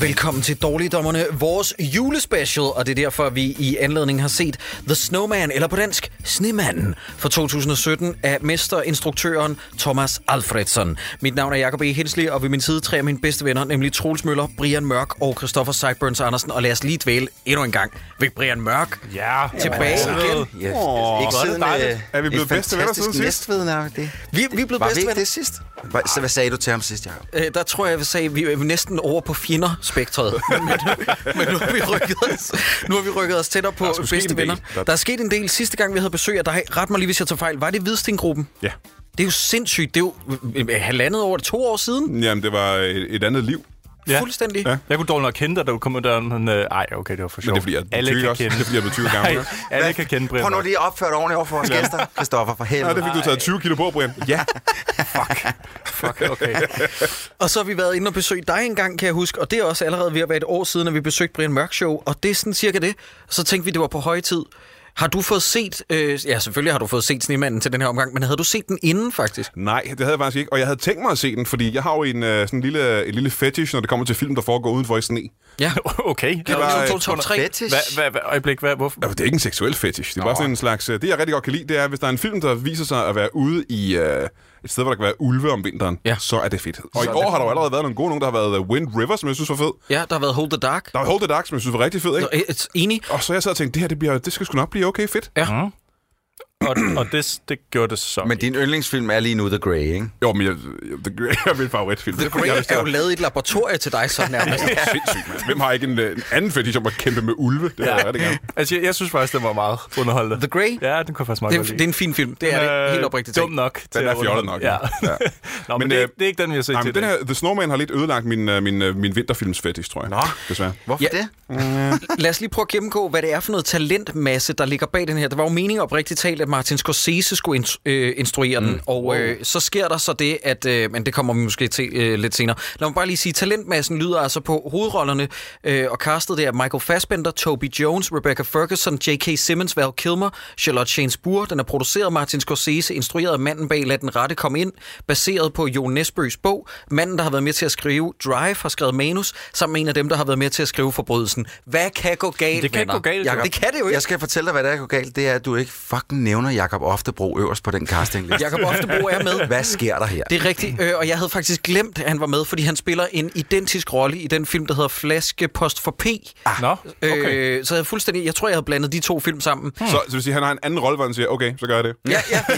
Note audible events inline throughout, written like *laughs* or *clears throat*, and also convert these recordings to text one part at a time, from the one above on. Velkommen til Dårligdommerne, vores julespecial, og det er derfor, vi i anledning har set The Snowman, eller på dansk, Snemanden, fra 2017 af mesterinstruktøren Thomas Alfredsson. Mit navn er Jakob E. Hensli, og ved min side tre af mine bedste venner, nemlig Troels Møller, Brian Mørk og Christoffer Seiburns Andersen. Og lad os lige dvæle endnu en gang ved Brian Mørk. Ja, Tilbage altså. igen. Ja, Åh, ikke hvor er det siden, dejligt. øh, Er vi blevet et bedste venner fantastisk siden sidst? næstvednavn, det. Vi, vi er blevet Var vi bedste ikke venner. det sidst? Hvad, så hvad sagde du til ham sidst, Jacob? Øh, der tror jeg, jeg vil sige, at vi er næsten over på fjenderspektret. *laughs* men, men nu, har vi rykket os, nu har vi rykket os tættere på er sgu sket bedste en del. venner. Der- Der er sket en del. Sidste gang, vi havde besøg af dig, ret mig lige, hvis jeg tager fejl, var det Hvidsten-gruppen? Ja. Det er jo sindssygt. Det er jo øh, øh, halvandet år, to år siden. Jamen, det var et, et andet liv. Ja. Ja. Fuldstændig. Ja. Ja. Jeg kunne dårligt nok kende dig, da du kom ud af døren, men øh, ej, okay, det var for Men sjovt. det er fordi, jeg er alle 20 kan også. kende. Det er fordi, jeg blev *laughs* 20 gammel. Nej, alle kan kende Brian. Prøv nu lige at opføre dig ordentligt over for vores gæster, Christoffer, for Nå, det helvede. fik du taget 20 kilo på, Brian. *laughs* Ja. Fuck, okay. Og så har vi været inde og besøge dig en gang, kan jeg huske. Og det er også allerede ved at være et år siden, at vi besøgte Brian Mørk Show. Og det er sådan cirka det. Så tænkte vi, det var på høje tid. Har du fået set... Øh, ja, selvfølgelig har du fået set Snemanden til den her omgang, men havde du set den inden, faktisk? Nej, det havde jeg faktisk ikke. Og jeg havde tænkt mig at se den, fordi jeg har jo en, øh, sådan en lille, en lille fetish, når det kommer til film, der foregår udenfor i sne. *laughs* Ja. okay. Det var, var øh, 2, 2, 3. Fetish. Hvad, hvad, hvad, øjeblik, hvad, hvorfor? Altså, det er ikke en seksuel fetish. Det er bare sådan en slags... øh, Det, jeg rigtig godt kan lide, det er, hvis der er en film, der viser sig at være ude i øh, et sted, hvor der kan være ulve om vinteren, Ja. ja. så er det fedt. Og i år har der jo allerede været nogle gode nogen, der har været øh, Wind River, som jeg synes var fed. Ja, der har været Hold the Dark. Der var Hold the Dark, som jeg synes var rigtig fed, ikke? Nå, øh, et- Enig. Og så jeg sad og tænkte, det her, det, bliver, det skal sgu nok blive okay fedt. Og, og det, det gjorde det så. Men din yndlingsfilm er lige nu The Grey, ikke? Jo, men jeg, *laughs* jeg, The Grey er min favoritfilm. The Jeg Grey vidste, er jo jeg- lavet i et laboratorie til dig, så nærmest. Det er sindssygt, mand. Hvem har ikke en, øh, en anden fetish om at kæmpe med ulve? Det ja. er det gerne. Altså, jeg, jeg synes faktisk, den var meget underholdende. The Grey? Ja, den kunne jeg faktisk meget Det, er- godt det lide. er en fin film. Det er Den det. Helt oprigtigt Dum talt. nok. til er at fjollet underholde. nok, Ja. ja. Nå, men, Men, det, øh, det, er ikke den, vi har set Nej, til men den i dag. her The Snowman har lidt ødelagt min, øh, min, øh, min vinterfilmsfetish, tror jeg. Nå. Desværre. Hvorfor Ja. ja. det? Lad os lige prøve at gennemgå, hvad det er for noget talentmasse, der ligger bag den her. Det var jo meningen oprigtigt talt, at Martin Scorsese skulle instru- øh, instruere Mm. den, og øh, så sker der så det, at, øh, men det kommer vi måske til øh, lidt senere. Lad mig bare lige sige, talentmassen lyder altså på hovedrollerne, øh, og castet det er Michael Fassbender, Toby Jones, Rebecca Ferguson, J.K. Simmons, Val Kilmer, Charlotte Gainsbourg. Den er produceret af Martin Scorsese, instrueret af manden bag Lad den rette komme ind, baseret på Jon Nesbøs bog. Manden, der har været med til at skrive Drive, har skrevet manus, sammen med en af dem, der har været med til at skrive Forbrydelsen. Hvad kan gå galt, Det kan venner? gå galt, Jacob. Jacob. Det kan det jo ikke. Jeg skal fortælle dig, hvad der er gået galt. Det er, at du ikke fucking nævner Jakob Oftebro øverst på den casting. Jakob Oftebro er med. *laughs* Hvad sker der her? Det er rigtigt, øh, og jeg havde faktisk glemt, at han var med, fordi han spiller en identisk rolle i den film, der hedder Flaskepost for P. Nå, Øh, Ah, okay. Så jeg havde fuldstændig, jeg tror, jeg havde blandet de to film sammen. Så, så det vil sige, at han har en anden rolle, hvor han siger, okay, så gør jeg det. Ja, ja, *laughs*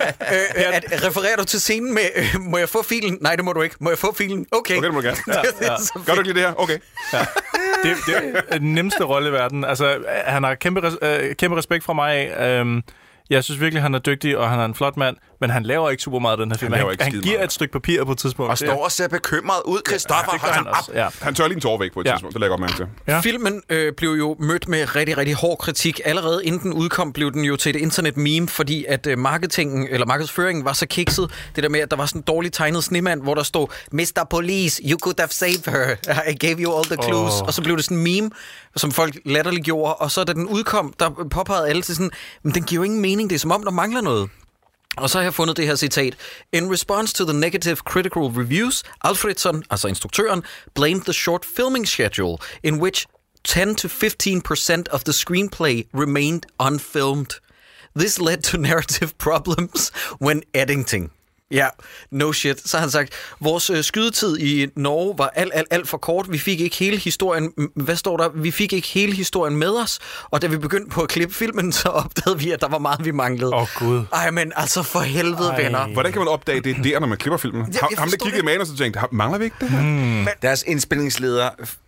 ja. øh, at, refererer du til scenen med, øh, må jeg få filen? Nej, det må du ikke. Må jeg få filen? Okay. *laughs* Okay, det må du gerne. Ja. det er så *laughs* Gør du ikke lige det her? Okay. Det, det er den nemmeste rolle i verden. Altså, øh, han har kæmpe, res- øh, kæmpe respekt fra mig. Øhm, jeg synes virkelig, han er dygtig, og han er en flot mand, men han laver ikke super meget i den her film. laver Han, ikke han skide giver meget. et stykke papir på et tidspunkt. Og Det- står og ser bekymret ud, Christoffer. det gør han også. Ja. Han tør lige en tårer væk på et ja. Ja. tidspunkt. Det lægger jeg godt mærke til. Ja. Ja. Filmen øh, blev jo mødt med rigtig, rigtig hård kritik. Allerede inden den udkom, blev den jo til et internet-meme, fordi at øh, marketingen, eller markedsføringen var så kikset. Det der med, at der var sådan en dårligt tegnet snemand, hvor der stod, Mr. Police, you could have saved her. I gave you all the clues. Oh. Og så blev det sådan en meme, som folk latterliggjorde. Og så da den udkom, der påpegede alle til sådan, men den giver jo ingen mening. Det er som om, der mangler noget. Og så har jeg fundet det her citat. In response to the negative critical reviews, Alfredson, altså instruktøren, blamed the short filming schedule, in which 10 to 15% of the screenplay remained unfilmed. This led to narrative *laughs* problems when editing. Ja, no shit. Så har han sagt, vores øh, skydetid i Norge var alt, alt, alt for kort. Vi fik ikke hele historien, m- hvad står der? Vi fik ikke hele historien med os. Og da vi begyndte på at klippe filmen, *laughs* så opdagede vi, at der var meget, vi manglede. Åh, Gud. Ej, men altså for helvede, Ej. Ej. venner. Hvordan kan man opdage det der, når man klipper filmen? Ham, ham der forstår kiggede i det. manus og tænkte, "Ham, mangler vi ikke det her? Mm. Deres indspillingsleder f-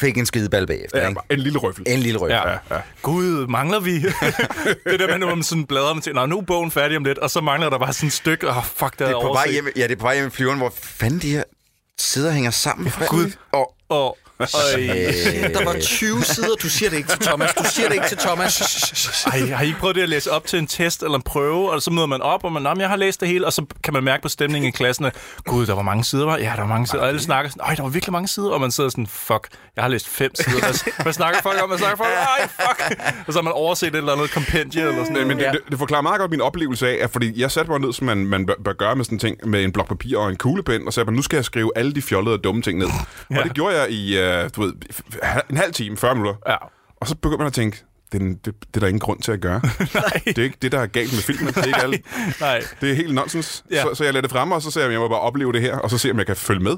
fik en skideball bagefter, ikke? Ja, en lille røffel. En lille røv. Ja. ja. Gud, mangler vi? *laughs* det der med, når man sådan bladrer med til, Nå, nu er bogen færdig om lidt, og så mangler der bare sådan et stykke, og oh, fuck, der Det er på vej hjem, ja, det er på vej hjem i flyveren, hvor fanden de her sidder og hænger sammen. Gud. Og Og *laughs* Shit, Øh, der var øh, 20 sider. Du siger det ikke til Thomas. Du siger det ikke til Thomas. Ej, har I ikke prøvet det at læse op til en test eller en prøve, og så møder man op, og man, "Nå, men jeg har læst det hele, og så kan man mærke på stemningen i klassen, at gud, der var mange sider, var? Ja, der var mange sider. Og alle snakker sådan, ej, der var virkelig mange sider, og man sidder sådan, fuck, jeg har læst fem sider. Og så- Man snakker folk om, man snakker folk om, ej, fuck. Og så har man overset et eller andet kompendie eller sådan Men, noget. men det, Ja. det, det forklarer meget godt min oplevelse af, at fordi jeg satte mig ned, som man, man bør, bør gøre med sådan ting, med en blok papir og en kuglepen, og sagde, at nu skal jeg skrive alle de fjollede og dumme ting ned. ja. Og det gjorde jeg i, øh, du ved, f- f- en halv time, 40 minutter. Ja. Og så begyndte man at tænke, det, er den- det, det er der ingen grund til at gøre. Nej. Det er ikke det, der er galt med filmen. Det er, ikke alle. Nej. Det er helt nonsens. Ja. Ja. Så, så jeg lader det fremme, og så ser jeg, at jeg må bare opleve det her, og så se, om jeg kan følge med.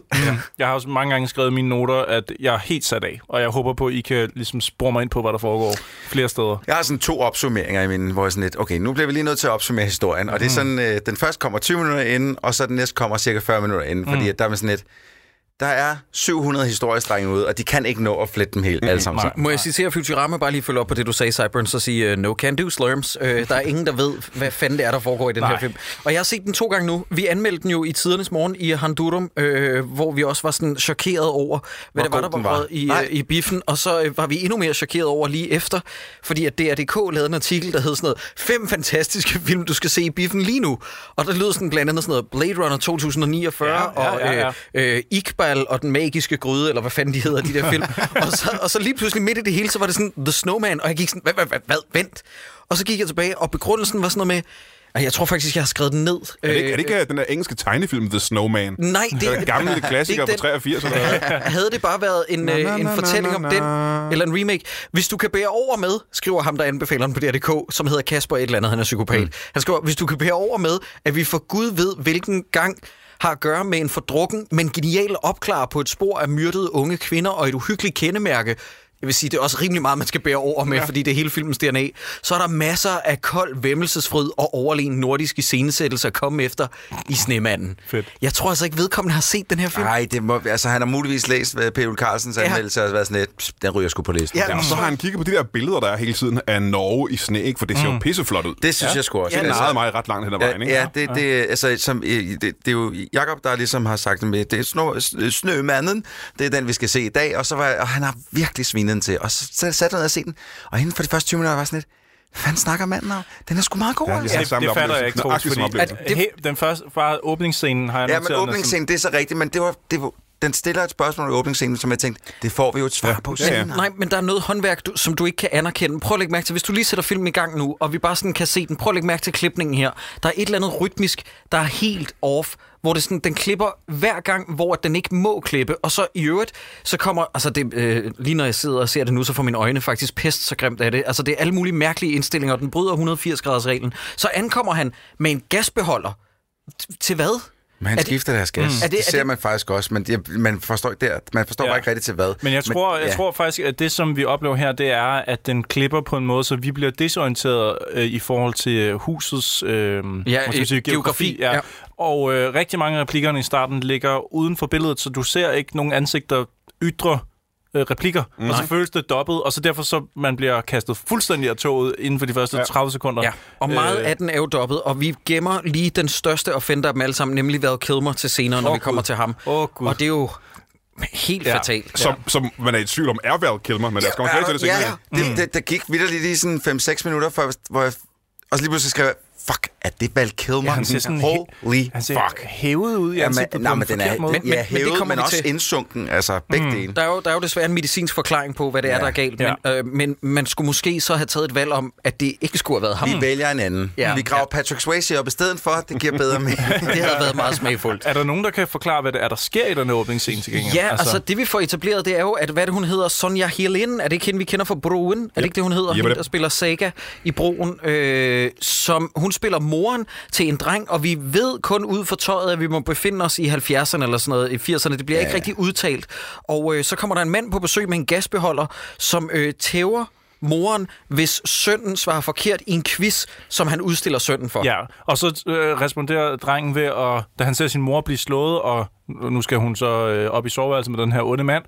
Jeg har også mange gange skrevet i mine noter, at jeg er helt sat af, og jeg håber på, at I kan ligesom spore mig ind på, hvad der foregår flere steder. Jeg har sådan to opsummeringer i min, hvor jeg sådan lidt, okay, nu bliver vi lige nødt til at opsummere historien. Og det er Mm. sådan, øh, den første kommer 20 minutter inden, og så den næste kommer cirka 40 minutter inden, Mm. fordi at der er man sådan lidt, der er 700 historiestrenge ude, og de kan ikke nå at flette dem Mm. helt alle sammen. sammen. Må jeg citere Futurama, bare lige følge op på det, du sagde, Cyburns, og sige, øh, no can do, slurms. Øh, der er ingen, der ved, hvad fanden det er, der foregår i den Nej. her film. Og jeg har set den to gange nu. Vi anmeldte den jo i tidernes morgen i Handurum, øh, hvor vi også var sådan chokeret over, hvad det var, god der var, den var. var. I, Nej. øh, i biffen. Og så øh, var vi endnu mere chokeret over lige efter, fordi at DRDK lavede en artikel, der hed sådan noget, fem fantastiske film, du skal se i biffen lige nu. Og der lød sådan blandt andet sådan noget, Blade Runner 2049 ja, ja, og ja, ja. Øh, øh, Iqbal og Den Magiske Gryde, eller hvad fanden de hedder, de der *laughs* film. og, så, og så lige pludselig midt i det hele, så var det sådan The Snowman, og jeg gik sådan, hvad, hvad, hvad, hvad, vent. Og så gik jeg tilbage, og begrundelsen var sådan noget med, "Ej, jeg tror faktisk, jeg har skrevet den ned. Øh, Er det, ikke- er det ikke øh, den der engelske tegnefilm, The Snowman? Nej, *laughs* det Den gamle klassiker det er fra 83. Eller hvad? *laughs* havde det bare været en, Na, øh, na, en na, fortælling na, om na. den, eller en remake. Hvis du kan bære over med, skriver ham, der anbefaler den på DRDK, som hedder Kasper et eller andet, han er psykopat. Mm. Han skriver, hvis du kan bære over med, at vi for Gud ved, hvilken gang har at gøre med en fordrukken, men genial opklarer på et spor af myrdede unge kvinder og et uhyggeligt kendemærke, jeg vil sige, det er også rimelig meget, man skal bære over med, ja. fordi det er hele filmens DNA. Så er der masser af kold vemmelsesfryd og overlegen nordiske scenesættelser at komme efter i Snemanden. Fedt. Jeg tror altså ikke, vedkommende har set den her film. Nej, det må, altså han har muligvis læst hvad P.U. Carlsens Ja. anmeldelse og været sådan lidt, "Pst, den ryger sgu på listen. Ja. Ja. Ja, og så har han kigget på de der billeder, der er hele tiden af Norge i sne, ikke? for det ser jo pisseflot ud. Mm. Det synes ja. jeg sgu også. altså- Det narrede mig ret langt hen ad vejen, ikke? Ja, det, det, altså, som, øh, det, det er jo Jakob, der ligesom har sagt det med, det er snor, s- snømanden, det er den, vi skal se i dag, og, så var, jeg- og han har virkelig svinet den til, og så så satte jeg mig ned og se den, og inden for de første 20 minutter var jeg sådan lidt, hvad fanden snakker manden om? Den er sgu meget god, ja, altså. har det, samme det fatter jeg oplevelse. ikke, Troels, Nøjagtig fordi samme oplevelse. at, det, den første bare åbningsscenen har jeg Ja, noteret, men den er sådan- åbningsscenen, det er så rigtigt, men det var, det var, den stiller et spørgsmål i åbningsscenen, som jeg tænkte, det får vi jo et svar ja. på Ja, ja. senere. Nej, men der er noget håndværk, du, som du ikke kan anerkende. Prøv at lægge mærke til, hvis du lige sætter filmen i gang nu, og vi bare sådan kan se den. Prøv at lægge mærke til klipningen her. Der er et eller andet rytmisk, der er helt off, hvor det sådan, den klipper hver gang, hvor den ikke må klippe. Og så i øvrigt, så kommer, altså det, øh, lige når jeg sidder og ser det nu, så får mine øjne faktisk pest, så grimt er det. Altså det er alle mulige mærkelige indstillinger, og den bryder 180 graders reglen. Så ankommer han med en gasbeholder. T- til hvad? Men han Er det- skifter deres gas. Mm. Er Det, det- er det ser det- man faktisk også, men det, man forstår ikke der, man forstår Ja. ja. bare ikke rigtigt til hvad. Men jeg tror, jeg tror faktisk, at det, som vi oplever her, det er, at den klipper på en måde, så vi bliver desorienteret øh, i forhold til husets øh, i geografi, Ja. ja. Og øh, rigtig mange af replikkerne i starten ligger uden for billedet, så du ser ikke nogen ansigter ytre øh, replikker, mm. og så føles det dobbelt, og så derfor så man bliver kastet fuldstændig af toget inden for de første 30 sekunder. Ja, og meget øh, af den er jo dobbet, og vi gemmer lige den største offender af dem alle sammen, nemlig Val Kilmer til senere, når Åh, vi kommer Gud. til ham. Åh, Gud. Og det er jo helt Ja. ja. fatalt. Som, som man er i tvivl om, er Val Kilmer, men lad os komme tilbage til det senere. Ja, ja. Det, det, der gik vidderligt lige sådan 5-6 minutter, før, hvor jeg, og så lige pludselig skrev jeg, fuck, er det Val Kilmer? Ja, han ser sådan he- Holy han ser fuck. hævet ud i Jamen, ansigtet nej, på en men den er, forkert måde. den, men ja, det hævet, men, kommer men vi også til. indsunken, altså begge mm. dele. Der er, jo, der er jo desværre en medicinsk forklaring på, hvad det er, der er galt, men, øh, men man skulle måske så have taget et valg om, at det ikke skulle have været ham. Vi vælger en anden. Ja. Ja. Vi graver Patrick Swayze op i stedet for, det giver bedre mening. Det havde været meget smagfuldt. Er der nogen, der kan forklare, hvad det er, der sker i den her åbningsscene til gengæld? Ja, altså, altså det vi får etableret, det er jo, at hvad er det, hun hedder, Sonja Helin, er det ikke hende, vi kender fra Broen? Er det ikke det, hun hedder? Yep. Hende, der spiller Saga i Broen, øh, som hun spiller moren til en dreng, og vi ved kun ud for tøjet, at vi må befinde os i 70'erne eller sådan noget, i 80'erne. Det bliver ja. ikke rigtig udtalt. Og øh, så kommer der en mand på besøg med en gasbeholder, som øh, tæver moren, hvis sønnen svarer forkert i en quiz, som han udstiller sønnen for. Ja, og så øh, responderer drengen ved, at, da han ser sin mor blive slået, og nu skal hun så øh, op i soveværelset med den her onde mand,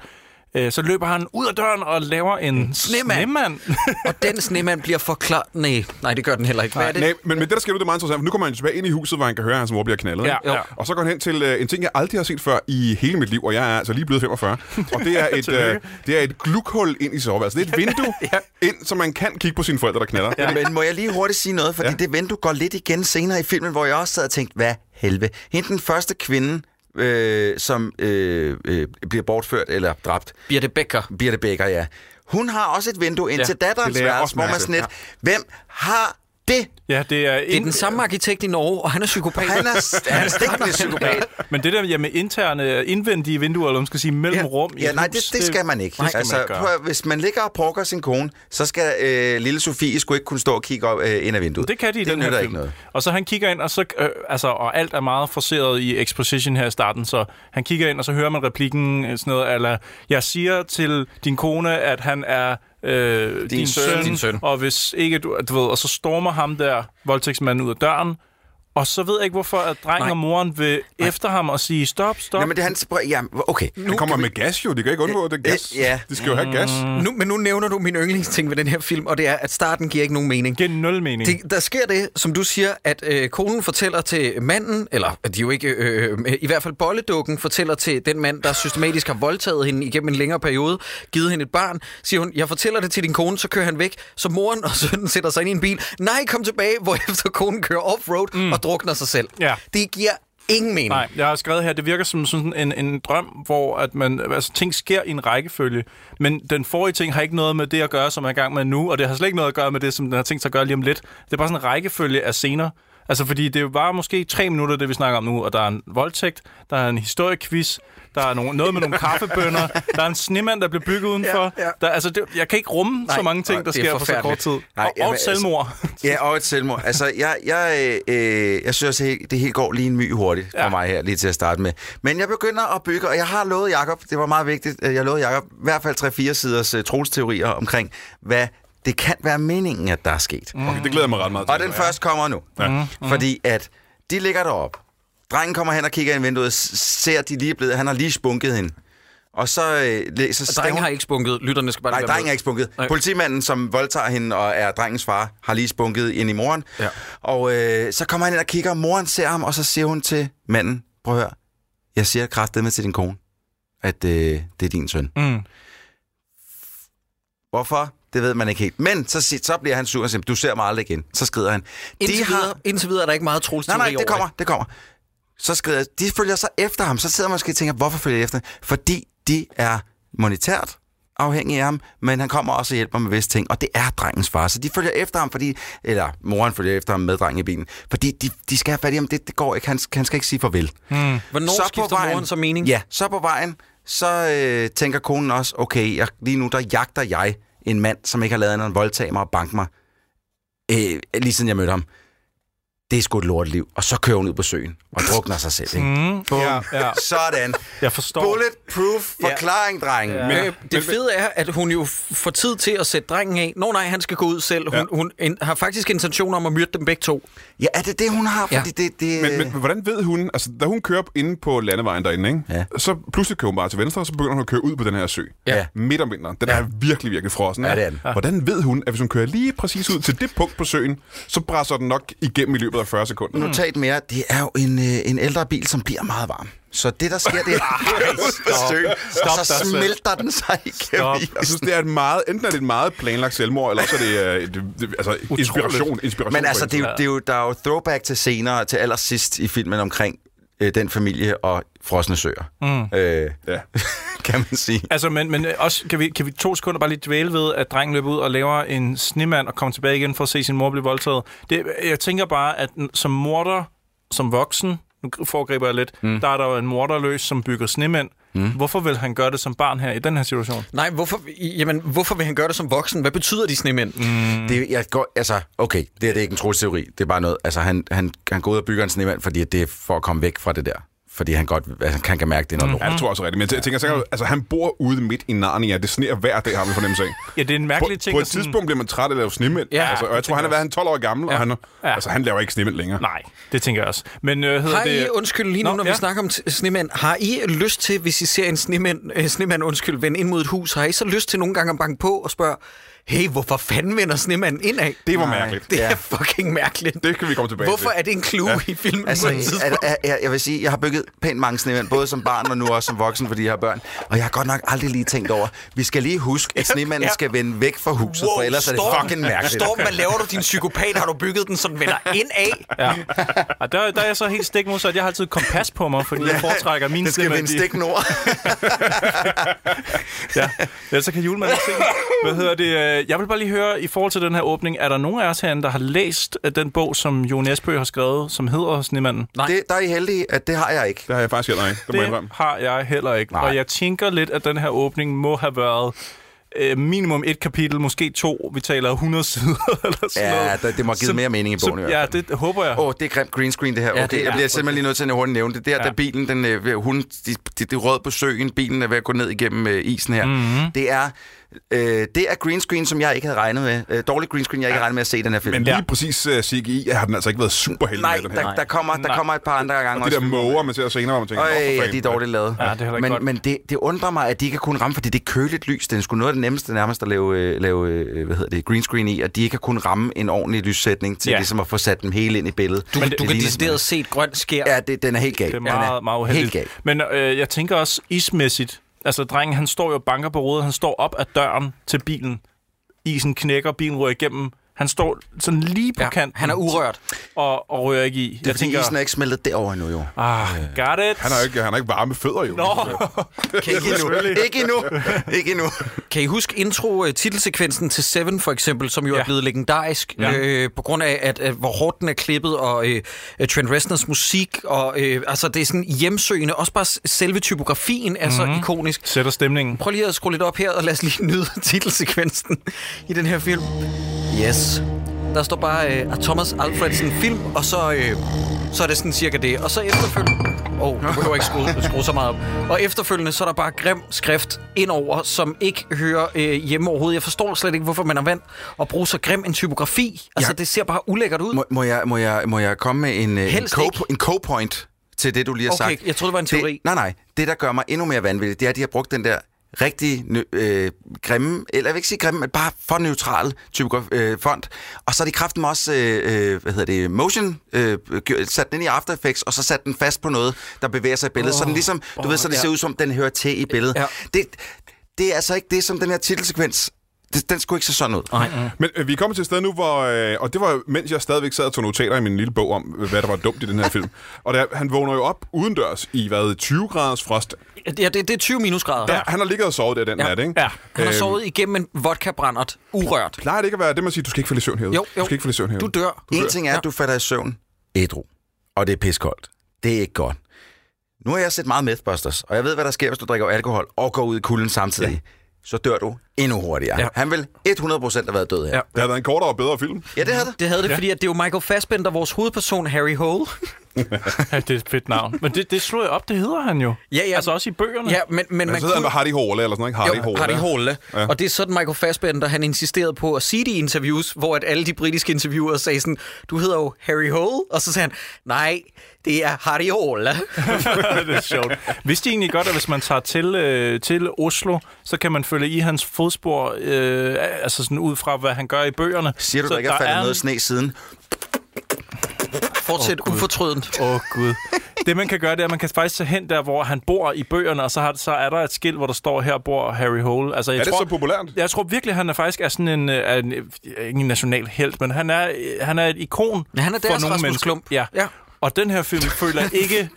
Øh, så løber han ud af døren og laver en snemand. snemand. snemand. Og den snemand bliver forklaret... Nej, nej, det gør den heller ikke. Hvad er det? Nej, men, men det, der sker nu, det er meget interessant, for nu kommer han tilbage ind i huset, hvor han kan høre, at hans mor bliver knaldet. Ja, ikke? ja. Og så går han hen til øh, en ting, jeg aldrig har set før i hele mit liv, og jeg er altså lige blevet *laughs* 45. Og det er et, øh, det er et glukhul ind i soveværelset. Altså, Det er et *laughs* vindue ja. ind, så man kan kigge på sine forældre, der knaller. Ja. Men må jeg lige hurtigt sige noget, fordi Ja. ja. det vindue går lidt igen senere i filmen, hvor jeg også sad og tænkte, hvad helvede. Hende den første kvinde, øh, som øh, øh, bliver bortført eller dræbt, Birte Becker. Birte Becker, ja. Hun har også et vindue ind ja, til det datterens lagde jeg værelse, også hvor man mærke til. sådan lidt, hvem har det? ja, det er, Det er den samme arkitekt i Norge, og han er psykopat. Han er, han er *laughs* stikkende psykopat. Men det der ja, med interne, indvendige vinduer, eller hvad man skal sige, mellem ja. rum i Ja, et nej, hus, det, det skal man ikke. Altså, det skal man ikke gøre. prøv, at- hvis man ligger og prokker sin kone, så skal øh, lille Sofie skulle ikke kunne stå og kigge op, øh, ind ad vinduet. Det kan de i det den her nytter film. ikke noget. Og så han kigger ind, og, så, øh, altså, og alt er meget forceret i exposition her i starten, så han kigger ind, og så hører man replikken øh, sådan noget, eller jeg siger til din kone, at han er øh, din, din, søn. søn, Din søn." og hvis ikke du, du ved, og så stormer ham der, voldtægtsmanden, ud af døren, og så ved jeg ikke, hvorfor at drengen Nej. og moren vil Nej. efter ham og sige stop, stop. Nå, men det er hans... Ja, okay. Det kommer med gas jo, de kan ikke undgå at det er gas. Øh, ja. De skal jo have gas. Nu, men nu nævner du min yndlingsting ved den her film, og det er, at starten giver ikke nogen mening. giver nul mening. Det, der sker det, som du siger, at øh, konen fortæller til manden, eller at de jo ikke, øh, øh, i hvert fald bolledukken fortæller til den mand, der systematisk har voldtaget hende igennem en længere periode, givet hende et barn, siger hun, jeg fortæller det til din kone, så kører han væk, så moren og sønnen sætter sig ind i en bil, nej, kom tilbage, *laughs* hvorefter konen kører off-road mm. og drukner sig selv. Ja. Det giver ingen mening. Nej, jeg har skrevet her, det virker som sådan en, en drøm, hvor at man, altså, ting sker i en rækkefølge, men den forrige ting har ikke noget med det at gøre, som er i gang med nu, og det har slet ikke noget at gøre med det, som den har tænkt sig at gøre lige om lidt. Det er bare sådan en rækkefølge af scener. Altså, fordi det var måske tre minutter, det vi snakker om nu, og der er en voldtægt, der er en historiequiz, der er nogen, noget med nogle kaffebønner, der er en snemand, der bliver bygget udenfor. Ja, ja. Der, altså, det, jeg kan ikke rumme Nej, så mange ting, nej, der det er sker på så kort forfærdeligt. altså- tid. Nej, og, og jamen, et selvmord. Ja, og et selvmord. Altså, jeg, jeg, øh, øh, jeg synes, også, det helt går lige en my hurtigt for Ja. mig her, lige til at starte med. Men jeg begynder at bygge, og jeg har lovet Jakob, det var meget vigtigt, øh, jeg lovede Jakob i hvert fald 3-4 siders øh, trolsteorier omkring, hvad det kan være meningen, at der er sket. Mm. Okay, det glæder jeg mig ret meget til. Og den først kommer nu. Mm. Fordi at de ligger derop. Drengen kommer hen og kigger ind i vinduet, s- ser at de lige er blevet, han har lige spunket hende. Og så, øh, læ- så Og skal hun- Drengen har ikke spunket, lytterne skal bare Nej, lige drengen er med. ikke spunket. Nej. Politimanden, som voldtager hende og er drengens far, har lige spunket ind i moren. Ja. Og øh, så kommer han ind og kigger, og moren ser ham, og så siger hun til manden, prøv at høre, jeg siger kraftedeme til din kone, at øh, det er din søn. Mm. Hvorfor? Det ved man ikke helt. Men så, sig- så bliver han sur og siger, du ser mig aldrig igen. Så skrider han. Indtil, videre, indtil videre er der ikke meget Nej, trolsteori nej, det over kommer, det kommer. Så skrider jeg, de følger så efter ham. Så sidder man måske og tænker, hvorfor følger de efter? Fordi de er monetært afhængige af ham, men han kommer også og hjælper med visse ting, og det er drengens far. Så de følger efter ham, fordi, eller moren følger efter ham med drengen i bilen, fordi de, de skal have fat i ham. Det, det går ikke, han, han skal ikke sige farvel. Mm. Hvornår skifter moren så mening? Ja, så på vejen, så øh, tænker konen også, okay, jeg, lige nu der jagter jeg en mand, som ikke har lavet andet end voldtage mig og banke mig, øh, lige siden jeg mødte ham. Det er sgu et lort liv. Og så kører hun ud på søen og drukner sig selv. *laughs* Ikke? Mm, Ja, ja. Sådan. Jeg forstår. Bulletproof forklaring, dreng. Ja. Men, øh, det fede er, at hun jo f- får tid til at sætte drengen af. Nå nej, han skal gå ud selv. Hun, ja. hun in, har faktisk intentioner om at myrde dem begge to. ja, er det det, hun har? Ja. Fordi det, det, Men, men hvordan ved hun, altså da hun kører op inde på landevejen derinde, ikke? Ja. så pludselig kører hun bare til venstre, og så begynder hun at køre ud på den her sø. Ja. Midt om vinteren. Den ja. er virkelig, virkelig frossen. Ja, ikke? det er den. Hvordan ved hun, at hvis hun kører lige præcis ud til det punkt på søen, så brænder den nok igennem i løbet af 40 sekunder? Mm. øh, notat mere, det er jo en, øh, en ældre bil, som bliver meget varm. Så det, der sker, det er... Ej, stop, og så dig selv. smelter den sig igennem. Stop. isen. Jeg synes, det er et meget, enten er det et meget planlagt selvmord, eller også er det, øh, et, det- altså, inspiration. inspiration Men på altså, en det er, jo, det er jo, der er jo throwback til senere, til allersidst i filmen omkring øh, den familie og frosne søer, mm. øh, Ja. *laughs* kan man sige. Altså, men, men også, kan vi, kan vi to sekunder bare lige dvæle ved, at drengen løber ud og laver en snemand og kommer tilbage igen for at se sin mor blive voldtaget. Det, jeg tænker bare, at n- som morder, som voksen, nu foregriber jeg lidt, mm. der er der jo en morderløs, som bygger snemænd. Mm. Hvorfor vil han gøre det som barn her i den her situation? Nej, hvorfor, jamen, hvorfor vil han gøre det som voksen? Hvad betyder de snemænd? Mm. Det, jeg går, altså, okay, det, her, det er ikke en trosteori, det er bare noget, altså han, han, han går ud og bygger en snemand, fordi det er for at komme væk fra det der fordi han godt altså, han kan mærke, det Mm. er noget Ja, lort. det tror jeg også er Mm. rigtigt. Men jeg tænker, sikkert, altså, han bor ude midt i Narnia. Det sneer hver dag, har vi fornemmelse af. Ja, det er en På, mærkelig ting. på at et sådan- tidspunkt bliver man træt af at lave snemænd. Ja, Ja, altså, og jeg det tror, han har været han 12 år gammel, ja. og han, ja. Ja. altså, han laver ikke snemænd længere. Nej, det tænker jeg også. Men øh, hedder Har det... I, undskyld lige nu, Nå, Nå, når ja. vi ja. snakker om t- snemænd, har I lyst til, hvis I ser en snemænd, øh, snemænd undskyld, vende ind mod et hus, har I så lyst til nogle gange at banke på og spørge, hey, hvorfor fanden vender snemanden indad? Det var Nej. mærkeligt. Det er Ja. fucking mærkeligt. Det kan vi komme tilbage Hvorfor til. er det en clue ja. i filmen? Altså, på et tidspunkt? jeg, jeg, jeg, jeg vil sige, jeg har bygget pænt mange snemænd, både som barn og nu også som voksen, fordi jeg har børn. Og jeg har godt nok aldrig lige tænkt over, vi skal lige huske, at snemanden ja. skal vende væk fra huset, for ellers er det fucking mærkeligt. Storm, hvad laver du, din psykopat? Har du bygget den, så den vender ind af? Ja. *laughs* Og der, der er jeg så helt stik modsat. Jeg har altid kompas på mig, fordi jeg foretrækker mine det skal snemænd, vende de- stik nord. Ja, ellers så kan julemanden se. Hvad hedder det? øh, Jeg vil bare lige høre, i forhold til den her åbning, er der nogen af os herinde, der har læst øh, den bog, som Jo Nesbø har skrevet, som hedder Snemanden? Nej. det, der er I heldige, at det har jeg ikke. Det har jeg faktisk heller ikke. Det, må jeg Det indrømme. har jeg heller ikke. Nej. Og jeg tænker lidt, at den her åbning må have været øh, minimum et kapitel, måske to. Vi taler 100 sider *laughs* eller sådan Ja, noget. der- det må have givet Som- mere mening i som- bogen i hvert Ja, det håber jeg. Åh, oh, det er grimt green screen, det her. Okay, det ja, det er jeg bliver simpelthen lige nødt til at hurtigt nævne det. Der, ja. da bilen, den, øh, hun, det de, de rød på søen, bilen er ved at gå ned igennem øh, isen her. Mm-hmm. Det er... Øh, det er green screen, som jeg ikke havde regnet med. Øh, dårlig green screen, jeg ikke havde regnet med at se i den her film. Men lige præcis uh, CGI har den altså ikke været super heldig Nej, med, den her. der, der, kommer, der Nej. kommer et par andre gange De der måger, man ser senere, hvor man tænker, Øj, "Nå, for ja, fanden, de er dårligt lavet. Ja, det er heller ikke men godt. men det, det undrer mig, at de ikke har kunnet ramme, fordi det er køligt lys. Det er sgu noget af det nemmeste nærmest at lave, øh, lave øh, hvad hedder det, green screen i, at de ikke har kunnet ramme en ordentlig lyssætning til ja. Ja. ligesom at få sat dem hele ind i billedet. Du, Det du kan ligner decideret se et grønt skær. simpelthen- Ja, det, den er helt gal. Det er Den meget, meget Helt uheldigt. gal. Men øh, jeg tænker også ismæssigt. Altså, drengen, han står jo og banker på rodet. Han står op ad døren til bilen. Isen knækker, bilen rører igennem. Han står sådan lige på ja, kanten han er urørt. og, og rører ikke i. Det er fordi tænker... isen er ikke smeltet derover endnu, jo. ah, got it. Han har ikke, han har ikke varme fødder, jo. Nå, Kan I, *laughs* ikke endnu. ikke endnu. *laughs* kan I huske intro-titelsekvensen til Seven, for eksempel, som jo ja. er Ja. blevet legendarisk, ja. Ja. øh, på grund af, at, at hvor hårdt den er klippet, og øh, Trent Reznors musik, og øh, altså, det er sådan hjemsøgende. Også bare s- selve typografien er så ikonisk. sætter *laughs* stemningen. Prøv lige at skrue lidt op her, og lad os lige nyde *laughs* titelsekvensen i den her film. Yes. Der står bare øh, at Thomas Alfredsen film, og så, øh, så er det sådan cirka det. Og så efterfølgende... Åh, oh, du behøver ikke skrue, *laughs* skrue så meget op. Og efterfølgende, så er der bare grim skrift indover, som ikke hører øh, hjemme overhovedet. Jeg forstår slet ikke, hvorfor man har valgt at bruge så grim en typografi. Altså, Ja. det ser bare ulækkert ud. Må, må, jeg, må, jeg, må jeg komme med en, øh, en, Helst co- ikke. en co-point til det, du lige har Okay, sagt? jeg troede, det var en teori. Det, nej, nej. Det, der gør mig endnu mere vanvittig, det er, at de har brugt den der rigtig nø- øh, grimme, eller jeg vil ikke sige grimme, men bare for neutral type øh, font. Og så har de kraften med også, øh, øh, hvad hedder det, motion, øh, gjort- sat den ind i After Effects, og så sat den fast på noget, der bevæger sig i billedet. Oh, så den ligesom, du oh, ved, så det ja. ja. ser ud som, den hører til i billedet. Ja. Ja. Det, det er altså ikke det, som den her titelsekvens, det, den skulle ikke se sådan ud. Nej. Men øh, vi er kommet til et sted nu, hvor... Øh, og det var, mens jeg stadigvæk sad og tog notater i min lille bog om, øh, hvad der var dumt i den her film. Og der, han vågner jo op udendørs i, hvad, 20 graders frost. Ja, det, det er 20 minusgrader. Der, Han har ligget og sovet der den Ja. nat, ikke? Ja. Han har Øhm. sovet igennem en vodka-brændert, urørt. Plejer det ikke at være det, man siger, du skal ikke falde i søvn herude? Jo, jo. Du skal ikke falde i søvn herude. Du dør. En ting er, Ja. at du falder i søvn ædru, og det er piskoldt. Det er ikke godt. Nu har jeg set meget Mythbusters, og jeg ved, hvad der sker, hvis du drikker alkohol og går ud i kulden samtidig. Ja. Så dør du endnu hurtigere. Ja. Ja. Han vil 100% have været død her. Ja. Ja, Det har været en kortere og bedre film. ja det havde det. Det havde det, ja. fordi at det er jo Michael Fassbender, vores hovedperson, Harry Hole. Ja, det er et fedt navn. Men det, det slog jeg op, det hedder han jo. Ja, ja. Altså også i bøgerne. ja, men, men Men man så hedder kunne... han bare Hardy Hole, eller sådan noget, ikke? Hardy Jo, Hole. Hardy Hole. Ja. Ja. Og det er sådan, Michael Fassbender, han insisterede på at sige det i interviews, hvor at alle de britiske interviewere sagde sådan, du hedder jo Harry Hole, og så sagde han, nej, det er Hardy Hole. *laughs* det er sjovt. Vidste I egentlig godt, at hvis man tager til, øh, til Oslo, så kan man følge i hans fodspor, øh, altså sådan ud fra, hvad han gør i bøgerne? Siger du, så der ikke er faldet en- noget sne siden? Fortsæt oh, ufortrødent. Åh, oh, Gud. Det, man kan gøre, det er, at man kan faktisk tage hen der, hvor han bor i bøgerne, og så, har, så er der et skilt, hvor der står, her bor Harry Hole. Altså, jeg Er det tror, så populært? Jeg tror virkelig, han er faktisk er sådan en, øh, er en øh, ikke en national held, men han er, øh, han er et ikon Ja, han er for deres nogle Rasmus mennesker. Klump. Ja. Ja. ja. Og den her film føler jeg ikke...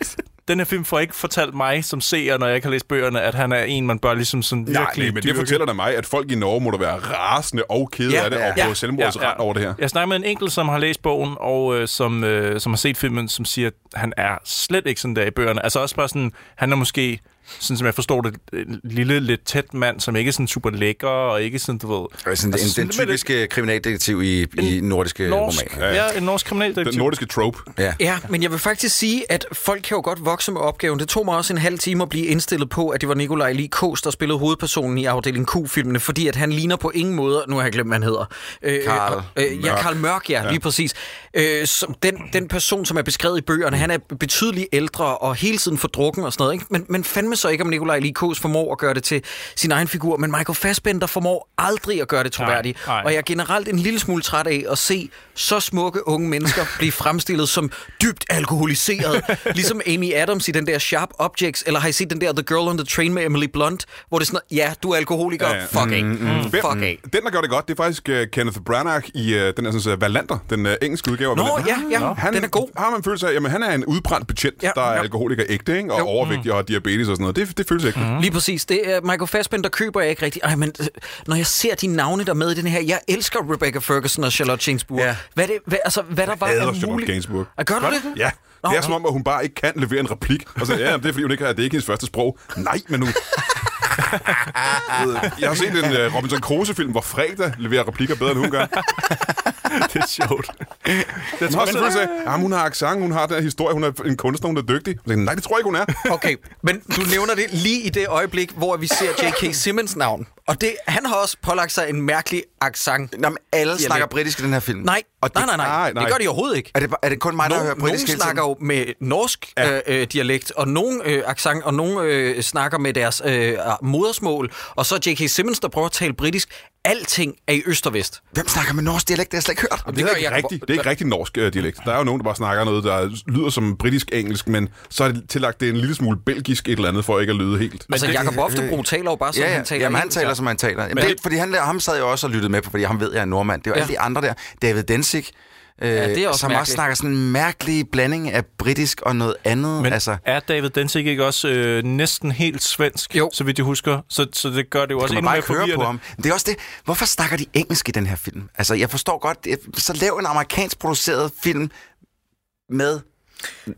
Den her film får ikke fortalt mig som seer, når jeg ikke har læst bøgerne, at han er en, man bør ligesom sådan Nej, virkelig nej, men det dyrke. fortæller da mig, at folk i Norge må da være rasende og kede Ja, af det, og ja, på selvmordsrand over det her. Jeg snakker med en enkelt, som har læst bogen, og øh, som, øh, som har set filmen, som siger, at han er slet ikke sådan der i bøgerne. Altså også bare sådan, han er måske sådan som jeg forstår det, en lille, lidt tæt mand, som ikke er sådan super lækker, og ikke sådan, du ved... Altså, den, sådan den lidt med lidt typiske øh, kriminaldetektiv i, i nordiske norsk, romaner. ja, ja. en norsk kriminaldetektiv. Den nordiske trope. Mm. Ja. Ja, men jeg vil faktisk sige, at folk kan jo godt vokse med opgaven. Det tog mig også en halv time at blive indstillet på, at det var Nikolaj Lee Kås, der spillede hovedpersonen i afdeling Q-filmene, fordi at han ligner på ingen måde, nu har jeg glemt, hvad han hedder. Øh, Karl øh, ja, Mørk. Karl Mørk, ja, ja. lige præcis. Øh, som den, den person, som er beskrevet i bøgerne, han er betydeligt ældre og hele tiden fordrukken og sådan noget. Ikke? Men, men fandme så ikke, om Nikolaj Lee Kås formår at gøre det til sin egen figur, men Michael Fassbender formår aldrig at gøre det troværdigt. nej. Og jeg er generelt en lille smule træt af at se så smukke unge mennesker blive fremstillet som dybt alkoholiseret. ligesom Amy Adams i den der Sharp Objects, eller har I set den der The Girl on the Train med Emily Blunt, hvor det er sådan noget, ja, du er alkoholiker, Ja, ja, ja. ja. fuck af. Mm, mm, Hvem- fuck af. Den, der gør det godt, det er faktisk uh, Kenneth Branagh i uh, den der sådan, uh, Valander, den uh, engelske udgave af Nå, Wallander. ja, ja, han, den er god. Har man en følelse af, jamen han er en udbrændt betjent, ja, Ja, der er ja. ja. alkoholiker ægte, ikke? og Jo. Mm. overvægtig og har diabetes og sådan noget. Det, det føles ægte. Mm. Lige præcis. Det er Michael Fassbender køber jeg ikke rigtigt. Ej, men øh, når jeg ser de navne, der er med i den her... Jeg elsker Rebecca Ferguson og Charlotte Gainsbourg. Ja. Ja. Hvad, er det, hvad, altså, hvad der var hader af Charlotte muligt- Gainsbourg. Ah, Gør du det? Ja, Nå, det er som om, at hun bare ikke kan levere en replik. Og så, ja, men det er fordi, hun ikke har, det er ikke hendes første sprog. Nej, men nu... Jeg har set en uh, Robinson Crusoe-film, hvor Freda leverer replikker bedre, end hun gør. det er sjovt. Jeg tror, også, hun sagde, at hun har accent, hun har den her historie, hun er en kunstner, hun er dygtig. Jeg sagde, nej, det tror jeg ikke, hun er. Okay, men du nævner det lige i det øjeblik, hvor vi ser J.K. Simmons navn. Og det, han har også pålagt sig en mærkelig accent. Nå, men alle snakker Dialekt. britisk i den her film. Nej, Og det, nej, nej, nej, nej, nej. Det gør de overhovedet ikke. Er det, bare- er det kun mig, der Nogen- hører britisk Nogen hele tiden? snakker jo med norsk ja. øh, dialekt, og nogen øh, accent, og nogen øh, snakker med deres øh, modersmål. Og så J.K. Simmons, der prøver at tale britisk. Alting er i øst og vest. Hvem snakker med norsk dialekt? Det har jeg slet ikke hørt. Det, det, er, gør ikke jeg- rigtig, det er ikke rigtig norsk øh, dialekt. Der er jo nogen, der bare snakker noget, der lyder som britisk-engelsk, men så er det tillagt det en lille smule belgisk et eller andet, for ikke at lyde helt. Men altså, det- Jakob Oftebro taler jo bare, som Øh, ja, ja. han taler. Jamen, han ikke? taler, som han taler. Jamen, det, er- fordi han, ham sad jeg også og lyttede med på, fordi ham ved, jeg er nordmand. Det var ja. Ja. alle de andre der. David Densig, øh, ja, det er også som også mærkeligt. snakker sådan en mærkelig blanding af britisk og noget *laughs* andet. Men altså, altså. er David Densig ikke også øh, næsten helt svensk, Jo. så vidt jeg husker? Så, så det gør det jo også kan man endnu bare mere ikke høre på forvirrende. ham. Men Det er også det. Hvorfor snakker de engelsk i den her film? Altså, jeg forstår godt. Det, er- så lav en amerikansk produceret film med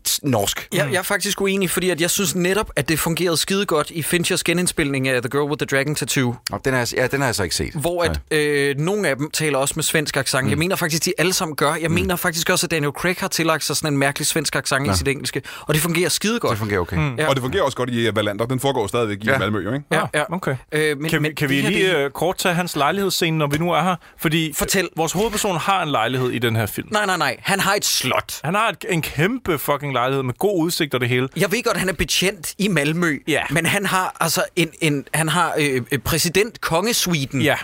t- norsk. Jeg, jeg er faktisk uenig, fordi at jeg synes netop, at det fungerede skide godt i Finchers genindspilning af The Girl with the Dragon Tattoo, Og den har, jeg- ja, den har jeg så ikke set. hvor at øh, nogle af dem taler også med svensk accent. Mm. Jeg mener faktisk, de alle sammen gør. Jeg mm. mener faktisk også, at Daniel Craig har tillagt sig sådan en mærkelig svensk accent ja. i sit engelske, og det fungerer skide godt. Det fungerer okay. Hmm. Mm. Ja. Og det fungerer også godt i øh, Wallander. Den foregår stadigvæk i Ja. ja. Malmø, jo, ikke? Ja, ja. Ah, okay. Øh, men, Kan, vi, men kan det vi her, det- lige øh, kort tage hans lejlighedsscene, når vi nu er her? Fordi Fortæl. vores hovedperson har en lejlighed i den her film. Nej, nej, nej. Han har et slot. Han har et, en kæmpe fucking lejlighed med god udsigt og det hele. Jeg ved godt, at han er betjent i Malmø, Ja. men han har altså en, en han har øh, øh, præsident kongesuiten. Ja.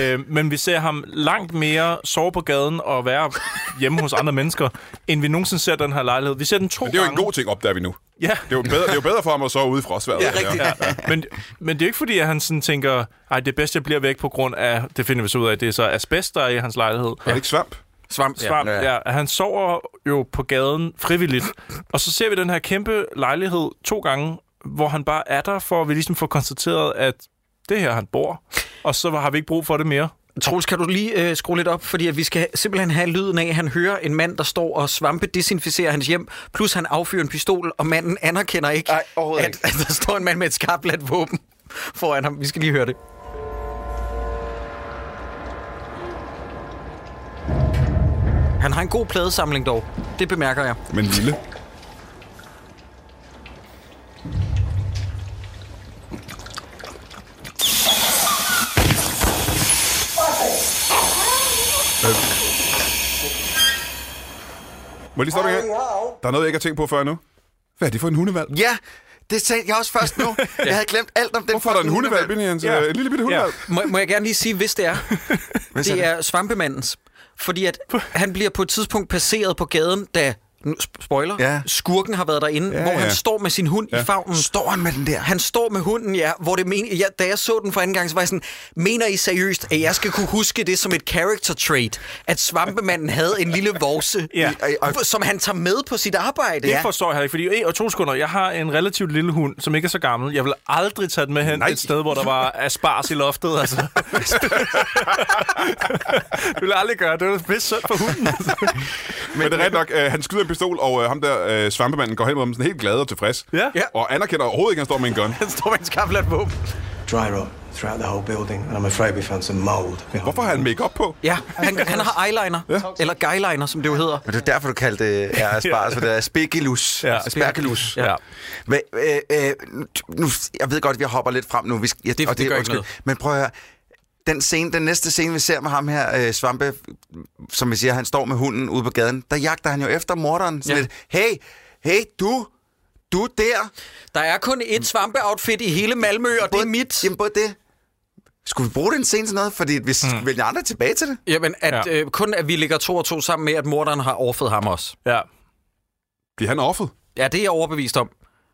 Øh, men vi ser ham langt mere sove på gaden og være hjemme hos andre mennesker, end vi nogensinde ser den her lejlighed. Vi ser den to Men det er jo gange. en god ting, opdager vi nu. Det Ja. er jo bedre, det er jo bedre for ham at sove ude i frostværet. Ja, rigtigt. Ja. Men, men det er jo ikke fordi, at han sådan tænker, ej, det er bedst, jeg bliver væk på grund af, det finder vi så ud af, det er så asbest, der er i hans lejlighed. Er det ikke svamp? Svamp. Svamp, ja. ja. Han sover jo på gaden frivilligt. Og så ser vi den her kæmpe lejlighed to gange, hvor han bare er der, for at vi ligesom får konstateret, at det er her, han bor. Og så har vi ikke brug for det mere. Troels, kan du lige øh, skrue lidt op, fordi at vi skal simpelthen have lyden af, at han hører en mand, der står og svampe desinficerer hans hjem, plus han affyrer en pistol, og manden anerkender ikke, Ej, overhovedet at, ikke. at *laughs* der står en mand med et skarpladt våben foran ham. Vi skal lige høre det. Han har en god pladesamling dog. Det bemærker jeg. Men lille. Øh. Må jeg lige stoppe en gang? Der er noget, jeg ikke har tænkt på før nu. Hvad er det for en hundevalg? Ja, det sagde jeg også *laughs* først nu. Jeg havde glemt alt om den. Hvorfor er der en fucking hundevalg inde i hans? Ja. En lille bitte hundevalg. Må, må jeg gerne lige sige, hvis det er? er det er svampemandens. Fordi at han bliver på et tidspunkt passeret på gaden, da nu, sp- spoiler, Ja. ja. skurken har været derinde, Ja, ja, hvor ja. han står med sin hund ja. i favnen. Står han med den der? Han står med hunden, ja, hvor det men, ja, da jeg så den for anden gang, så var jeg sådan, mener I seriøst, at jeg skal kunne huske det som et character trait, at svampemanden havde en lille vorse, Ja. i- og- som han tager med på sit arbejde? Det ja. forstår jeg ikke, fordi hey, og to sekunder, jeg har en relativt lille hund, som ikke er så gammel. Jeg vil aldrig tage den med hen Nej. Nej. et sted, hvor der var aspars i loftet. Altså. du vil aldrig gøre det. Det er pisse synd for hunden. Altså. Men det er rigtigt nok, øh, han skyder en pistol, og øh, ham der øh, svampemanden går hen mod ham sådan helt glad og tilfreds. Ja. Ja. Og anerkender overhovedet ikke, at han står med en gun. Han står med en skaflet våben. dry rot throughout the whole building, and I'm afraid we found some mold. Hvorfor har han make-up på? Ja, han, han har eyeliner. Ja. Eller guyliner, som det jo hedder. Men det er derfor, du kaldte det *laughs* ja, asparges, for det er spegilus. Ja. Ja. Aspergillus. Ja. Men, øh, øh, nu, jeg ved godt, at vi hopper lidt frem nu. Vi skal, jeg, Det- det gør ikke noget. Men prøv at høre. Den, scene, den næste scene, vi ser med ham her, øh, Svampe, som vi siger, han står med hunden ude på gaden, der jagter han jo efter morderen. Sådan Ja. ja. lidt, hey, hey, du, du der. Der er kun ét svampeoutfit i hele Malmø, og det er mit. Jamen, både det. Skulle vi bruge den scene til noget? Fordi vi mm. vælger andre tilbage til det. Jamen, at, Ja. ja. øh, kun at vi ligger to og to sammen med, at morderen har overfed ham også. ja. Bliver han offet? Ja, det er jeg overbevist om.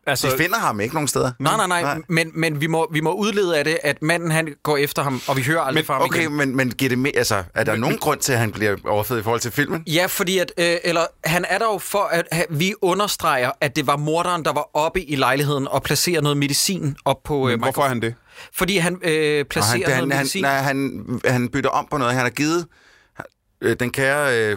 Altså, De finder ham ikke nogen steder. Nej, nej, nej, Nej. nej. men, men vi, må, vi må udlede af det, at manden han går efter ham, og vi hører aldrig Men fra ham Okay, igen. men, men giver det med, altså, er der nogen grund til, at han bliver overfed i forhold til filmen? Ja, fordi at, øh, eller han er der jo for, at ha- vi understreger, at det var morderen, der var oppe i lejligheden og placerer noget medicin op på øh, Hvorfor er han det? Fordi han øh, Og han, placerer han, noget han, medicin. nej, han, han bytter om på noget. Han har givet øh, den kære øh,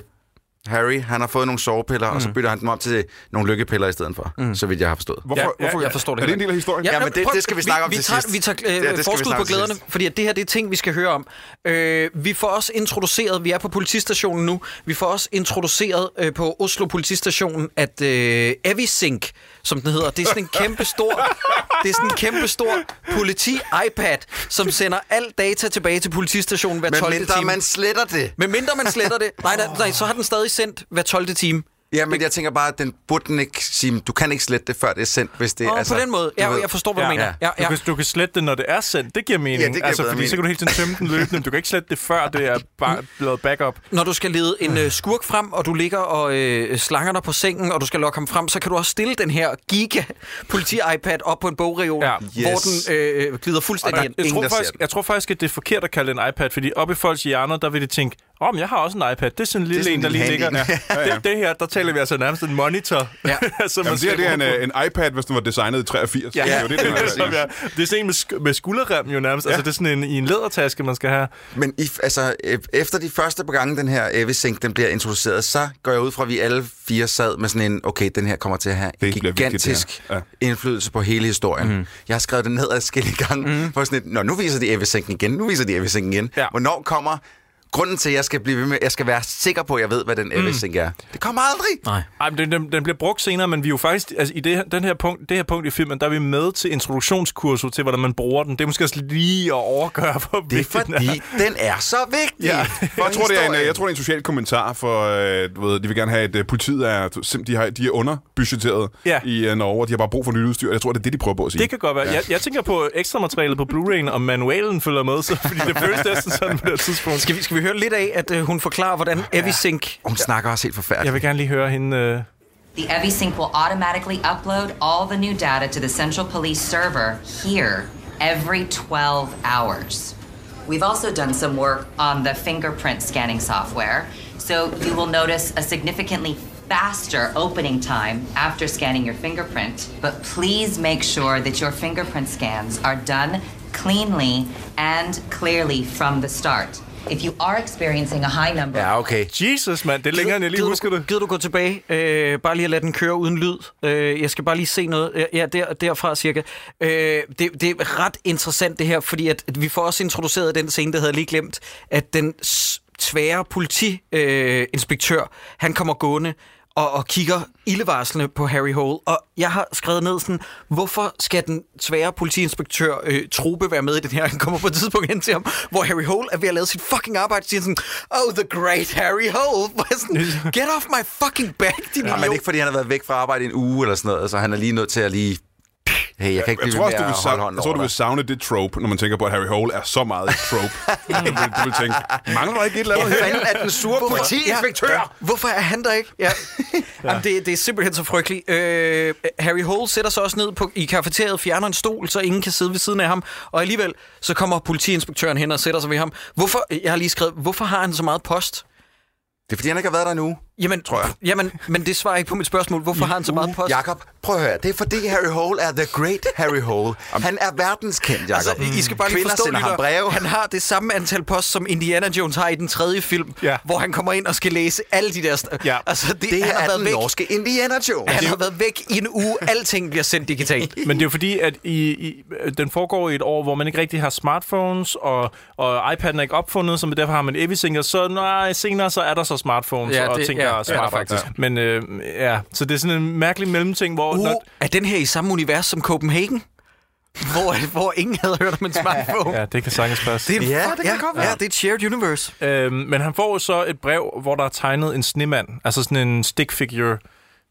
Harry, han har fået nogle sovepiller, mm. og så bytter han dem om til nogle lykkepiller i stedet for, mm. så vidt jeg har forstået. Hvorfor, Ja, ja, hvorfor, jeg forstår det Er det en heller del af historien? Ja, nå, men det- det skal vi snakke om vi til tager, sidst. Vi Ja, tager det øh, skal vi ja, forskud snakke på om til glæderne, sidst. fordi at det her det er ting, vi skal høre om. Øh, vi får også introduceret, vi er på politistationen nu, vi får også introduceret øh, på Oslo politistationen, at øh, Evisink, som den hedder, det er sådan en kæmpe *laughs* stor, det er sådan en kæmpe stor politi-iPad, som sender al data tilbage til politistationen hver 12. Men mindre time. man sletter det. Men mindre man sletter det, nej, nej, nej, så har den stadig sendt hver 12. time. Ja, men jeg tænker bare, at den burde den ikke sige, du kan ikke slette det, før det er sendt, hvis det Og altså, altså, på den måde, du ja, ved. jeg forstår, hvad Ja. du mener. Ja, Du, ja. kan, du kan slette det, når det er sendt. Det giver mening. Ja, det giver altså, bedre fordi så mening. kan du hele tiden tømme den løbende, men du kan ikke slette det, før det er bare lavet backup. Når du skal lede en øh, skurk frem, og du ligger og øh, slanger dig på sengen, og du skal lokke ham frem, så kan du også stille den her giga politi-iPad op på en bogreol, Ja. ja. Yes. hvor den øh, glider fuldstændig Og ind. der- Jeg Ingen, tror, der ser faktisk, den. jeg tror faktisk, at det er forkert at kalde det en iPad, fordi oppe i folks hjerner, der vil de tænke, åh, men jeg har også en iPad. Det er sådan en lille sådan en, der en lige handy ligger. en. Ja, ja, ja. Det, det her, der taler vi altså nærmest en monitor. Ja. *laughs* som man Jamen, det her skal det er en, bruge på. øh, en iPad, hvis den var designet i 83. Ja, Det er ja. jo Det, det, den det, *laughs* er. er sådan, ja. det er sådan en med, sk- med skulderrem jo nærmest. Ja. Altså, det er sådan en, i en lædertaske, man skal have. Men i, altså, øh, efter de første par gange, den her Evisink, den bliver introduceret, så går jeg ud fra, at vi alle fire sad med sådan en, okay, den her kommer til at have en Det bliver vigtigt, gigantisk det her. Ja. Mhm. indflydelse på hele historien. Mm. Jeg har skrevet det ned adskillige gange, mm. for sådan et, nå, nu viser de Evisinken igen, nu viser de Evisinken igen. Ja. Ja. Hvornår kommer grunden til, at jeg skal blive ved med, jeg skal være sikker på, at jeg ved, hvad Mhm. den Evisink mm. er? Det kommer aldrig! Nej. Ej, men den, den, den bliver brugt senere, men vi er jo faktisk... Altså, i det, her- den her punkt, det her punkt i filmen, der er vi med til introduktionskurset til, hvordan man bruger den. Det er måske også lige at overgøre, hvor Det er vigtig den *laughs* fordi, den er så vigtig. Ja. for Jeg tror, det er en, øh, historien. jeg tror, det er en social kommentar, for øh, du ved, de vil gerne have, at øh, politiet er, du- sim- de har, de er underbudgetteret Ja. ja. i øh, Norge, og de har bare brug for nyt udstyr. Jeg tror, det er det, de prøver på at sige. Det kan godt være. Jeg, jeg tænker på ekstra materialet på Blu-ray'en, om manualen følger med, så, fordi det føles næsten sådan på det her tidspunkt. Skal vi, skal vi høre lidt af, at øh, hun forklarer, hvordan Evisink... Hun snakker også helt forfærdeligt. Jeg vil gerne lige høre hende... Øh... The EviSync will automatically upload all the new data to the Central Police server here every 12 hours. We've also done some work on the fingerprint scanning software, so you will notice a significantly faster opening time after scanning your fingerprint. But please make sure that your fingerprint scans are done cleanly and clearly from the start. If you are experiencing a high number Ja, okay. Jesus, mand. Det er længere, end jeg lige Gider du- husker det. Gider du gå tilbage? Øh, bare lige at lade den køre uden lyd. Øh, jeg skal bare lige se noget. Øh, Ja, der, derfra cirka. Øh, det, det er ret interessant det her, fordi at, at vi får også introduceret den scene, der havde jeg lige glemt, at den s- tvære politiinspektør, øh, inspektør, han kommer gående og, og kigger ildevarslende på Harry Hole. Og jeg har skrevet ned sådan, hvorfor skal den svære politiinspektør øh, Trope være med i den her? Han kommer på et tidspunkt hen til ham, hvor Harry Hole er ved at lave sit fucking arbejde, og siger sådan, oh, the great Harry Hole. *laughs* Hvor jeg sådan, Get off my fucking back, din Ja, men idiot. ikke fordi han har været væk fra arbejde i en uge eller sådan noget, så han er lige nødt til at lige... Hey, jeg kan ikke jeg blive tror ved med også, du at vil, holde savne, hånden jeg tror, du over vil dig. savne det trope, når man tænker på, at Harry Hole er så meget et *laughs* trope. du, vil, du vil tænke, mangler der ikke et eller andet her? Fanden er den sure politiinspektør! Ja. Hvorfor er han der ikke? Ja. *laughs* Jamen, det, det er simpelthen så frygteligt. Øh, Harry Hole sætter sig også ned på, i kafeteriet, fjerner en stol, så ingen kan sidde ved siden af ham. Og alligevel, så kommer politiinspektøren hen og sætter sig ved ham. Hvorfor, jeg har lige skrevet, hvorfor har han så meget post? Det er fordi, han ikke har været der nu. Jamen, tror jeg. Jamen, men det svarer ikke på mit spørgsmål. Hvorfor har han så meget post? Jakob, prøv at høre. Det er fordi Harry Hole er the great Harry Hole. Han er verdenskendt, Jakob. Altså, I skal bare lige Kvinder forstå, sender ham breve. han har det samme antal post, som Indiana Jones har i den tredje film, Ja. hvor han kommer ind og skal læse alle de der... St- Ja. Altså, det, Det han her har er været den væk. norske Indiana Jones. Han har været væk i en uge. Alting bliver sendt digitalt. Men det er jo fordi, at i, i, den foregår i et år, hvor man ikke rigtig har smartphones, og, og iPad'en er ikke opfundet, så derfor har man everything, og så nej, senere så er der så smartphones, Ja, ja, det, og det- ting, ja, der det er er smart. der faktisk. Ja. Men øh, ja, så det er sådan en mærkelig mellemting, hvor... Uh, når, er den her i samme univers som Copenhagen? Hvor, hvor ingen havde hørt om en smartphone. ja, det kan sagtens passe. Det er, en- Ja, det kan godt være. Ja, det er et shared universe. Øhm, men han får jo så et brev, hvor der er tegnet en snemand. Altså sådan en stick figure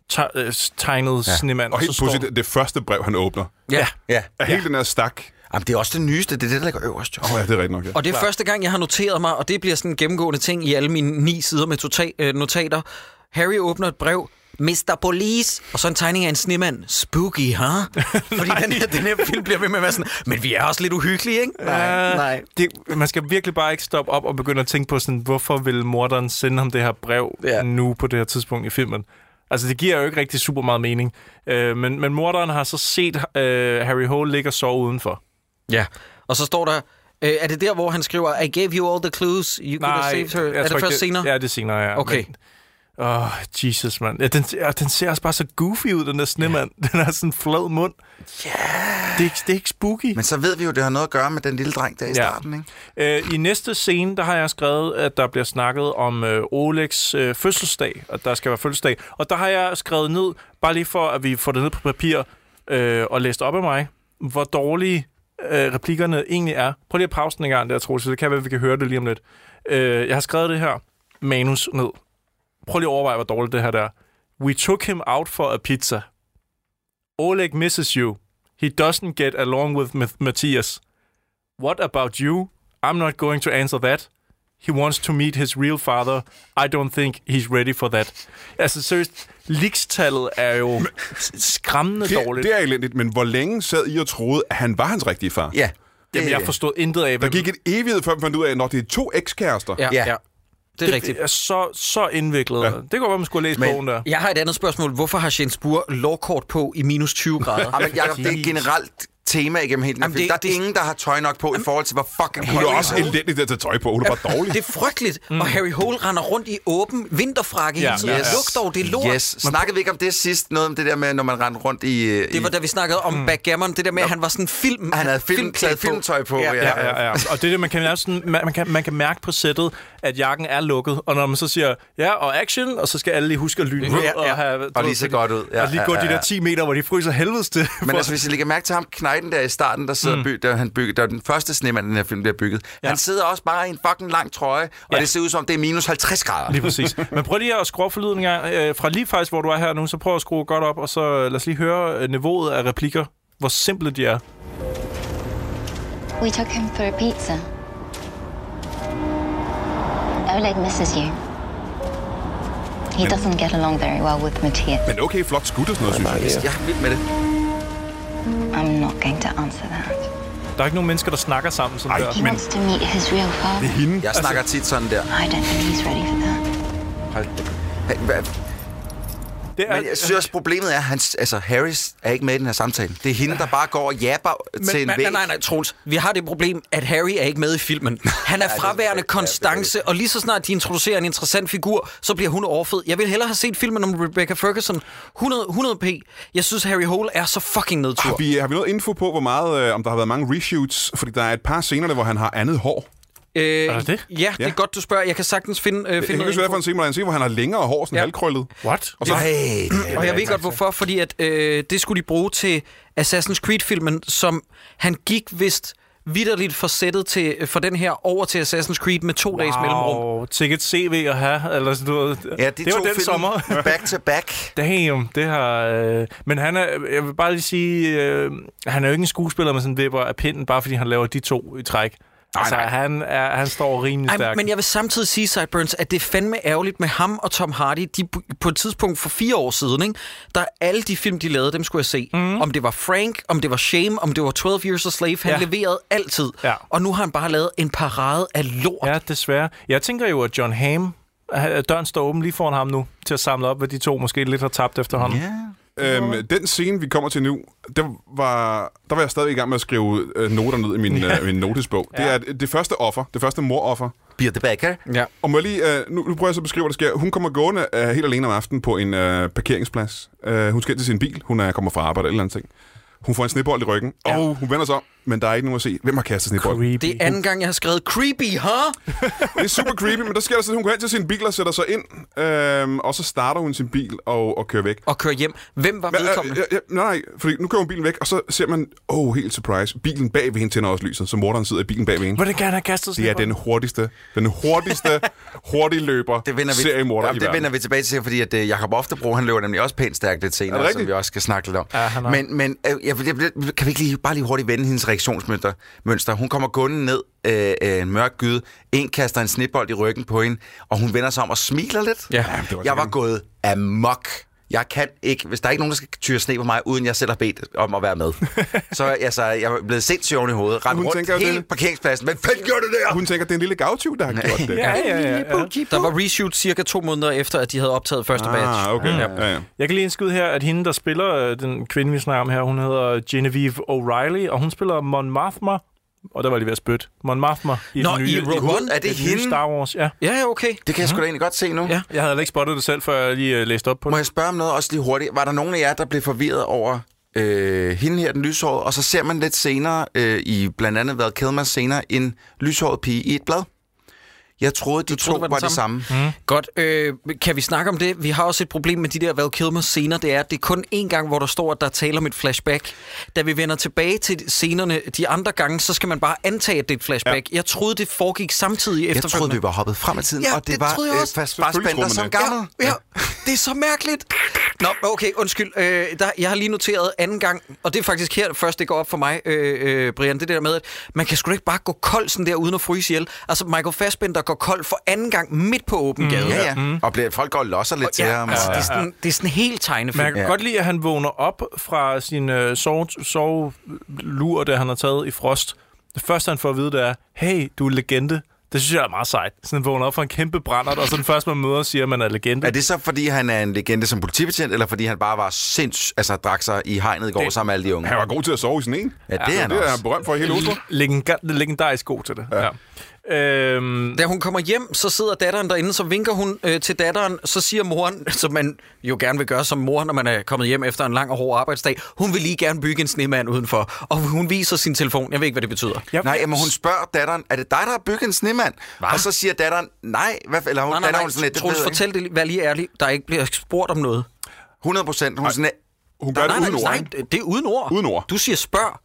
te- øh, tegnet ja. snemand. Og helt så står- pludselig, det, det første brev, han åbner, Ja. Ja. er hele den her stak. Åh Jamen, det er også det nyeste. Det er det, der ligger øverst. Jo. oh, ja, det er rigtigt nok, ja. Og det er første gang, jeg har noteret mig, og det bliver sådan en gennemgående ting i alle mine ni sider med tota- øh, notater. Harry åbner et brev, Mr. Police, og så en tegning af en snemand. Spooky, huh? Fordi den her, den her film bliver ved med at være sådan, men vi er også lidt uhyggelige, ikke? Ja, Ah. Det, man skal virkelig bare ikke stoppe op og begynde at tænke på, sådan, hvorfor vil morderen sende ham det her brev Ja. ja. nu på det her tidspunkt i filmen? Altså, det giver jo ikke rigtig super meget mening. Øh, men, men morderen har så set øh, Harry Hole ligge og sove udenfor. Ja. Og så står der, øh, er det der, hvor han skriver, I gave you all the clues, you could have saved her? jeg er det tror ikke, først senere? Ja, det er senere, ja. Okay. Men, Åh, oh, Jesus, mand. Ja, den, ja, den ser også bare så goofy ud, den der snemand. Den har sådan en flad mund. Ja. Yeah. Det, er ikke- det er ikke spooky. Men så ved vi jo, det har noget at gøre med den lille dreng der i starten, ikke? Øh, I næste scene, der har jeg skrevet, at der bliver snakket om øh, Olegs øh, fødselsdag, og der skal være fødselsdag. Og der har jeg skrevet ned, bare lige for at vi får det ned på papir øh, og læst op af mig, hvor dårlige øh, replikkerne egentlig er. Prøv lige at pause den en gang der, Troels, så det kan være, at vi kan høre det lige om lidt. Øh, jeg har skrevet det her manus ned. Prøv lige at overveje, hvor dårligt det her der. We took him out for a pizza. Oleg misses you. He doesn't get along with Math- Matthias. What about you? I'm not going to answer that. He wants to meet his real father. I don't think he's ready for that. Altså seriøst, likstallet er jo skræmmende Det, dårligt. det er elendigt, men hvor længe sad I og troede, at han var hans rigtige far? Ja. Jamen, jeg forstod intet af, Der hvem... gik en evighed, før man fandt ud af, når det er to ekskærester. ja, Ja. ja. Det er rigtigt. Det er så, så indviklet. Ja. Det går, hvor man skulle læse Men- bogen der. Jeg har et andet spørgsmål. Hvorfor har Jens Bur lovkort på i minus 20 grader? Ja, men Jacob, det er et generelt tema igennem hele den her Jamen, film. det- Der er det- ingen, der har tøj nok på i forhold til, hvor fucking Hun koldt er det også elendigt at tage tøj på. Hun er bare dårlig. Det er frygteligt, mm. og Harry Hole render rundt i åben vinterfrakke ja, Ja, hele tiden. ja, Yes. ja. Luk dog, det er lort. Yes. Yes. Snakkede vi ikke om det sidst? Noget om det der med, når man rendte rundt i... øh, Det var i- da vi snakkede om mm. backgammon, det der med, at han var sådan film... Han havde film, taget filmtøj på. Ja, Ja, ja, ja. Og det er det, man kan, også sådan, man, man, kan, man kan mærke på sættet, at jakken er lukket. Og når man så siger, ja, og action, og så skal alle lige huske at lyne. Ja, ja. Og, have, Og lige se godt ud. Ja, og lige ja, gå ja, de ja. der 10 meter, hvor de fryser helvedes til. Men altså, hvis I lægger mærke til ham, knejten der i starten, der sidder mm. by, der, han bygger, der er den første snemand, i den her film, der er bygget. Ja. Han sidder også bare i en fucking lang trøje, og ja. Ja. det ser ud som, det er minus 50 grader. Lige præcis. Men prøv lige at skrue op for lyden en gang. Øh, fra lige faktisk, hvor du er her nu, så prøv at skrue godt op, og så øh, lad os lige høre øh, niveauet af replikker. Hvor simple de er. We took him for a pizza. Oleg misses you. He doesn't get along very well with Matthias. Men okay, flot skudt og sådan noget, synes jeg. Jeg er vild med det. I'm not going to answer that. Der er ikke nogen mennesker, der snakker sammen sådan He der. Men wants to meet his real Det father. er hende. Jeg snakker tit sådan der. I don't think he's ready for that. Hold da. Hey, hvad- det er, Men jeg synes også, problemet er, at hans, altså, Harris er ikke med i den her samtale. Det er hende, der bare går og jabber Men, til en nej, væg. nej, nej, nej, Troels. Vi har det problem, at Harry er ikke med i *laughs* filmen. Han er fraværende konstance, og lige så snart de introducerer en interessant figur, så bliver hun overfed. Jeg vil hellere have set filmen om Rebecca Ferguson 100, 100p. Jeg synes, Harry Hole er så fucking nedtur. Har Ah, vi, har vi noget info på, hvor meget, øh, om der har været mange reshoots? Fordi der er et par scener, der, hvor han har andet hår. Øh, Er der det? Ja, det er Ja. godt, du spørger. Jeg kan sagtens finde, øh, Jeg kan finde ikke noget huske, hvad for info. en scene, hvor han ser, hvor han har længere hår, sådan Ja. ja. halvkrøllet. What? Og så, Nej, det er- Og jeg ved godt hvorfor, fordi at øh, det skulle de bruge til Assassin's Creed-filmen, som han gik vist vidderligt fra sættet til, øh, for den her over til Assassin's Creed med to wow. dages mellemrum. Wow, ticket CV at have, eller sådan noget. Ja, de det to var den film, sommer. back to back. *laughs* Damn, det har... Øh, men han er... Jeg vil bare lige sige... Øh, han er jo ikke en skuespiller med sådan en vipper af pinden, bare fordi han laver de to i træk. Nej, altså, nej. Han, er, han står rimelig Ej, stærkt. men jeg vil samtidig sige, Sideburns, at det er fandme ærgerligt med ham og Tom Hardy. De, på et tidspunkt for fire år siden, ikke? der alle de film, de lavede, dem skulle jeg se. Mhm. Mm. Om det var Frank, om det var Shame, om det var 12 Years a Slave, han ja. Ja. leverede altid. Ja. Og nu har han bare lavet en parade af lort. Ja, desværre. Jeg tænker jo, at John Hamm øh, døren står åben lige foran ham nu, til at samle op, hvad de to måske lidt har tabt efterhånden. Ja. Øhm, den scene, vi kommer til nu, der var, der var jeg stadig i gang med at skrive øh, noter ned i min, øh, min notesbog. Det er det første offer, det første moroffer. Birte Becker. Ja. Og må jeg lige, øh, nu, nu prøver jeg så at beskrive, hvad der sker. Hun kommer gående øh, helt alene om aftenen på en øh, parkeringsplads. Øh, hun skal til sin bil. Hun er kommer fra arbejde eller andet ting. Hun får en snebold i ryggen. Ja. Og hun vender sig om, men der er ikke nogen at se. Hvem har kastet snebolden? Creepy. Det er anden gang, jeg har skrevet creepy, huh? Det er super creepy, men der sker der sådan, hun går hen til sin bil og sætter sig ind. Øh, og så starter hun sin bil og, og kører væk. Og køre hjem. Hvem var øh, Hva- vedkommende? Ja, ja, nej, nej, fordi nu kører hun bilen væk, og så ser man, oh, helt surprise, bilen bag ved hende tænder også lyset, så morderen sidder i bilen bag ved hende. Hvordan kan han have kastet Det er snebold? den hurtigste, den hurtigste *laughs* hurtigløber Det vender vi, seriemorder i det verden. vender vi tilbage til, fordi at øh, Jakob Oftebro, han løber nemlig også pænt stærkt lidt Er senere, det som rigtigt? vi også skal snakke lidt om. Ja, han har- men men øh, jeg, jeg, jeg, kan vi ikke lige, bare lige hurtigt vende hendes reaktionsmønster? Mønster? Hun kommer gående ned øh, øh, en mørk gyde, en kaster en snitbold i ryggen på hende, og hun vender sig om og smiler lidt. Ja. Ja, det var jeg var sådan. gået amok. Jeg kan ikke, hvis der er ikke nogen, der skal tyre sne på mig, uden jeg selv har bedt om at *laughs* være med. så altså, jeg er blevet sindssygt oven i hovedet, rendt Hun rundt tænker jo, hele det- parkeringspladsen. Hvad fanden gjorde du der? Hun tænker, det er en lille gavtyv, der har gjort det. Ja, ja, ja, ja. Der var reshoot cirka to måneder efter, at de havde optaget første batch. Ah, okay. Ja, ja. Jeg kan lige indskyde her, at hende, der spiller øh, den kvinde, vi snakker om her, hun hedder Genevieve O'Reilly, og hun spiller Mon Mothma. Og der var jeg lige ved at spytte. Mon Mothma i Nå, den nye, i Rogue hovedet One? er det den nye hende? Star Wars. Ja. Ja, ja, okay. Det kan jeg sgu da egentlig godt se nu. Ja. Jeg havde heller ikke spottet det selv, før jeg lige øh, læste op på Må det. jeg spørge om noget også lige hurtigt? Var der nogen af jer, der blev forvirret over øh, hende her, den lyshårede, og så ser man lidt senere, øh, i blandt andet Val Kilmer senere, en lyshåret pige i et blad? Jeg troede, de troede, to det var var, den det samme. Mm. Godt. Øh, kan vi snakke om det? Vi har også et problem med de der Val Kilmer scener. Det er, at det er kun én gang, hvor der står, at der taler om et flashback. Da vi vender tilbage til scenerne de andre gange, så skal man bare antage, at det er et flashback. Ja. Jeg troede, det foregik samtidig Jeg troede, efterfølgende. vi var hoppet frem i tiden, Ja, og det, det var øh, troede jeg også. fast Selvfølgelig spænder troede som man gammel. Ja, ja, det er så mærkeligt. Nå, okay, undskyld. Øh, der, jeg har lige noteret anden gang, og det er faktisk her først, det går op for mig, øh, øh, Brian, det der med, at man kan sgu da ikke bare gå kold sådan der, uden at fryse ihjel. Altså, Michael Fassbender går kold for anden gang midt på åben mm. gade. Ja, ja. Mm. Og bliver, folk går og losser lidt til Ja, ham. altså, og- det, er sådan, det er sådan helt tegnefilm. Men jeg kan ja. godt lide, at han vågner op fra sin øh, sove, sovelur, der han har taget i frost. Det første, han får at vide, det er, hey, du er legende. Det synes jeg er meget sejt. Sådan han vågner op fra en kæmpe brændert, og så den første, man møder, siger, at man er legende. Er det så, fordi han er en legende som politibetjent, eller fordi han bare var sinds... Altså, drak sig i hegnet i går det... sammen med alle de unge? Han var god til at sove i sneen. Ja, det er han det er også. han berømt for i hele Oslo. Legenda- legendarisk god til det. Ja. Øhm, Da hun kommer hjem, så sidder datteren derinde, så vinker hun øh, til datteren, så siger moren, som man jo gerne vil gøre som mor, når man er kommet hjem efter en lang og hård arbejdsdag, hun vil lige gerne bygge en snemand udenfor, og hun viser sin telefon. Jeg ved ikke, hvad det betyder. jeg, Nej, men hun spørger datteren, er det dig, der har bygget en snemand? Hva? Og så siger datteren, nej, hvad, f- eller hun, Nej, nej, datteren, nej, hun er sådan lidt, det Troels, ved jeg ikke." fortæl det, vær lige ærlig, der ikke bliver spurgt om noget. 100 procent. Hun er sådan, lidt, Hun gør nej, det nej, uden ord. nej, ikke? det det er uden ord. Uden ord. Du siger spørg.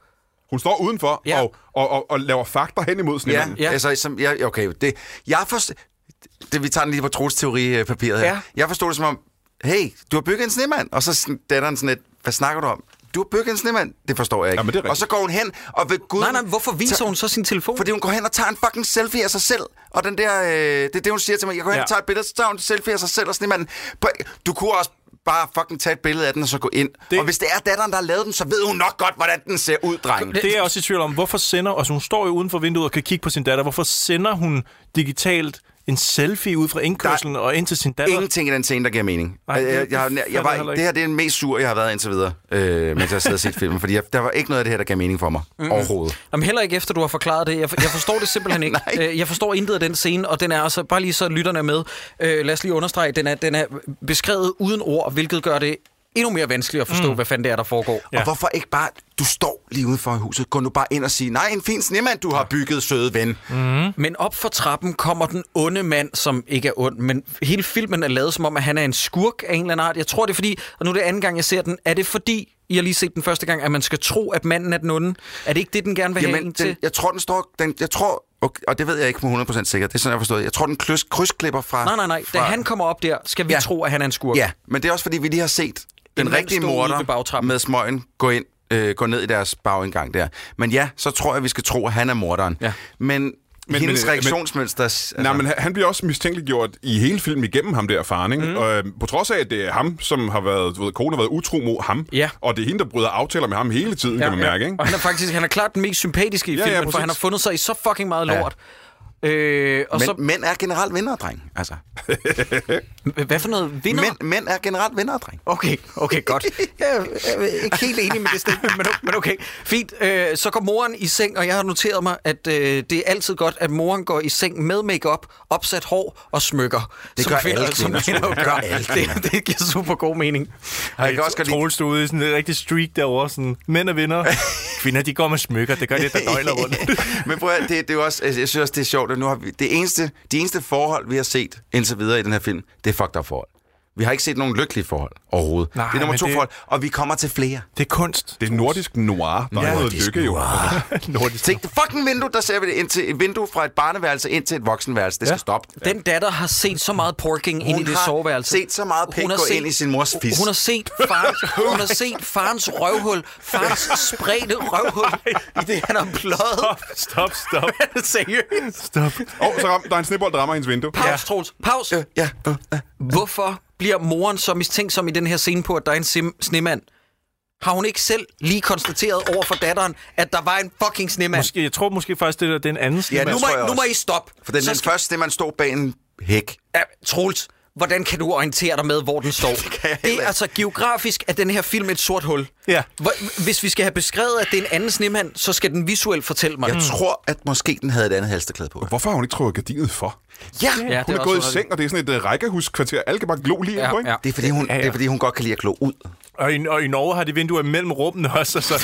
Hun står udenfor Ja. og, og, og, og laver fakter hen imod ja, sneemanden. ja. Altså, som, ja, okay, det, jeg forstår, det, vi tager den lige på trotsteori-papiret her. Ja. Ja. Jeg forstod det som om, hey, du har bygget en snemand. Og så sådan- datteren sådan lidt, hvad snakker du om? Du har bygget en snemand. Det forstår jeg ikke. Jamen, det er rigtigt. og så går hun hen, og ved Gud... Nej, nej, hvorfor viser hun så sin telefon? Oh. Fordi hun går hen og tager en fucking selfie af sig selv. Og den der, øh, det er det, hun siger til mig. Jeg går hen Ja. og tager et billede, så tager hun en selfie af sig selv og snemanden. Du kunne også bare fucking tage et billede af den og så gå ind. Det- Det... Og hvis det er datteren, der har lavet den, så ved hun nok godt, hvordan den ser ud, dreng. det er jeg også i tvivl om. Hvorfor sender... Altså, hun står jo uden for vinduet og kan kigge på sin datter. Hvorfor sender hun digitalt en selfie ud fra indkørslen og ind til sin datter? Ingenting i den scene, der giver mening. Nej, Nej, det- jeg, jeg, det jeg, jeg, fatter var, jeg heller det ikke. her det er den mest sur, jeg har været indtil videre, øh, mens jeg har siddet og set filmen. Fordi jeg, der var ikke noget af det her, der gav mening for mig mm. overhovedet. Jamen heller ikke efter, du har forklaret det. Jeg, for, jeg forstår det *laughs* simpelthen ikke. Nej. Øh, jeg forstår intet af den scene, og den er altså, bare lige så lytterne er med, øh, lad os lige understrege, den er, den er beskrevet uden ord, hvilket gør det endnu mere vanskeligt at forstå, mm. hvad fanden det er, der foregår. Ja. Og hvorfor ikke bare, du står lige ude for huset, gå nu bare ind og sige, nej, en fin snemand, du har bygget, søde ven. Men op for trappen kommer den onde mand, som ikke er ond, men hele filmen er lavet som om, at han er en skurk af en eller anden art. Jeg tror, det er fordi, og nu er det anden gang, jeg ser den, er det fordi, I har lige set den første gang, at man skal tro, at manden er den onde? Er det ikke det, den gerne vil have en Jamen, til? den, jeg tror, den står... Den, jeg tror, okay, og det ved jeg ikke med 100% sikkert. Det er sådan, jeg har forstået. Jeg tror, den klys, krydsklipper fra... Nej, nej, nej. Da Fra, han kommer op der, skal vi ja. Ja. tro, at han er en skurk. Ja, men det er også, fordi vi lige har set den mand rigtige stå ude ved morder bagtrappen. med smøgen gå ind øh, gå ned i deres bagindgang der. Men ja, så tror jeg, vi skal tro, at han er morderen. Ja. Men, men men- hendes men- reaktionsmønster... Altså, Nej, men han- han bliver også mistænkeliggjort i hele filmen igennem ham der, faren, ikke? Mm. Og, øh, på trods af, at det er ham, som har været, du ved, konen har været utro mod ham, Ja. og det er hende, der bryder aftaler med ham hele tiden, ja, kan man mærke, ikke? Og han er faktisk han er klart den mest sympatiske i Ja, ja, ja, filmen, ja, for præcis. han har fundet sig i så fucking meget lort. Ja. Øh, og Men, men, så... Mænd er generelt vinder, dreng. Altså, så, hvad for noget vinder? mænd, mænd er generelt vinder, dreng. Okay, okay, *laughs* godt. Jeg er ikke helt enig med det statement, men o- men okay. Fint, øh, så går moren i seng, og jeg har noteret mig, at øh, det er altid godt, at moren går i seng med makeup, opsat hår og smykker. Det som gør kvinder, alle som kvinder. kvinder jo Det gør alle gør. Det, det giver super god mening. Og jeg kan også godt lide... Troels stod ude i sådan en rigtig streak derovre, sådan, mænd er vinder, kvinder de går med smykker, det gør det, der døgner rundt. *laughs* Men prøv at, høre, det, det er jo også, altså, jeg synes også, det er sjovt, at nu har vi, det eneste, de eneste forhold, vi har set indtil videre i den her film, det er fucked up forhold. Vi har ikke set nogen lykkelige forhold overhovedet. Nej, det er nummer men to det- det... forhold, og vi kommer til flere. Det er kunst. Det er *laughs* nordisk noir. Der er Ja. noget lykke, jo. *laughs* Nordisk. Tænk, det fucking vindue, der ser vi det ind til et vindue fra et barneværelse ind til et voksenværelse. Det skal ja. Ja. stoppe. Den datter har set så meget porking ind i Hun det har soveværelse. set så meget pik Hun har gå set- ind i sin mors fis. Hun har set, far, hun har set farens røvhul, farens spredte røvhul, i det han har pløjet. Stop, stop, *laughs* Seriøst. stop. Og så ram, der er en snebold, der rammer hendes vindue. Pause, ja. Troels. Pause. Øh, ja. øh, øh. Hvorfor bliver moren så mistænksom i den her scene på, at der er en sim- snemand? Har hun ikke selv lige konstateret over for datteren, at der var en fucking snemand? Måske, jeg tror måske faktisk, det, der, det er en anden snemand. nu, det tror jeg må, nu må også. I stoppe. For den, Så den skal- første, det man stod bag en hæk. Ja, Troels, hvordan kan du orientere dig med, hvor den står? det, kan jeg heller det er ikke. altså geografisk, at den her film er et sort hul. Ja. Hvor, hvis vi skal have beskrevet, at det er en anden snemand, så skal den visuelt fortælle mig Mm. Jeg Mm. det. tror, at måske den havde et andet halsteklæde på. Hvorfor har hun ikke trukket gardinet for? Ja, Ja, det Hun er, også gået i underligt. seng, og det er sådan et uh, rækkehuskvarter. Alle kan bare glo lige ja, på, ikke? Ja. Ja. det er, fordi hun, det er fordi, hun godt kan lide at glo ud. Og i, og i Norge har de vinduer mellem rummene også, og så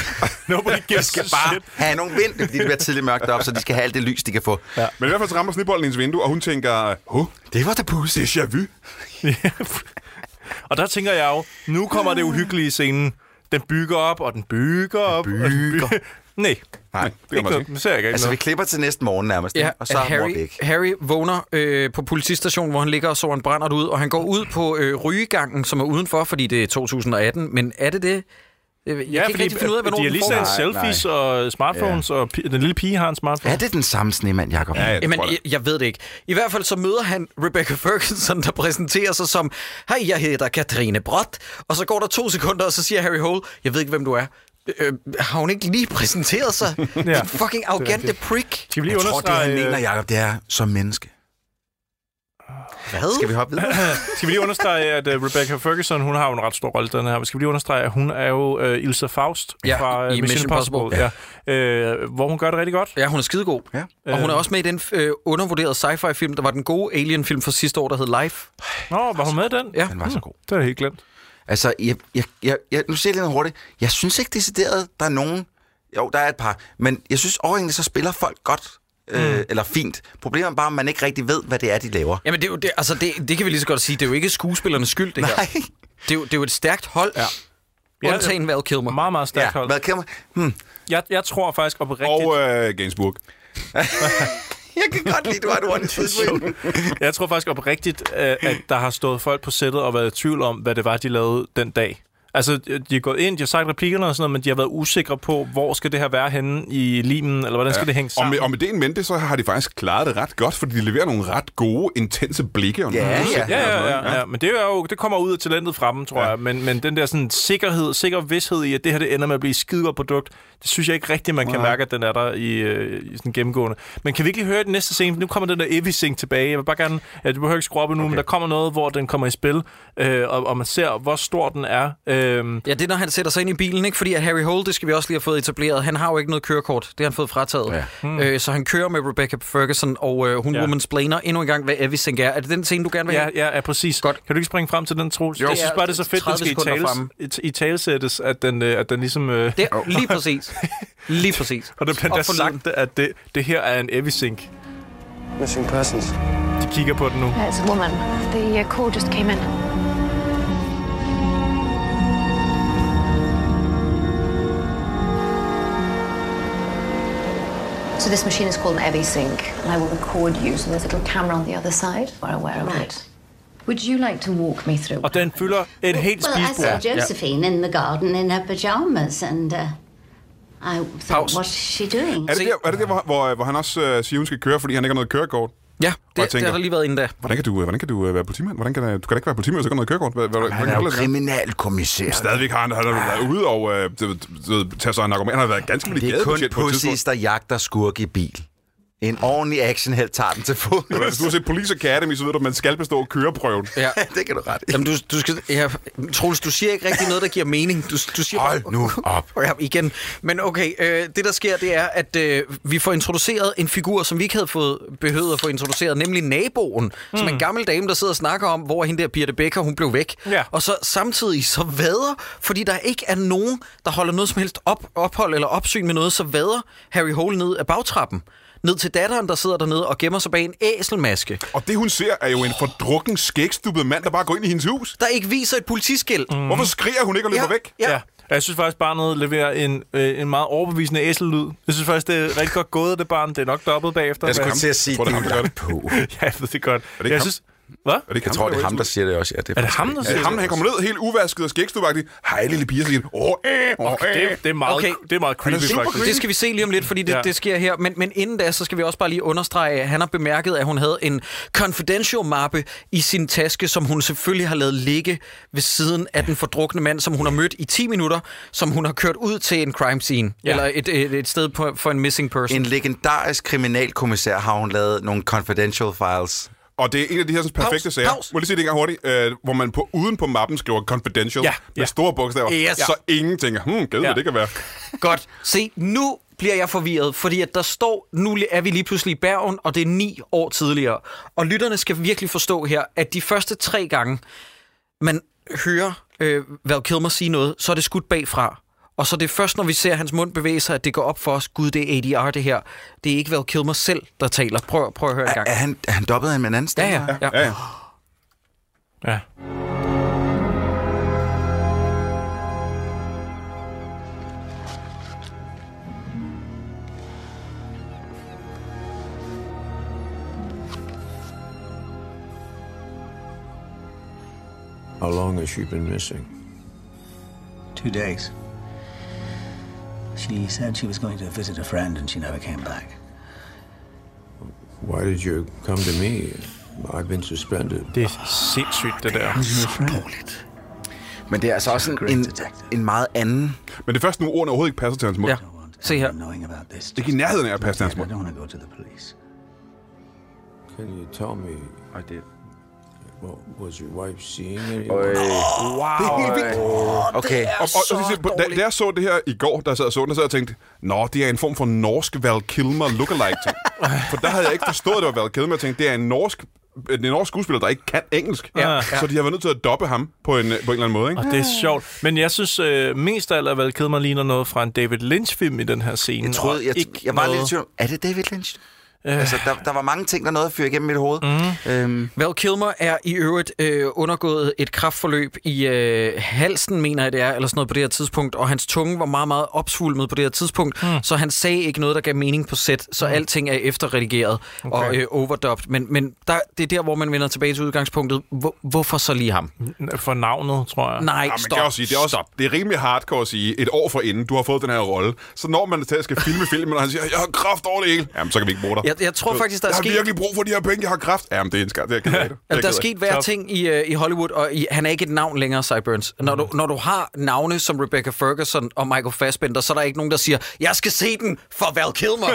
nobody gives skal a bare shit. have nogle vind, fordi det bliver tidligt mørkt op, så de skal have alt det lys, de kan få. Ja. Men i hvert fald så rammer snebolden hendes vindue, og hun tænker, huh, Det var da pussy. déjà vu. *laughs* Og der tænker jeg jo, nu kommer det uhyggelige i scenen. Den bygger op, og den bygger op. Den bygger. *laughs* Nej, Nej, det kan ikke man noget. sige. Det ser jeg ikke Altså, vi noget. klipper til næste morgen nærmest, Ja, ja, og så er at Harry... mor Harry, væk. Harry vågner øh, på politistationen, hvor han ligger og sover en brændert ud, og han går ud på øh, rygegangen, som er udenfor, fordi det er 2018. Men er det det? Øh, Jeg ja, kan ikke rigtig finde ud af, hvornår de har den lige foregår. sendt selfies og smartphones, og pi- den lille pige har en smartphone. Er det den samme snemand, Jacob? Ja, ja, det Jamen, tror jeg. jeg, jeg ved det ikke. I hvert fald så møder han Rebecca Ferguson, der præsenterer sig som, hej, jeg hedder Katrine Brott. Og så går der to sekunder, og så siger Harry Hole, jeg ved ikke, hvem du er. Øh, har hun ikke lige præsenteret sig? ja, en fucking arrogante prick. Skal vi lige Jeg tror, det understrege, han mener, Jacob, det er som menneske. Hvad? Skal vi hoppe videre? øh, skal vi lige understrege, at uh, Rebecca Ferguson, hun har jo en ret stor rolle i den her. Skal vi lige understrege, at hun er jo uh, Ilse Faust Ja, fra i øh, Mission Mission Impossible, Possible. Ja. Uh, hvor hun gør det rigtig godt. Ja, hun er skidegod. *clears throat* Ja. Og hun er også med i den øh, undervurderede sci-fi-film, der var den gode Alien-film fra sidste år, der hed Life. Nå, var hun med i den? Ja. Den var så god. Det er helt glemt. Altså, jeg, jeg, jeg, jeg, nu siger jeg lidt noget hurtigt. Jeg synes ikke decideret, der er nogen... Jo, der er et par. Men jeg synes overhængende, så spiller folk godt. Øh, eller fint. Problemet er bare, at man ikke rigtig ved, hvad det er, de laver. Jamen, det, er jo, det, altså, det, det kan vi lige så godt sige. Det er jo ikke skuespillernes skyld, det her. Nej. Det er, jo, det er jo et stærkt hold. Ja. Undtagen Val Kilmer. Meget, meget stærkt ja, Ja, hold. hvad kan man... *laughs* Hmm. Jeg, jeg tror faktisk oprigtigt... Og øh, Gainsbourg. Jeg kan godt lide, du har et *laughs* hurtigt tidspunkt. Jeg tror faktisk oprigtigt, øh, at der har stået folk på sættet og været i tvivl om, hvad det var, de lavede den dag. Altså, de er gået ind, de har sagt replikkerne og sådan noget, men de har været usikre på, hvor skal det her være henne i limen, eller hvordan skal ja. det hænge Og sammen? med, og med det en mente, så har de faktisk klaret det ret godt, fordi de leverer nogle ret gode, intense blikke. Og nogle Ja, udsigt ja. og Ja, sådan ja, noget, ja, ja, men det, er jo, det kommer ud af talentet fra dem, tror ja. jeg. Men, men den der sådan sikkerhed, sikker vidshed i, at det her det ender med at blive et skidegodt produkt, det synes jeg ikke rigtigt, man kan mærke, at den er der i, øh, i sådan gennemgående. Men kan vi ikke lige høre den næste scene? Nu kommer den der Evising tilbage. Jeg vil bare gerne, ja, du behøver ikke skrue op endnu, okay. men der kommer noget, hvor den kommer i spil, øh, og, og man ser, hvor stor den er. Øh, Ja, det er, når han sætter sig ind i bilen, ikke? Fordi at Harry Hole, det skal vi også lige have fået etableret, han har jo ikke noget kørekort. Det har han fået frataget. Ja. Mm. Øh, så han kører med Rebecca Ferguson, og øh, hun Hmm. Ja. ja. womansplainer endnu en gang, hvad Everything er. Er det den scene, du gerne vil Ja, have? ja, ja, præcis. Godt. Kan du ikke springe frem til den, Troels? Jo. Jeg Det synes er bare, det er så fedt, den 30 skal i sekunder tales, fremme. i, i talesættes, at den, øh, at den ligesom... Øh, Det, er- *laughs* lige præcis. Lige præcis. og der bliver endda forlyden. sagt, at det, det her er en Evisink. Missing persons. De kigger på den nu. There's a woman. The uh, call just came in. So this machine is called an Ebby Sync, and I will record you. So there's a little camera on the other side. We're aware of it. Would you like to walk me through? Og den fylder et helt Well, I saw spisbord. Josephine in the garden in her pajamas, and uh, I thought, Pause. what's she doing? Er det der, er det der hvor, hvor, hvor han også øh, siger, hun skal køre, fordi han ikke har noget kørekort? Ja, det, jeg det tænker- har der lige været inden da. Hvordan kan du, øh, hvordan kan du øh, være politimand? Hvordan kan, øh, du kan da ikke være politimand, hvis du ikke har noget kørekort. Hvad, hvad, hvordan Han kan er du jo lade sig gøre? kriminalkommissær. Stadigvæk har han, han har været ude og øh, du ved, du ved, tage sig af narkomaner. Han har været ganske vildt Det er kun gadebetjent på et pussies, tidspunkt. der jagter skurke i bil. En ordentlig actionhelt tager den til Men Hvis du *laughs* har fod. set Police Academy, så ved du, at man skal bestå køreprøven. Ja. det kan du ret *laughs* i. Jamen, du, du skal, ja, Troels, du siger ikke rigtig noget, der giver mening. Du, du siger Hold nu op. Ja, igen. Men okay, øh, det der sker, det er, at øh, vi får introduceret en figur, som vi ikke havde fået behøvet at få introduceret, nemlig naboen, mm. som er en gammel dame, der sidder og snakker om, hvor hende der Birte Becker, hun blev væk. Ja. Og så samtidig så vader, fordi der ikke er nogen, der holder noget som helst op, ophold eller opsyn med noget, så vader Harry Hole ned af bagtrappen. Ned til datteren, der sidder dernede og gemmer sig bag en æselmaske. Og det, hun ser, er jo en fordrukken, skægstubbet mand, der bare går ind i hendes hus. Der ikke viser et politiskilt. Mm. Hvorfor skriger hun ikke og løber Ja. væk? Ja. Ja. Og Jeg synes faktisk, barnet leverer en, øh, en meget overbevisende æsellyd. Jeg synes faktisk, det er rigtig godt gået, det barn. Det er nok dobbelt bagefter. Jeg skulle Men- til at sige, Tror du, det ham, der er gør lagt på. *laughs* Ja, jeg ved det godt. Er ikke jeg ham? synes... Hvad? Er det ikke Jeg tror, det er ham, der siger siger det også. Ja, det Er det faktisk ham, ikke. der det. siger er ham, han kommer ned helt uvasket og skægstubbagtig. Hej, lille pige, siger han. Åh, æh, åh, Okay, æh. det, det, er meget, Okay. okay. det er meget creepy, super faktisk. creepy. Det skal vi se lige om lidt, fordi det, ja. Ja. det sker her. Men, men inden da, så skal vi også bare lige understrege, at han har bemærket, at hun havde en confidential mappe i sin taske, som hun selvfølgelig har lavet ligge ved siden af den fordrukne mand, som hun har mødt i 10 minutter, som hun har kørt ud til en crime scene, ja. Ja. eller et, et, et sted på, for en missing person. En legendarisk kriminalkommissær har hun lavet nogle confidential files. Og det er en af de her sådan, perfekte Pause, sager. pause. Må jeg lige sige det en gang hurtigt. Øh, hvor man på, uden på mappen skriver confidential Ja, med ja. store bogstaver. Yes. Så ingen tænker, hmm, gæd ja. Ja. det kan være. Godt. Se, nu bliver jeg forvirret, fordi at der står, nu er vi lige pludselig i Bergen, og det er ni år tidligere. Og lytterne skal virkelig forstå her, at de første tre gange, man hører øh, Val Kilmer sige noget, så er det skudt bagfra. Og så er det først, når vi ser hans mund bevæge sig, at det går op for os. Gud, det er ADR, det her. Det er ikke Val Kilmer selv, der taler. Prøv, prøv at høre en Er, gang. er, han, er han dobbelt af en anden stemme? Ja, ja, ja. Ja, ja. Ja. How long has she been missing? Two days. She said she was going to visit a friend and she never came back. Why did you come to me? I've been suspended. Det er sindssygt, det der. Men det er altså også en, en, en meget anden... Men det er først nu, ordene overhovedet ikke passer til hans mund. ja. Ja. Se her. Knowing about this. Ikke i nærheden af at passe til hans I mund. don't want to go to the police. Can you tell me, I did. well, was your wife seeing anyone? Det er helt vildt. Okay. Og, og, og, og, da, da jeg så det her i går, da jeg sad og så den, så jeg tænkte, nå, det er en form for norsk Val Kilmer lookalike ting. *laughs* for der havde jeg ikke forstået, at det var Val Kilmer. Jeg tænkte, det er en norsk øh, det er en norsk skuespiller, der ikke kan engelsk. Ja. Så de har været nødt til at doppe ham på en, øh, på en eller anden måde. Ikke? Og det er sjovt. Men jeg synes øh, mest af alt, at Val mig ligner noget fra en David Lynch-film i den her scene. Jeg troede, og jeg, ikke jeg var lidt i noget- tvivl. om, Er det David Lynch? Altså, der, der var mange ting, der nåede at fyre igennem mit hoved. Mm. Øhm, Val Kilmer er i øvrigt øh, undergået et kraftforløb i øh, halsen, mener jeg det er, eller sådan noget på det her tidspunkt, og hans tunge var meget, meget opsvulmet på det her tidspunkt, Hmm. mm. så han sagde ikke noget, der gav mening på sæt, så mm. alting er efterredigeret okay. og Okay. øh, overdubbed. Men, men der, det er der, hvor man vender tilbage til udgangspunktet. Hvor, hvorfor så lige ham? For navnet, tror jeg. Nej, Hmm. Ja, man stop. kan også sige, det er, også, det er rimelig hardcore at sige, et år for inden, du har fået den her rolle. Så når man til at skal filme filmen, og han siger, jeg har kraft over det hele, jamen så kan vi ikke bruge dig. Jeg- jeg tror Du ved, faktisk, der er Jeg har sket- virkelig brug for de her penge, jeg har kraft. Jamen det er en skam, det er jeg ked af. Det er jeg Jamen, Altså, der er ked af. sket hver Stop. ting i, øh, i Hollywood, og i, han er ikke et navn længere, Cyburns. Når, Mm-hmm. du, når du har navne som Rebecca Ferguson og Michael Fassbender, så er der ikke nogen, der siger, jeg skal se den for Val *laughs* Kilmer.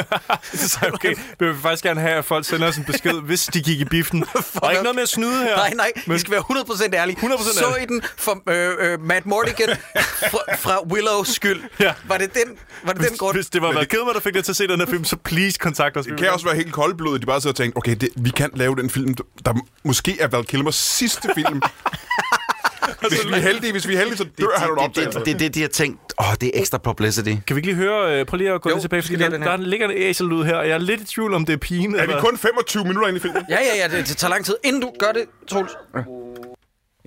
Så okay, vi vil faktisk gerne have, at folk sender os en *laughs* besked, hvis de gik i biffen. Og ikke noget med at snyde her. Nej, nej, men... Men vi skal være 100% ærlige. 100% Så ærlige. I den fra øh, øh, Matt *laughs* Mordigan fra, fra Willows skyld. Ja. Var det den, var det den grund? hvis det var Val Kilmer, der fik dig til at se den her film, så please kontakt os. Det kan også være helt koldblodet, de bare sidder og tænker, okay, det, vi kan lave den film, der måske er Val Kilmers sidste film. hvis vi er heldige, hvis vi er heldige, så dør han det, under det, det, det, det, de har tænkt, åh, det er ekstra publicity. Kan vi ikke lige høre, øh, prøv lige at gå Jo, jo, lidt tilbage, vi fordi skal der, lige have der den ligger en æsellyd her, og jeg er lidt i tvivl om, det er pigen. Er vi kun 25 minutter inde i filmen? Ja, ja, ja, det, det tager lang tid. Inden du gør det, Troels.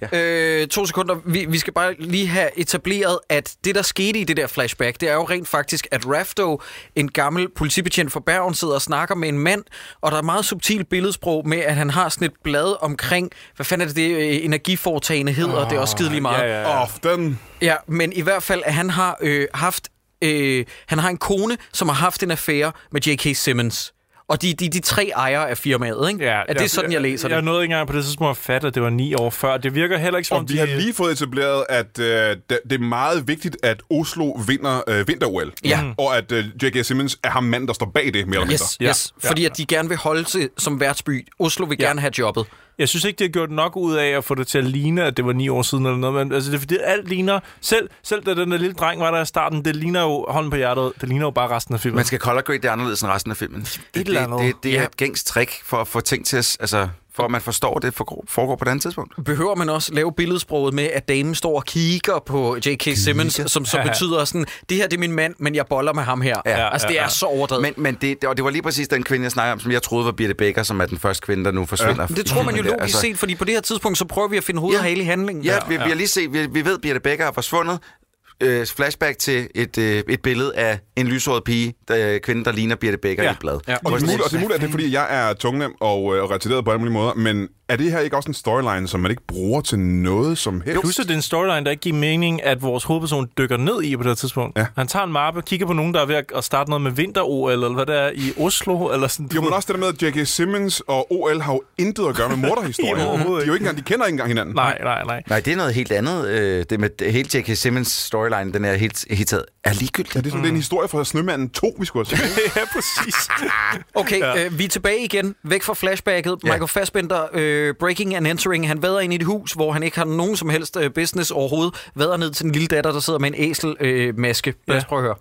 Ja. Øh, to sekunder. Vi, vi skal bare lige have etableret, at det, der skete i det der flashback, det er jo rent faktisk, at Rafto, en gammel politibetjent fra Bergen, sidder og snakker med en mand, og der er meget subtilt billedsprog med, at han har sådan et blad omkring, hvad fanden er det, det øh, energiforetagende hedder, oh, det er også skidelig meget. Ja, ja, ja. Åh, den... Ja, men i hvert fald, at han har øh, haft... Øh, han har en kone, som har haft en affære med J.K. Simmons. Og de, de, de tre ejere af firmaet, ikke? Ja, er det sådan, jeg læser Jeg det? nåede ikke engang på det tidspunkt at fatte, at det var ni år før. Det virker heller ikke som om Og vi har lige fået etableret, at øh, det det er meget vigtigt, at Oslo vinder øh, vinter-OL. Ja. Og at øh, J.K. Simmons er ham manden, der står bag det, mere eller mindre. Yes, yes. Fordi at de gerne vil holde sig som værtsby. Oslo vil gerne have jobbet. Jeg synes ikke, det har gjort nok ud af at få det til at ligne, at det var ni år siden eller noget. Men altså, det, er fordi, alt ligner... Selv, selv da den der lille dreng var der i starten, det ligner jo hånden på hjertet. Det ligner jo bare resten af filmen. Man skal color grade det anderledes end resten af filmen. Det, det, eller andet. det, det er Ja. et gængs trick for at få ting til at... Altså, for at man forstår, at det forgår- foregår på et andet tidspunkt. Behøver man også lave billedsproget med, at damen står og kigger på J.K. Simmons, som så Ja. betyder sådan, det her det er min mand, men jeg boller med ham her. Ja, altså, det er så overdrevet. Men, men det, og det var lige præcis den kvinde, jeg snakker om, som jeg troede var Birte Becker, som er den første kvinde, der nu forsvinder. Men Det tror man jo Ja, logisk altså... set, fordi på det her tidspunkt, så prøver vi at finde hoved og hale i handlingen. Ja, vi, vi har lige set, vi, vi ved, at Birte Becker er forsvundet. Øh, flashback til et, øh, et billede af en lyshåret pige, der, kvinde, der ligner Birte Becker ja. i et blad. Ja. Og, det er muligt, og det er muligt, at det er, fordi jeg er tungnem og, øh, og retarderet på alle mulige måder, men er det her ikke også en storyline, som man ikke bruger til noget som helst? Plus, at det er en storyline, der ikke giver mening, at vores hovedperson dykker ned i på det her tidspunkt. Ja. Han tager en mappe, kigger på nogen, der er ved at starte noget med vinter eller hvad det er, i Oslo, eller sådan Jo, men også det der med, at J.K. Simmons og OL har jo intet at gøre med *laughs* morderhistorien. Jamen, de, overhovedet er jo ikke engang, de kender ikke engang hinanden. Nej, nej, nej. Nej, det er noget helt andet. Øh, det med det- hele J.K. Simmons storyline, den er helt, helt taget, er ligegyldig. Ja, det er, sådan, mm. det er en historie fra Snemanden 2, *laughs* vi skulle have set. ja, præcis. Okay, ja. øh, vi er tilbage igen, væk fra flashbacket. Ja. Michael Fassbender, øh, breaking and entering, han vader ind i et hus, hvor han ikke har nogen som helst øh, business overhovedet. Vader ned til en lille datter, der sidder med en æselmaske. Øh, maske. Lad os prøve at høre.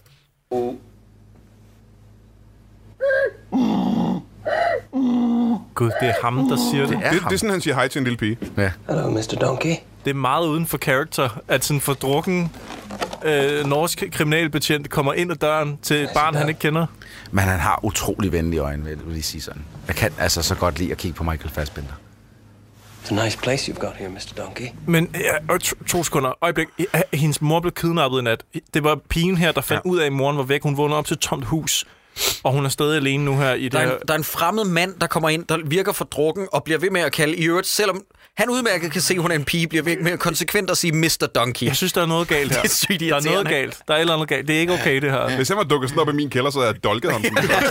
Gud, det er ham, der siger det. Det, det, er sådan, han siger hej til en lille pige. Ja. Hello, Mr. Donkey. Det er meget uden for character, at sådan en fordrukken øh, norsk kriminalbetjent kommer ind ad døren til et barn, han ikke kender. Men han har utrolig venlige øjne, vil jeg lige sige sådan. Jeg kan altså så godt lide at kigge på Michael Fassbender. It's a nice place you've got here, Mr. Donkey. Men ja, øh, to, to sekunder, øjeblik. Ja, Hendes mor blev kidnappet i nat. Det var pigen her, der fandt ja. ud af, at moren var væk. Hun vågnede op til et tomt hus, og hun er stadig alene nu her i Der er, det her... en, der er en fremmed mand, der kommer ind, der virker for drukken og bliver ved med at kalde i øvrigt, selvom han udmærket kan se, at hun er en pige, bliver ved med at konsekvent at sige Mr. Donkey. Jeg synes, der er noget galt her. *laughs* Det er sygt der er noget irriterende. galt. Der er et eller andet galt. Det er ikke okay, det her. Hvis han var dukket sådan op i min kælder, så havde *laughs* jeg dolket ham. Som en dør.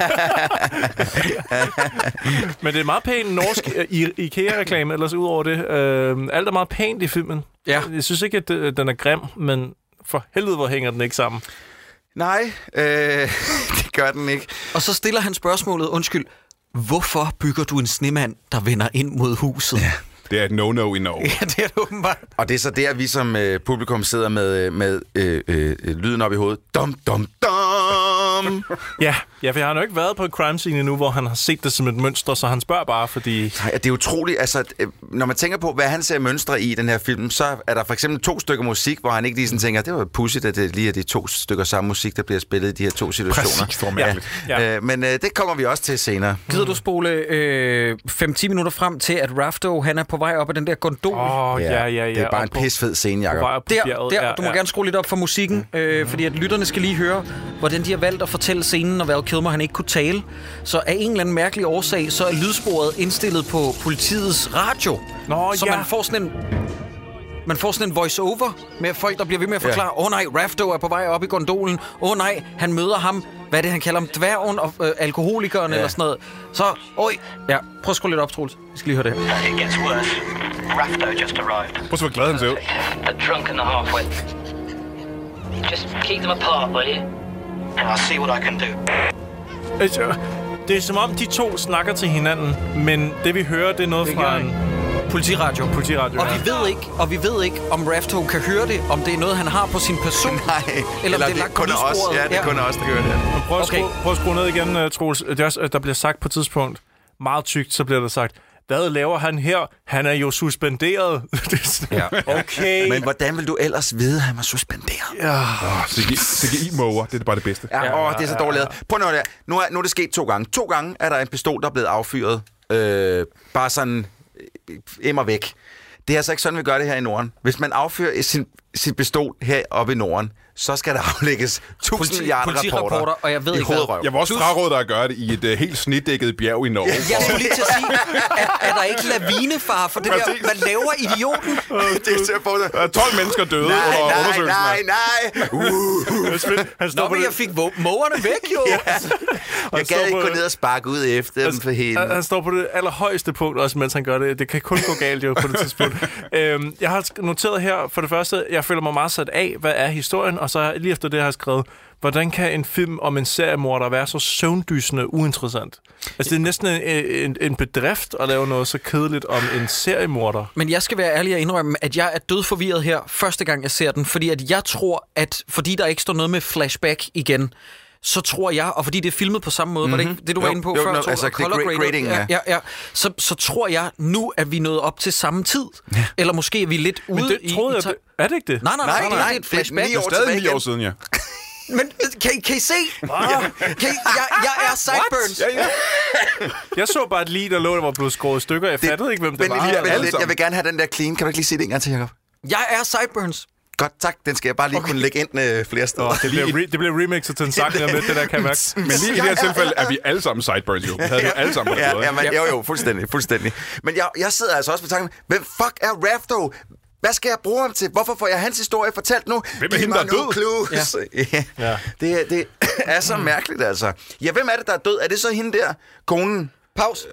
Men det er meget pænt *laughs* norsk øh, I- IKEA-reklame, ellers ud over det. Øh, alt er meget pænt i filmen. Ja. Jeg synes ikke, at øh, den er grim, men for helvede, hvor hænger den ikke sammen. Nej, øh, *laughs* det gør den ikke. Og så stiller han spørgsmålet, undskyld, hvorfor bygger du en snemand, der vender ind mod huset? Ja, det er et no-no i Norge. *laughs* ja det er det åbenbart. Og det er så der, vi som øh, publikum sidder med, øh, med øh, øh, øh, lyden op i hovedet. Dum, dum, dum! Ja, ja, for jeg har jo ikke været på et crime scene endnu, hvor han har set det som et mønster, så han spørger bare, fordi... Nej, det er utroligt. Altså, at, øh, når man tænker på, hvad han ser mønstre i i den her film, så er der for eksempel to stykker musik, hvor han ikke lige sådan tænker, det var pudsigt, at det lige er de to stykker samme musik, der bliver spillet i de her to situationer. Præcis, hvor mærkeligt. Ja. Ja. Øh, men øh, det kommer vi også til senere. Gider du spole øh, 5-10 minutter frem til, at Rafto han er på vej op ad den der gondol? Oh, Åh, oh, ja, ja, ja. det er bare og en på- pisfed scene, på Jacob. vej op på der, bjerget. der, du må gerne skrue lidt op for musikken, øh, fordi at lytterne skal lige høre, hvordan de har valgt at fortælle scenen, når Val Kilmer han ikke kunne tale. Så af en eller anden mærkelig årsag, så er lydsporet indstillet på politiets radio. Nå, så ja. man får sådan en... Man får sådan en voice-over med folk, der bliver ved med at forklare, åh oh, nej, Rafto er på vej op i gondolen, åh oh, nej, han møder ham, hvad er det, han kalder ham, dværgen og øh, alkoholikeren eller sådan noget. Så, oj, ja, prøv at skrue lidt op, Troels. Vi skal lige høre det her. It gets worse. Rafto just arrived. Prøv at se, hvor glad han ser ud. They're drunk and they're halfway. Just keep them apart, will you? And I'll see what I can do. Altså, Det er som om, de to snakker til hinanden, men det vi hører, det er noget fra en Politiradio. politiradio. Og vi ved ikke, og vi ved ikke om Rafto kan høre det, om det er noget han har på sin person. Nej, Eller, eller det er lagt kun på os. lydsporet. Ja, det er kun os, der gør det. Prøv at, Okay. okay. skrue, prøv at skrue ned igen, uh, Troels. Det er også, at der bliver sagt på et tidspunkt, meget tykt, så bliver der sagt, hvad laver han her? Han er jo suspenderet. *laughs* Det er sådan, Ja. Okay. Men hvordan vil du ellers vide, at han var suspenderet? Oh, CGI-måger, det er bare det bedste. Ja, ja, åh, det er så dårligt. lavet. Prøv nu, der. Nu, er, nu er det sket to gange. To gange er der en pistol, der er blevet affyret. Øh, bare sådan øh, immer væk. Det er altså ikke sådan, vi gør det her i Norden. Hvis man affyrer sin sit bestol her oppe i Norden, så skal der *laughs* aflægges 1000 milliarder rapporter og jeg ved i ikke hovedrøv. Jeg var også fraråde dig at gøre det i et øh, helt snedækket bjerg i Norge. Jeg skulle lige til at sige, at, at der ikke lavinefar for det Præcis. der, hvad laver idioten? *laughs* det er til at få det. Der er 12 øh, mennesker døde Nej, under nej, undersøgelsen. her. nej, nej. Uh. Han Nå, men jeg fik vå- mågerne væk, jo. Ja. Jeg gad står ikke på- gå ned og sparke ud efter dem for Han, hende. han står på det allerhøjeste punkt, også mens han gør det. Det kan kun gå galt jo på det tidspunkt. øhm, jeg har sk- noteret her, for det første, jeg føler mig meget sat af, hvad er historien, og så har jeg- lige efter det har jeg skrevet, hvordan kan en film om en seriemorder være så søvndysende uinteressant? Altså, det er næsten en, en, en bedrift at lave noget så kedeligt om en seriemorder. Men jeg skal være ærlig og indrømme, at jeg er død forvirret her første gang, jeg ser den, fordi at jeg tror, at fordi der ikke står noget med flashback igen, så tror jeg, og fordi det er filmet på samme måde, mm-hmm. var det ikke det, du var Mhm. Jo, inde på jo, før? nå, Troels, altså, og det er color gra- graded? gradingen, ja. ja. ja, ja. Så, så tror jeg nu, at vi nåede op til samme tid. Ja. Eller måske er vi lidt ude Men i... det troede i jeg, ta- det- er det ikke det? Nej, nej, nej, nej, nej, det er et det er flashback. ni år Det er stadig tilbage ni år igen. siden, ja. Men øh, kan, I- kan I se? Kan I, jeg, jeg er sideburns. ja, ja. *laughs* Jeg så bare et lig, der lå, der var blevet skåret i stykker. Jeg fattede ikke, hvem det Men var. lige, eller- jeg, jeg vil gerne have den der clean. Kan du ikke lige se det en gang til, Jacob? Jeg er sideburns. Godt, tak. Den skal jeg bare lige okay. kunne lægge ind øh, flere steder. Åh, det, bliver re- det bliver remixet til en sang, der med det der kan *laughs* jeg mærke. Men lige i det her tilfælde er vi alle sammen sideburns, jo. Vi havde jo alle sammen på det ja, måde, ja, ikke? men, jo, jo, fuldstændig, fuldstændig. Men jeg, jeg sidder altså også på tanken, hvem fuck er Rafto? Hvad skal jeg bruge ham til? Hvorfor får jeg hans historie fortalt nu? Hvem er Giv hende, mig der er nogle Clues. Ja. Ja. Ja. Det, er- det er så Mm. mærkeligt, altså. Ja, hvem er det, der er død? Er det så hende der, konen? Pause.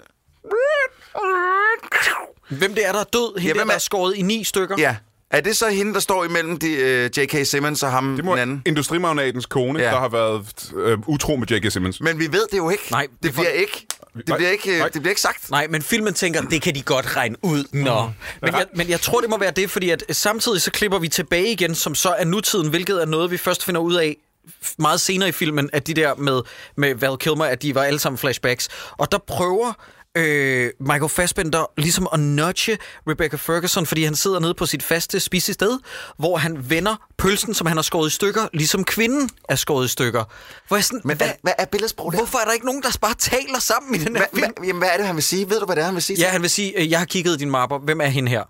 Hvem det er, der er død? Hende Ja, ja, der, hvem der er er- skåret i ni stykker? Ja. Er det så hende, der står imellem de, øh, J.K. Simmons og ham Det den anden? må industrimagnatens kone, Ja. der har været øh, utro med J.K. Simmons. Men vi ved det jo ikke. Nej, det det får- bliver ikke. Det Nej, bliver ikke, øh, nej. det bliver ikke sagt. Nej, men filmen tænker, det kan de godt regne ud. Nå. Mm. Men, jeg, men jeg tror, det må være det, fordi at øh, samtidig så klipper vi tilbage igen, som så er nutiden, hvilket er noget, vi først finder ud af f- meget senere i filmen, at de der med, med Val Kilmer, at de var alle sammen flashbacks. Og der prøver øh, Michael Fassbender ligesom at nudge Rebecca Ferguson, fordi han sidder nede på sit faste spisested, hvor han vender pølsen, som han har skåret i stykker, ligesom kvinden er skåret i stykker. Hvor jeg sådan, Men hvad, hvad er billedsprog der? hvorfor er der ikke nogen, der bare taler sammen i den her Hva, film? hva, jamen, hvad er det, han vil sige? Ved du, hvad det er, han vil sige? Ja, han vil sige, øh, jeg har kigget i din mapper. Hvem er hende her?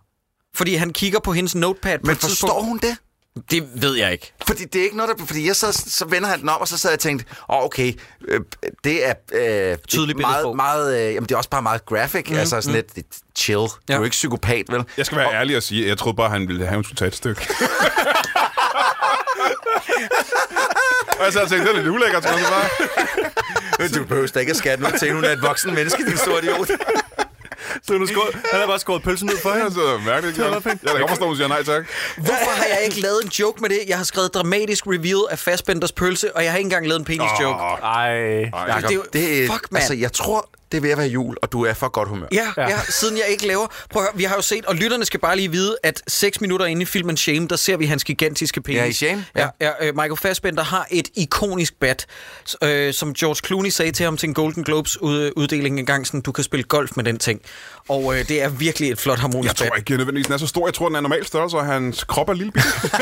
Fordi han kigger på hendes notepad på Men et forstår tidspunkt. hun det? Det ved jeg ikke. Fordi det er ikke noget, der... Fordi jeg sad, så vender han den om, og så sad jeg og tænkte, åh, oh, okay, øh, det er... Øh, Tydeligt meget, billedsprog. meget, øh, jamen, det er også bare meget graphic, mm, altså sådan mm. lidt chill. Ja. Du er jo ikke psykopat, vel? Jeg skal være ærlig og sige, at jeg troede bare, han ville have, at hun skulle tage et stykke. og Altså, jeg sad og tænkte, det er lidt ulækkert, tror jeg så bare. Du behøver da ikke at skatte noget til, hun er et voksen menneske, din store idiot. Så nu skåret, han har bare skåret pølsen ud *laughs* for Det er hende. så Altså, mærkeligt. ikke? Jeg kan godt forstå, at hun siger nej tak. Hvorfor har jeg ikke lavet en joke med det? Jeg har skrevet dramatisk reveal af Fassbenders pølse, og jeg har ikke engang lavet en penis-joke. Åh, Ej. ej. det er jo- fuck, mand. Altså, jeg tror, det er ved at være jul, og du er for godt humør. Ja, Ja. ja. ja, siden jeg ikke laver... Prøv at høre, vi har jo set, og lytterne skal bare lige vide, at 6 minutter inde i filmen Shame, der ser vi hans gigantiske penis. Ja, i Shame, ja. Ja, ja øh, Michael Fassbender har et ikonisk bat, s- øh, som George Clooney sagde til ham til en Golden Globes ud, uddeling engang, sådan, du kan spille golf med den ting. Og øh, det er virkelig et flot harmonisk Jeg tror bat. ikke, at nødvendigvis den er så stor. Jeg tror, den er normal størrelse, og hans krop er lille bit. Det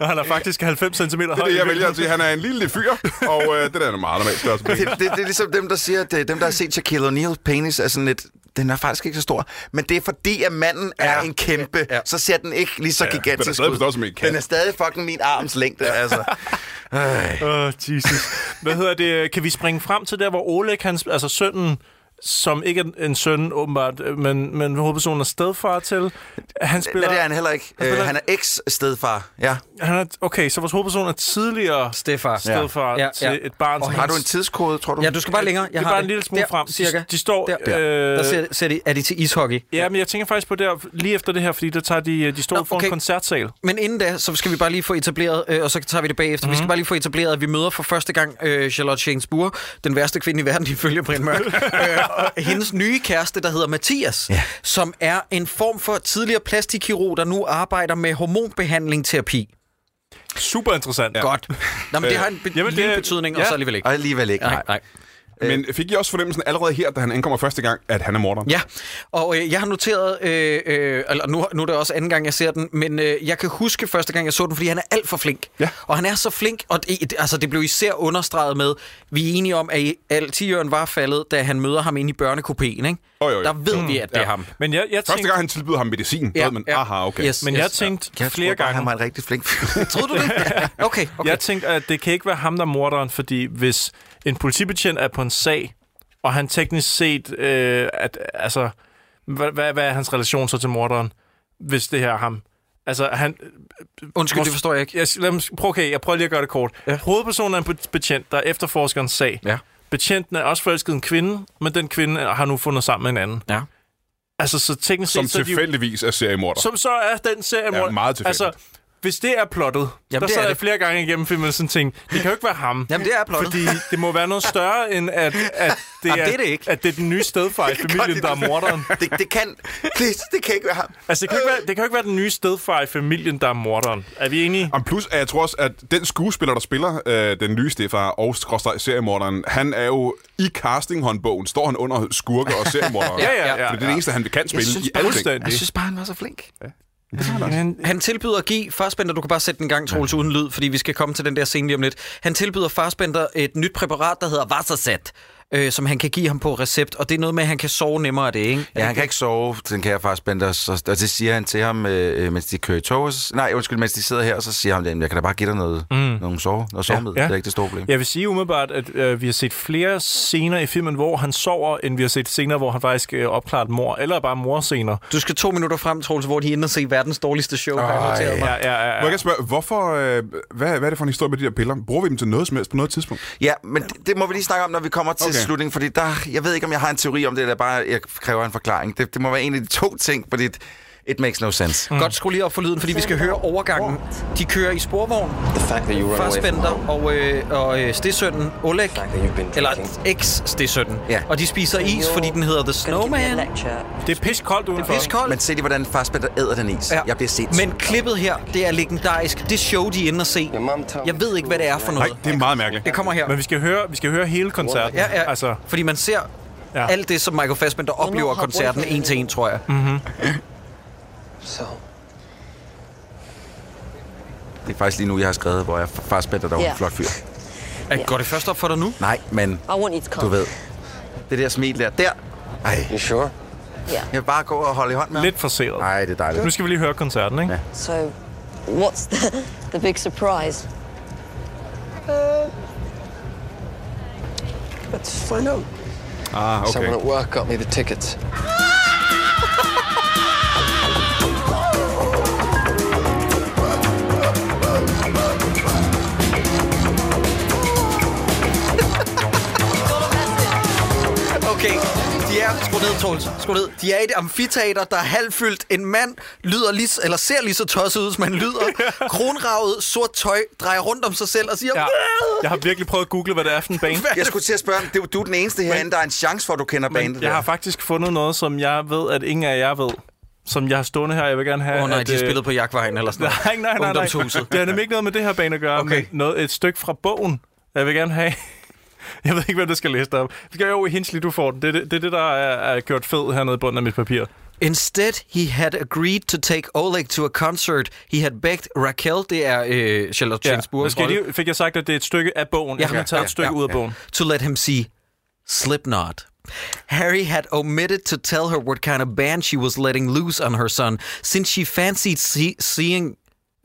Og han er faktisk 90 cm høj. er det, jeg vælger at sige. Han er en lille fyr, og øh, det der er en meget normal størrelse. på det, hende. det, det er ligesom dem, der siger, at øh, dem, der har set Shaquille O'Neal's penis, er sådan lidt, den er faktisk ikke så stor. Men det er fordi, at manden er en kæmpe, ja. så ser den ikke lige så ja, gigantisk den er stadig ud. på størrelse med en kat. Den er stadig fucking min arms længde, altså. Øj. Åh, oh, Jesus. Hvad hedder det? Kan vi springe frem til der, hvor Oleg, hans, altså sønnen, som ikke er en søn åbenbart, men, men hovedpersonen er stedfar til, han Nej, spiller... det er han heller ikke. Han Øh, spiller- han er eks-stedfar. Ja. Han er, okay, så vores hovedperson er tidligere Stefar. stedfar Ja, ja. Ja, ja. ja. til et barn. som Har hans- du en tidskode, tror du? Ja, du skal bare længere. Jeg det er har bare en lille smule der, frem. De- Cirka. de står, Der, øh, der ser, ser de, er de til ishockey. Ja, men jeg tænker faktisk på der, lige efter det her, fordi der tager de, de står Nå, Nå, for okay. en koncertsal. Men inden da, så skal vi bare lige få etableret, øh, og så tager vi det bagefter, Mhm. mm. vi skal bare lige få etableret, at vi møder for første gang øh, Charlotte Schainsburg, den værste kvinde i verden, *laughs* ifølge Brian *laughs* Mørk, øh, og hendes nye kæreste, der hedder Mathias, ja. som er en form for tidligere plastikkirurg, der nu arbejder med hormonbehandling-terapi. Super interessant. Ja. Godt. Nå, men det har en be- Jamen, Jamen, det lille er- betydning, ja. ja. og så alligevel ikke. Og alligevel ikke. Nej, nej. Men fik I også fornemmelsen allerede her, da han ankommer første gang, at han er morderen? Ja, og øh, jeg har noteret, øh, øh, eller nu, nu er det også anden gang, jeg ser den, men øh, jeg kan huske første gang, jeg så den, fordi han er alt for flink. Ja. Og han er så flink, og det, altså, det blev især understreget med, vi er enige om, at Altiøren var faldet, da han møder ham inde i børnekopéen, ikke? Oh, jo, Der ved vi, at det er ham. Men jeg, jeg Første gang, han tilbyder ham medicin, ja, ved man, aha, okay. Yes, men jeg tænkte Jeg flere troede bare, gange... han var en rigtig flink fyr. Troede du *laughs* det? okay, okay. Jeg tænkte, at det kan ikke være ham, der er morderen, fordi hvis en politibetjent er på en sag, og han teknisk set, øh, at, altså, hvad, hvad, hvad er hans relation så til morderen, hvis det her er ham? Altså, han... Undskyld, det forstår jeg ikke. Jeg, lad mig, prøv, okay, jeg prøver lige at gøre det kort. Ja. Hovedpersonen er en bet- betjent, der efterforsker en sag. Ja. Betjenten er også forelsket en kvinde, men den kvinde har nu fundet sammen med en anden. Ja. Altså, så teknisk Som set... så er de jo- tilfældigvis er seriemorder. som så er den serie, Ja, meget tilfældigt. Altså, hvis det er plottet, Jamen, der det sad er jeg det. flere gange igennem filmen og sådan tænkte, det kan jo ikke være ham. Jamen, det er plottet. Fordi det må være noget større, end at, at, *laughs* det, Jamen, er, det er det ikke. at det er den nye *laughs* stedfar i familien, der er morderen. Det, det kan... Det, det kan ikke være ham. Altså, det kan, jo ikke være, det kan jo ikke være den nye stedfar i familien, der er morderen. Er vi enige? Jamen, plus, at jeg tror også, at den skuespiller, der spiller øh, den nye Stefan og skråstreg seriemorderen, han er jo i castinghåndbogen, står han under skurke og seriemordere. *laughs* Ja, ja, ja. For det er det Ja. eneste, han kan spille i alle ting. Jeg synes bare, han var så flink. Han, han tilbyder at give Farsbender, du kan bare sætte den i gang, Troels, uden lyd, fordi vi skal komme til den der scene lige om lidt. Han tilbyder Farsbender et nyt præparat, der hedder Vassasat, øh, som han kan give ham på recept, og det er noget med, at han kan sove nemmere af det, ikke? Ja, han kan ikke sove, den kære far Spender, så, og det siger han til ham, øh, mens de kører i tog. og så- Nej, undskyld, mens de sidder her, og så siger han, jamen, jeg kan da bare give dig noget, mm. nogle sove, noget sovemiddel. Ja. Det er ikke det store problem. Jeg vil sige umiddelbart, at øh, vi har set flere scener i filmen, hvor han sover, end vi har set scener, hvor han faktisk øh, opklarer et mor, eller bare morscener. Du skal to minutter frem, Troels, hvor de er inde og se verdens dårligste show, har jeg noteret mig. Ja, ja, ja, ja. Må jeg gerne spørge, hvorfor, øh, hvad, hvad er det for en historie med de der piller? Bruger vi dem til noget som helst på noget tidspunkt? Ja, men det, det må vi lige snakke om, når vi kommer til Okay. okay. slutningen, fordi der, jeg ved ikke, om jeg har en teori om det, eller bare jeg kræver en forklaring. Det, det må være en af de to ting, fordi it, it makes no sense. Godt, skru lige op for lyden, fordi vi skal høre overgangen. De kører i sporvogn. The fact that you run away from Farsbender og, øh, og øh, stedsønnen Oleg, eller eks-stedsønnen, Ja. og de spiser is, fordi den hedder The Snowman. Det er piskoldt udenfor. Piskoldt. Men se lige, hvordan Fassbender æder den is. Ja. Jeg bliver set. Men klippet her, det er legendarisk. Det show, de er inde og se. Jeg ved ikke, hvad det er for noget. Nej, det er meget mærkeligt. Det kommer her. Men vi skal høre, vi skal høre hele koncerten. Ja, ja. Altså, Fordi man ser ja. alt det, som Michael Fassbender oplever af koncerten en til en, tror jeg. mm-hmm. So, Det er faktisk lige nu, jeg har skrevet, hvor jeg Fassbender, der var Ja. en flot fyr. Er, går det først op for dig nu? Nej, men I want you to come. du ved. Det der smil der. Der! Ej. You sure? Yeah. Jeg vil bare gå og holde i hånden med Lidt forseret. Nej, det er dejligt. nu skal vi lige høre koncerten, ikke? Ja. So, what's the, the big surprise? let's find out. Ah, okay. Someone at work got me the tickets. Okay, de er... Skru ned, Troels. Skru ned. De er i et amfiteater, der er halvfyldt. En mand lyder lige, s- eller ser lige så tosset ud, som han lyder. Kronravet, sort tøj, drejer rundt om sig selv og siger... Ja. Jeg har virkelig prøvet at google, hvad det er for en band. Jeg skulle til at spørge, det er jo- du er den eneste herinde, der er en chance for, at du kender bandet. Jeg der. har faktisk fundet noget, som jeg ved, at ingen af jer ved. Som jeg har stående her, jeg vil gerne have... Åh oh, nej, at, de har øh, spillet på jagtvejen eller sådan noget. Nej, nej, nej, nej. Ungdomshuset. Det har nemlig ikke noget med det her band at gøre, okay. men noget, et stykke fra bogen, jeg vil gerne have. *laughs* Jeg ved ikke, hvem der skal læse det op. Vi skal jo Hinsley, du får den. Det er det, det, er det der er, er gjort fed hernede i bunden af mit papir. Instead, he had agreed to take Oleg to a concert. He had begged Raquel, det er øh, Charlotte ja. Men Gainsbourg, skal jeg lige, fik jeg sagt, at det er et stykke af bogen? Ja. Jeg har taget et stykke ud af bogen. To let him see Slipknot. Harry had omitted to tell her what kind of band she was letting loose on her son, since she fancied see- seeing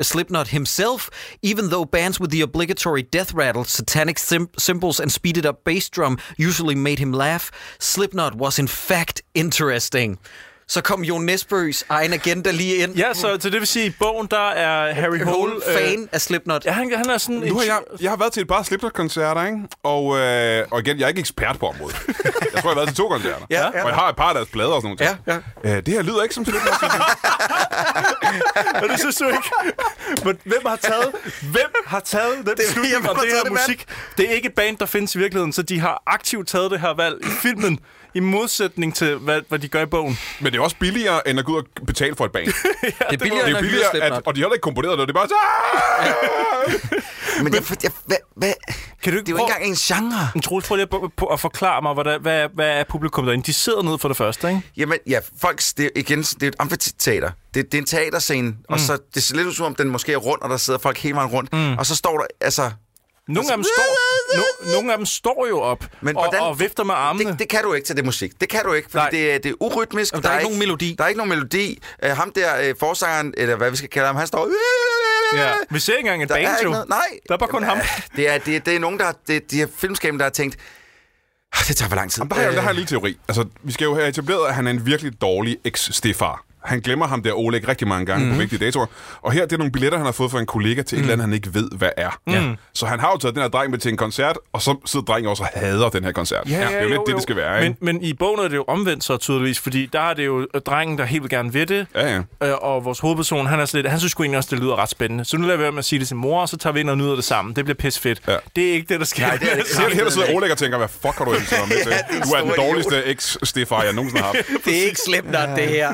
Slipknot himself, even though bands with the obligatory death rattle, satanic sim- cymbals, and speeded up bass drum usually made him laugh. Slipknot was in fact interesting. Så kom Jon Nesbøs egen agenda lige ind. Ja, så, så det vil sige, i bogen, der er Harry Hole... øh, Hole, fan af Slipknot. Ja, han, han er sådan... Nu har jeg, jeg har været til et par Slipknot-koncerter, ikke? Og, øh, og igen, jeg er ikke ekspert på området. Jeg tror, jeg har været til to koncerter. *laughs* Ja, ja. Og jeg har et par af deres plader og sådan noget. Ja, ja. Øh, det her lyder ikke som Slipknot. Men det synes du ikke? Men hvem har taget, hvem har taget den ved jeg, beslutning hvem om har det taget her det musik? Det er ikke et band, der findes i virkeligheden, så de har aktivt taget det her valg i filmen. I modsætning til, hvad, hvad de gør i bogen. Men det er også billigere, end at gå ud og betale for et *laughs* band. ja, det er billigere, det end er at billigere hyre at, Slipknot. og de har heller ikke komponeret det. Det er bare... så- Men jeg, jeg, hvad, hvad? Kan du ikke det er jo ikke engang en genre. Men Troels, prøv lige at, på, på, at forklare mig, hvad, hvad, er- hvad er publikum derinde? De sidder ned for det første, ikke? Jamen, ja, folk, det er igen, det er et amfiteater. Det, det er en teaterscene, mm. og så det ser lidt ud som om, den måske er rund, og der sidder folk hele vejen rundt. Mm. Og så står der, altså... Nogle af dem står, no, nogle af dem står jo op Men og- hvordan, og vifter med armene. Det, det kan du ikke til det musik. Det kan du ikke, fordi det, er- det er urytmisk. Der, der er ikke nogen melodi. Der er ikke nogen melodi. Uh, ham der, uh, forsangeren, eller hvad vi skal kalde ham, han står... Øh, Ja. Vi ser ikke engang en Der er banjo. ikke noget- nej. Der er bare kun Jamen, ham. øh, Det er, det, er- det er nogen, der har, det, de her filmskaben, der har tænkt, "Ah, det tager for lang tid. Jamen, der, har jeg, der har jeg lige en teori. Altså, vi skal jo have etableret, at han er en virkelig dårlig eks-stefar. Han glemmer ham der Oleg rigtig mange gange mm-hmm. Mhm. på vigtige datoer. Og her det er nogle billetter, han har fået fra en kollega til mm. et eller andet, han ikke ved, hvad er. Mhm. Ja. Så han har jo taget den her dreng med til en koncert, og så sidder drengen også og hader den her koncert. det er jo, lidt det, det skal være. Men, Ikke? men i bogen er det jo omvendt så tydeligvis, fordi der er det jo øh, drengen, der helt vil gerne vil det, ja, ja. og vores hovedperson, han, er sådan lidt, han synes sgu egentlig også, det lyder ret spændende. Så nu lader vi være med at sige det til mor, og så tager vi ind og nyder det sammen. Det bliver pis fedt. Ja. Det er ikke det, der sker. Nej, *laughs* det er det ikke. Her, der sidder Oleg og tænker, hvad fuck har du egentlig om Ja, det er en Du er den stor dårligste eks-stefar, jeg nogensinde *laughs* har haft. Det er ikke Slipknot, det her.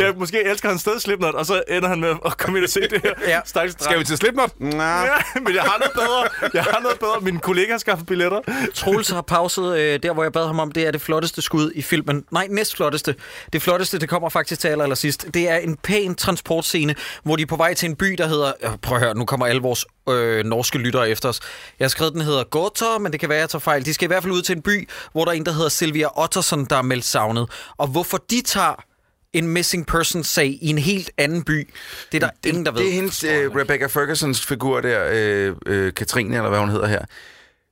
Ja, måske elsker han stadig Slipknot, og så ender han med at komme ind og se det her. ja. Skal vi til Slipknot? Nej. *laughs* Ja, men jeg har noget bedre. Jeg har noget bedre. Mine kollegaer skaffer billetter. Troels har pauset øh, der, hvor jeg bad ham om. Det er det flotteste skud i filmen. Nej, næstflotteste. Det flotteste, det kommer faktisk til aller, allersidst. Det er en pæn transportscene, hvor de er på vej til en by, der hedder... Øh, prøv at høre, nu kommer alle vores øh, norske lyttere efter os. Jeg har skrevet, den hedder Gotter, men det kan være, jeg tager fejl. De skal i hvert fald ud til en by, hvor der er en, der hedder Silvia Ottersen, der er meldt savnet. Og hvorfor de tager en missing person-sag i en helt anden by, det er der ingen, der ved. Det er hendes, øh, Rebecca Fergusons figur der, øh, øh, Katrine, eller hvad hun hedder her,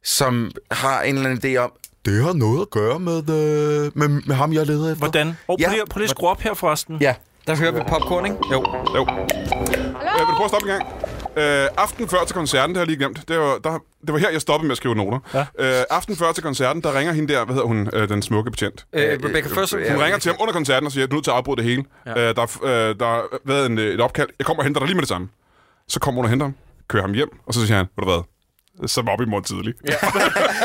som har en eller anden idé om, det har noget at gøre med, øh, med, med ham, jeg leder efter. Hvordan? Og prøv lige, prøv lige at skrue op her, forresten. Ja. Der hører vi popcorn, ikke? Jo. Jo. Øh, vil du prøve at stoppe en gang? Øh, aften før til koncerten, det har jeg lige glemt. Det var, der, det var her, jeg stoppede med at skrive noter. Ja. Øh, aften før til koncerten, der ringer hende der, hvad hedder hun, øh, den smukke betjent? Øh, Rebecca Ferguson. Hun ringer til ham under koncerten og siger, at du er nødt til at afbryde det hele. Ja. Øh, der, er f- øh, der har været en, øh, et opkald. Jeg kommer og henter dig lige med det samme. Så kommer hun og henter ham, kører ham hjem, og så siger han, ved du hvad, så var vi i morgen tidlig. Ja.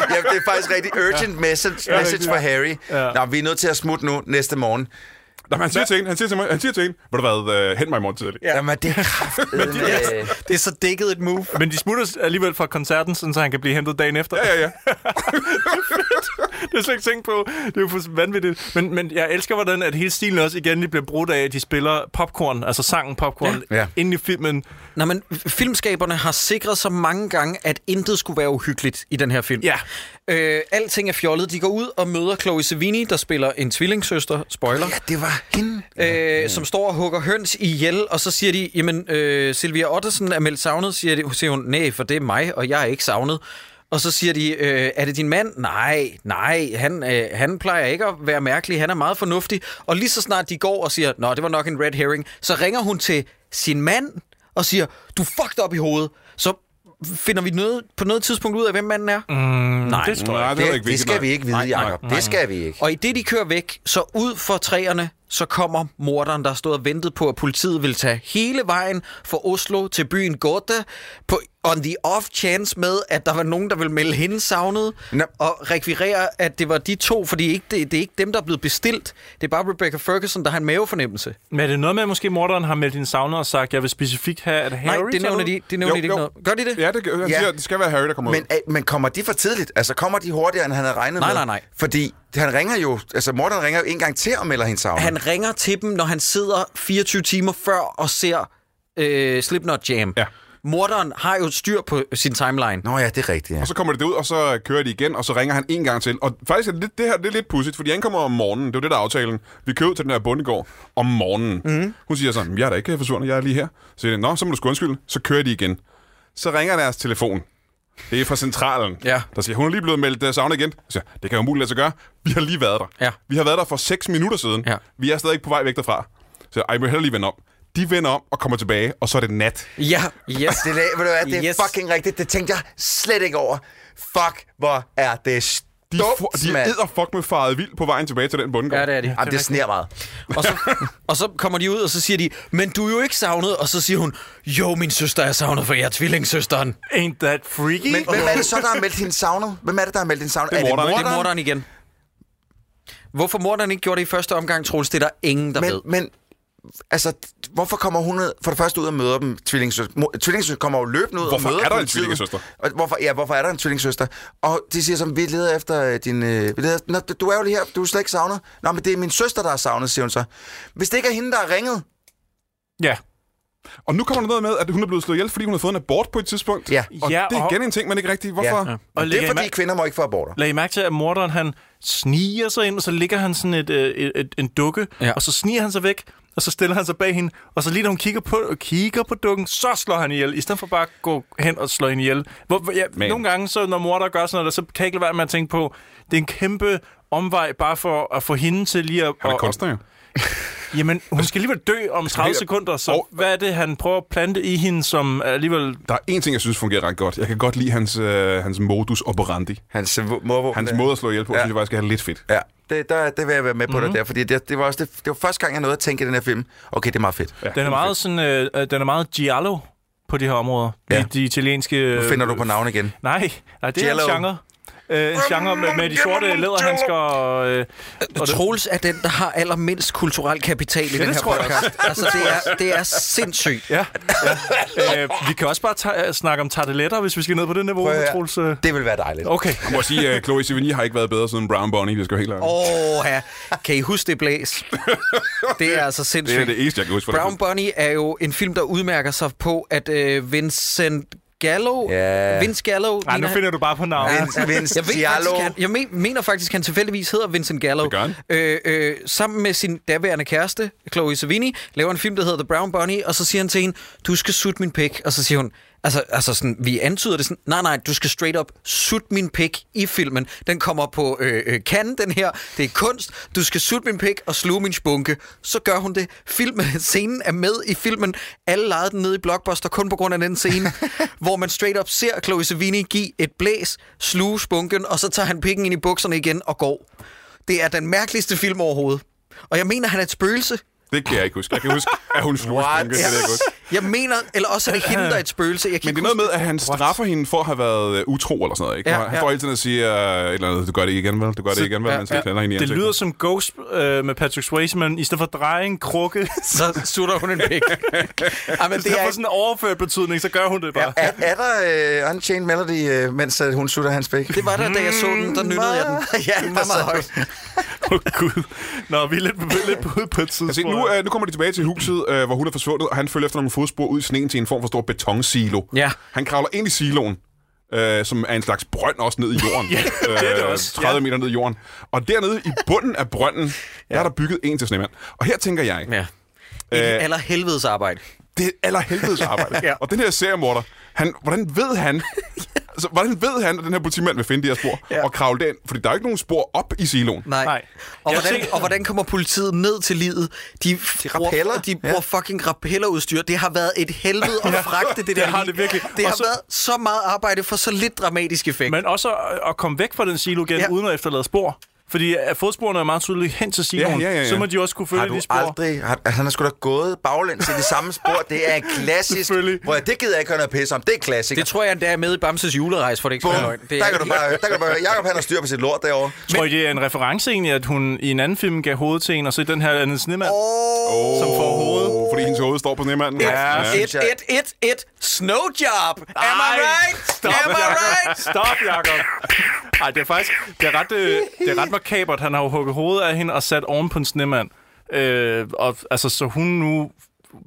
ja, det er faktisk rigtig urgent message, Ja, message rigtigt. for Harry. Ja. Nå, vi er nødt til at smutte nu næste morgen. *laughs* Nå, men han siger til hende, han siger til mig, han siger til hende, ved du hvad, øh, hent mig i morgen tidlig. Ja. Jamen, det er kraft. Men de, *laughs* øh, det er så dækket et move. Men de smutter alligevel fra koncerten, sådan, så han kan blive hentet dagen efter. Ja, ja, *laughs* ja. det har jeg slet ikke tænkt på. Det er jo fuldstændig vanvittigt. Men, men jeg elsker, hvordan at hele stilen også igen lige bliver brudt af, at de spiller popcorn, altså sangen popcorn, Ja. ja. Ja. ind i filmen. Nå, men filmskaberne har sikret sig mange gange, at intet skulle være uhyggeligt i den her film. Ja. Øh, alting er fjollet. De går ud og møder Chloe Sevigny, der spiller en tvillingssøster. Spoiler. Ja, det var hende. Øh, som står og hugger høns ihjel, og så siger de, jamen, øh, Silvia Ottesen er meldt savnet, siger, de, siger hun, nej, for det er mig, og jeg er ikke savnet. Og så siger de, øh, er det din mand? Nej, nej, han, øh, han plejer ikke at være mærkelig, han er meget fornuftig. Og lige så snart de går og siger, nå, det var nok en red herring, så ringer hun til sin mand og siger, du er fucked op i hovedet. Så finder vi noget, på noget tidspunkt ud af, hvem manden er? Mm, nej, det tror jeg ikke. Det- det skal vi ikke vide, Jacob. Det skal vi ikke. Og i det, de kører væk, så ud for træerne, så kommer morderen, der har stået og ventet på, at politiet vil tage hele vejen fra Oslo til byen Gorda, på on the off chance med, at der var nogen, der ville melde hende savnet, no. og rekvirere, at det var de to, fordi ikke, det, det er ikke dem, der er blevet bestilt. Det er bare Rebecca Ferguson, der har en mavefornemmelse. Men er det noget med, at måske morderen har meldt din savner og sagt, jeg vil specifikt have, at Harry... det nævner de- det nævner Jo, de ikke jo. noget. Gør de det? Ja, det, han siger, det skal være Harry, der kommer men, ud. øh, Men kommer de for tidligt? Altså, kommer de hurtigere, end han havde regnet Nej, med? nej, nej. Fordi han ringer jo... Altså, Morten ringer jo en gang til og melder hende savnet. Han ringer til dem, når han sidder 24 timer før og ser øh, Slipknot Jam. Ja. Morderen har jo styr på sin timeline. Nå ja, det er rigtigt, ja. Og så kommer det ud, og så kører de igen, og så ringer han en gang til. Og faktisk er det, lidt- det her det er lidt pudsigt, fordi han kommer om morgenen. Det er jo det, der er aftalen. Vi kører ud til den her bondegård om morgenen. Mm. Hun siger sådan, jeg er da ikke forsvundet, jeg er lige her. Så siger de, nå, så må du sgu undskylde. Så kører de igen. Så ringer deres telefon. Det er fra centralen, ja. der siger, hun er lige blevet meldt øh, savnet igen. Så siger, jeg, det kan jo umuligt lade sig gøre. Vi har lige været der. Ja. Vi har været der for 6 minutter siden. Ja. Vi er stadig ikke på vej væk derfra. Så siger jeg, "Ej, vi må hellere lige vende om. De vender om og kommer tilbage, og så er det nat. Ja, *laughs* yes. Det, er- ved du hvad, det er Yes. yes. fucking rigtigt. Det tænkte jeg slet ikke over. Fuck, hvor er det De, dumt, for, de mand. er fuck med faret vildt på vejen tilbage til den bundgård. Ja, det er de. Jamen, det sner meget. Og så, og så kommer de ud, og så siger de, men du er jo ikke savnet. Og så siger hun, jo, min søster er savnet, for jeg er tvillingssøsteren. Ain't that freaky? Men hvem er det så, der har meldt hende savnet? Hvem er det, der har meldt hende savnet? Det er morderen. Det er morderen morderen? igen. Hvorfor morderen ikke gjorde det i første omgang, Troels, det er der ingen, der men, ved. Men altså, hvorfor kommer hun ned- for det første ud og møder dem? Tvillingssøster, Mo- tvillingssøster kommer jo løbende ud Hvorfor og møder er der en politiet. tvillingesøster? Og Hvorfor, ja, hvorfor er der en tvillingssøster? Og de siger som, vi leder efter øh, din... Øh, vi leder, Nå, du er jo lige her, du er slet ikke savnet. Nå, men det er min søster, der er savnet, siger hun så. Hvis det ikke er hende, der har ringet, Ja. Og nu kommer der noget med, at hun er blevet slået ihjel, fordi hun har fået en abort på et tidspunkt. Ja. Og Ja, det er og- igen en ting, man ikke rigtig... Hvorfor? Ja. Og lægger I mær- kvinder må ikke få aborter. Lad I mærke til, at morderen han sniger sig ind, og så ligger han sådan et, øh, et, et, en dukke, ja. og så sniger han sig væk, og så stiller han sig bag hende, og så lige da hun kigger på, og kigger på dukken, så slår han ihjel, i stedet for bare at gå hen og slå hende ihjel. Hvor, hvor- ja, Men- nogle gange, så, når morder gør sådan noget, så kan jeg ikke lade være med at tænke på, det er en kæmpe omvej bare for at få hende til lige at... Han er kunstner, jo. Jamen, hun skal alligevel dø om 30 sekunder, så og, hvad er det, han prøver at plante i hende, som alligevel... Der er en ting, jeg synes fungerer ret godt. Jeg kan godt lide hans, øh, hans modus operandi. Hans, må, hans måde at slå ihjel på, ja. synes jeg faktisk er lidt fedt. Ja, det, der, det vil jeg være med på Mhm. mm-hmm. der, fordi det, det, var også det, det var første gang, jeg nåede at tænke i den her film. Okay, det er meget fedt. Ja. Den er meget sådan, øh, øh, den er meget giallo på de her områder. Ja. De, de italienske... Øh, Nu finder du på navn igen. Nej, nej det er en Giallo. genre. Øh, en genre med, med de sorte læderhandsker og... Øh, og det- Troels er den, der har allermindst kulturel kapital i Ja, den det her tror jeg også. podcast. Altså, det er, det er sindssygt. Ja. øh, vi kan også bare ta- snakke om tarteletter, hvis vi skal ned på det niveau, Prøv at høre. Troels. Øh. Det vil være dejligt. Okay. Jeg må sige, at Chloe Sevigny har ikke været bedre siden Brown Bunny, det skal jeg helt ærligt. Åh, ja. Kan I huske det blæs? Det er altså sindssygt. Det er det eneste, jeg kan huske. fra Brown Bunny er jo en film, der udmærker sig på, at øh, Vincent Gallo... Ja. Vince Gallo... Ej, nu ligner- finder du bare på navnet. jeg, ved faktisk, han, jeg men, mener faktisk, han tilfældigvis hedder Vincent Gallo. Øh, øh, sammen med sin daværende kæreste, Chloe Savini, laver en film, der hedder The Brown Bunny, og så siger han til hende, du skal sutte min pik. Og så siger hun, altså, altså sådan, vi antyder det sådan, nej, nej, du skal straight up sutte min pik i filmen. Den kommer på øh, øh, kan den her, det er kunst, du skal sutte min pik og sluge min spunke. Så gør hun det. Filmen, *laughs* scenen er med i filmen. Alle lejede den ned i Blockbuster kun på grund af den scene, hvor man straight up ser Chloe Savini give et blæs, sluge spunken, og så tager han pikken ind i bukserne igen og går. Det er den mærkeligste film overhovedet. Og jeg mener, han er et spøgelse. Det kan jeg ikke huske. Jeg kan huske, at hun slog spunke, det ved jeg godt. *laughs* jeg mener, eller også er det hende, der er et spøgelse. Jeg kan Men det ikke er noget med, huske at han straffer hende for at have været øh, utro eller sådan noget. Ikke? Ja, Ja, han ja. får hele tiden at sige øh, et eller andet, du gør det ikke igen, vel? Du gør det ikke igen, vel? Ja, ja. Hende i det ansigtet. lyder som Ghost øh, med Patrick Swayze, men i stedet for drejning, krukke... *laughs* så sutter hun en pik. *laughs* Ej, men det er sådan en overført betydning, så gør hun det bare. Er, er der uh, Unchained Melody, uh, mens uh, hun sutter hans bæk? Det var der, da jeg så den, der nynnede jeg *laughs* den. ja, det var meget højt. Nå, vi er lidt, vi er lidt på, på et tidspunkt. Altså, nu, øh, nu kommer de tilbage til huset, øh, hvor hun er forsvundet, og han følger efter nogle fodspor ud i sneen til en form for stor betonsilo. Ja. Han kravler ind i siloen, øh, som er en slags brønd også ned i *laughs* jorden. Ja, det er det også, 30 ja. meter ned i jorden. Og dernede i bunden af *laughs* brønden, der er der bygget en til snemand. Og her tænker jeg... Ja. Øh, Et allerhelvedes arbejde. det er allerhelvedes *laughs* arbejde. Ja. ja. Og den her seriemorder, han, hvordan ved han, *laughs* altså, hvordan ved han, at den her politimand vil finde de her spor ja. og kravle derind? Fordi der er jo ikke nogen spor op i siloen. Nej. Nej. Og, Jeg hvordan, tænker- og hvordan kommer politiet ned til livet? De, de rappeller. De bruger ja. fucking rappellerudstyr. Det har været et helvede at Ja, fragte det, det der. har lig. det virkelig. Det Og har så- været så meget arbejde for så lidt dramatisk effekt. Men også at, at komme væk fra den silo igen, ja. uden at efterlade spor. Fordi at fodsporene er meget tydelige hen til siloen, ja, ja, ja. så må de også kunne har følge du de spor. aldrig, har, altså, han har sgu da gået baglæns i det samme spor. Det *laughs* er en klassisk, hvor jeg, det gider jeg ikke have noget pisse om. Det er klassiker. Det tror jeg endda er med i Bamses julerejse, for det ikke skal være løgn. Det er der, kan du bare, der kan du bare høre, Jacob han har styr på sit lort derovre. Tror I, det er en reference egentlig, at hun i en anden film gav hovedet til en, og så i den her anden snemand, oh. som får hovedet? Oh, fordi hendes hoved står på snemanden. Ja, Et, et, et, et snowjob. Am I Ej, right? Stop, Am I Jacob. right? Stop, Jacob. Ej, det er faktisk det er ret, øh, det er ret makabert. Han har jo hugget hovedet af hende og sat oven på en snemand. Øh, og, altså, så hun nu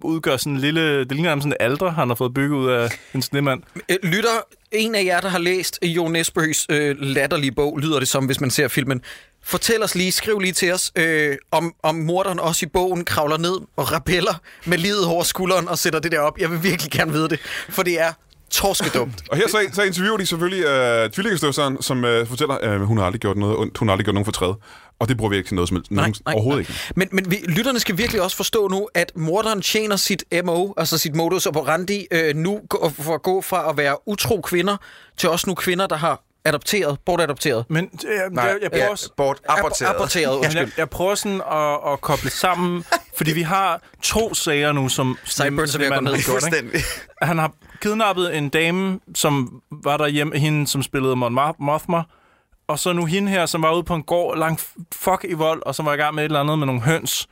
udgør sådan en lille... Det ligner nærmest sådan en alder, han har fået bygget ud af en snemand. *laughs* Øh, Lytter, en af jer, der har læst Jo Nesbøs øh, latterlige bog, lyder det som, hvis man ser filmen. Fortæl os lige, skriv lige til os, øh, om, om morderen også i bogen kravler ned og rappeller med livet over skulderen og sætter det der op. Jeg vil virkelig gerne vide det, for det er torskedumt. Og her så, så interviewer de selvfølgelig øh, tvillingestøvseren, som øh, fortæller, at øh, hun har aldrig gjort noget ondt, hun har aldrig gjort nogen fortræd. Og det bruger vi ikke til noget som helst. Nej, Nogen, nej, overhovedet nej. ikke. Men, men vi, lytterne skal virkelig også forstå nu, at morderen tjener sit MO, altså sit modus operandi, øh, nu gå- for at gå fra at være utro kvinder til også nu kvinder, der har adopteret, bortadopteret. Men øh, Nej, jeg, jeg prøver... øh, også- Bort, apporteret. Apporteret, Men jeg, undskyld. jeg prøver sådan at, at koble sammen, fordi vi har to sager nu, som Sideburns er ved at gå Snemand ned i har gjort, ikke? Fuldstændig. Han har kidnappet en dame, som var derhjemme, hende som spillede Mon Mothma, Og så nu hende her, som var ude på en gård langt fuck i vold, og som var i gang med et eller andet med nogle høns.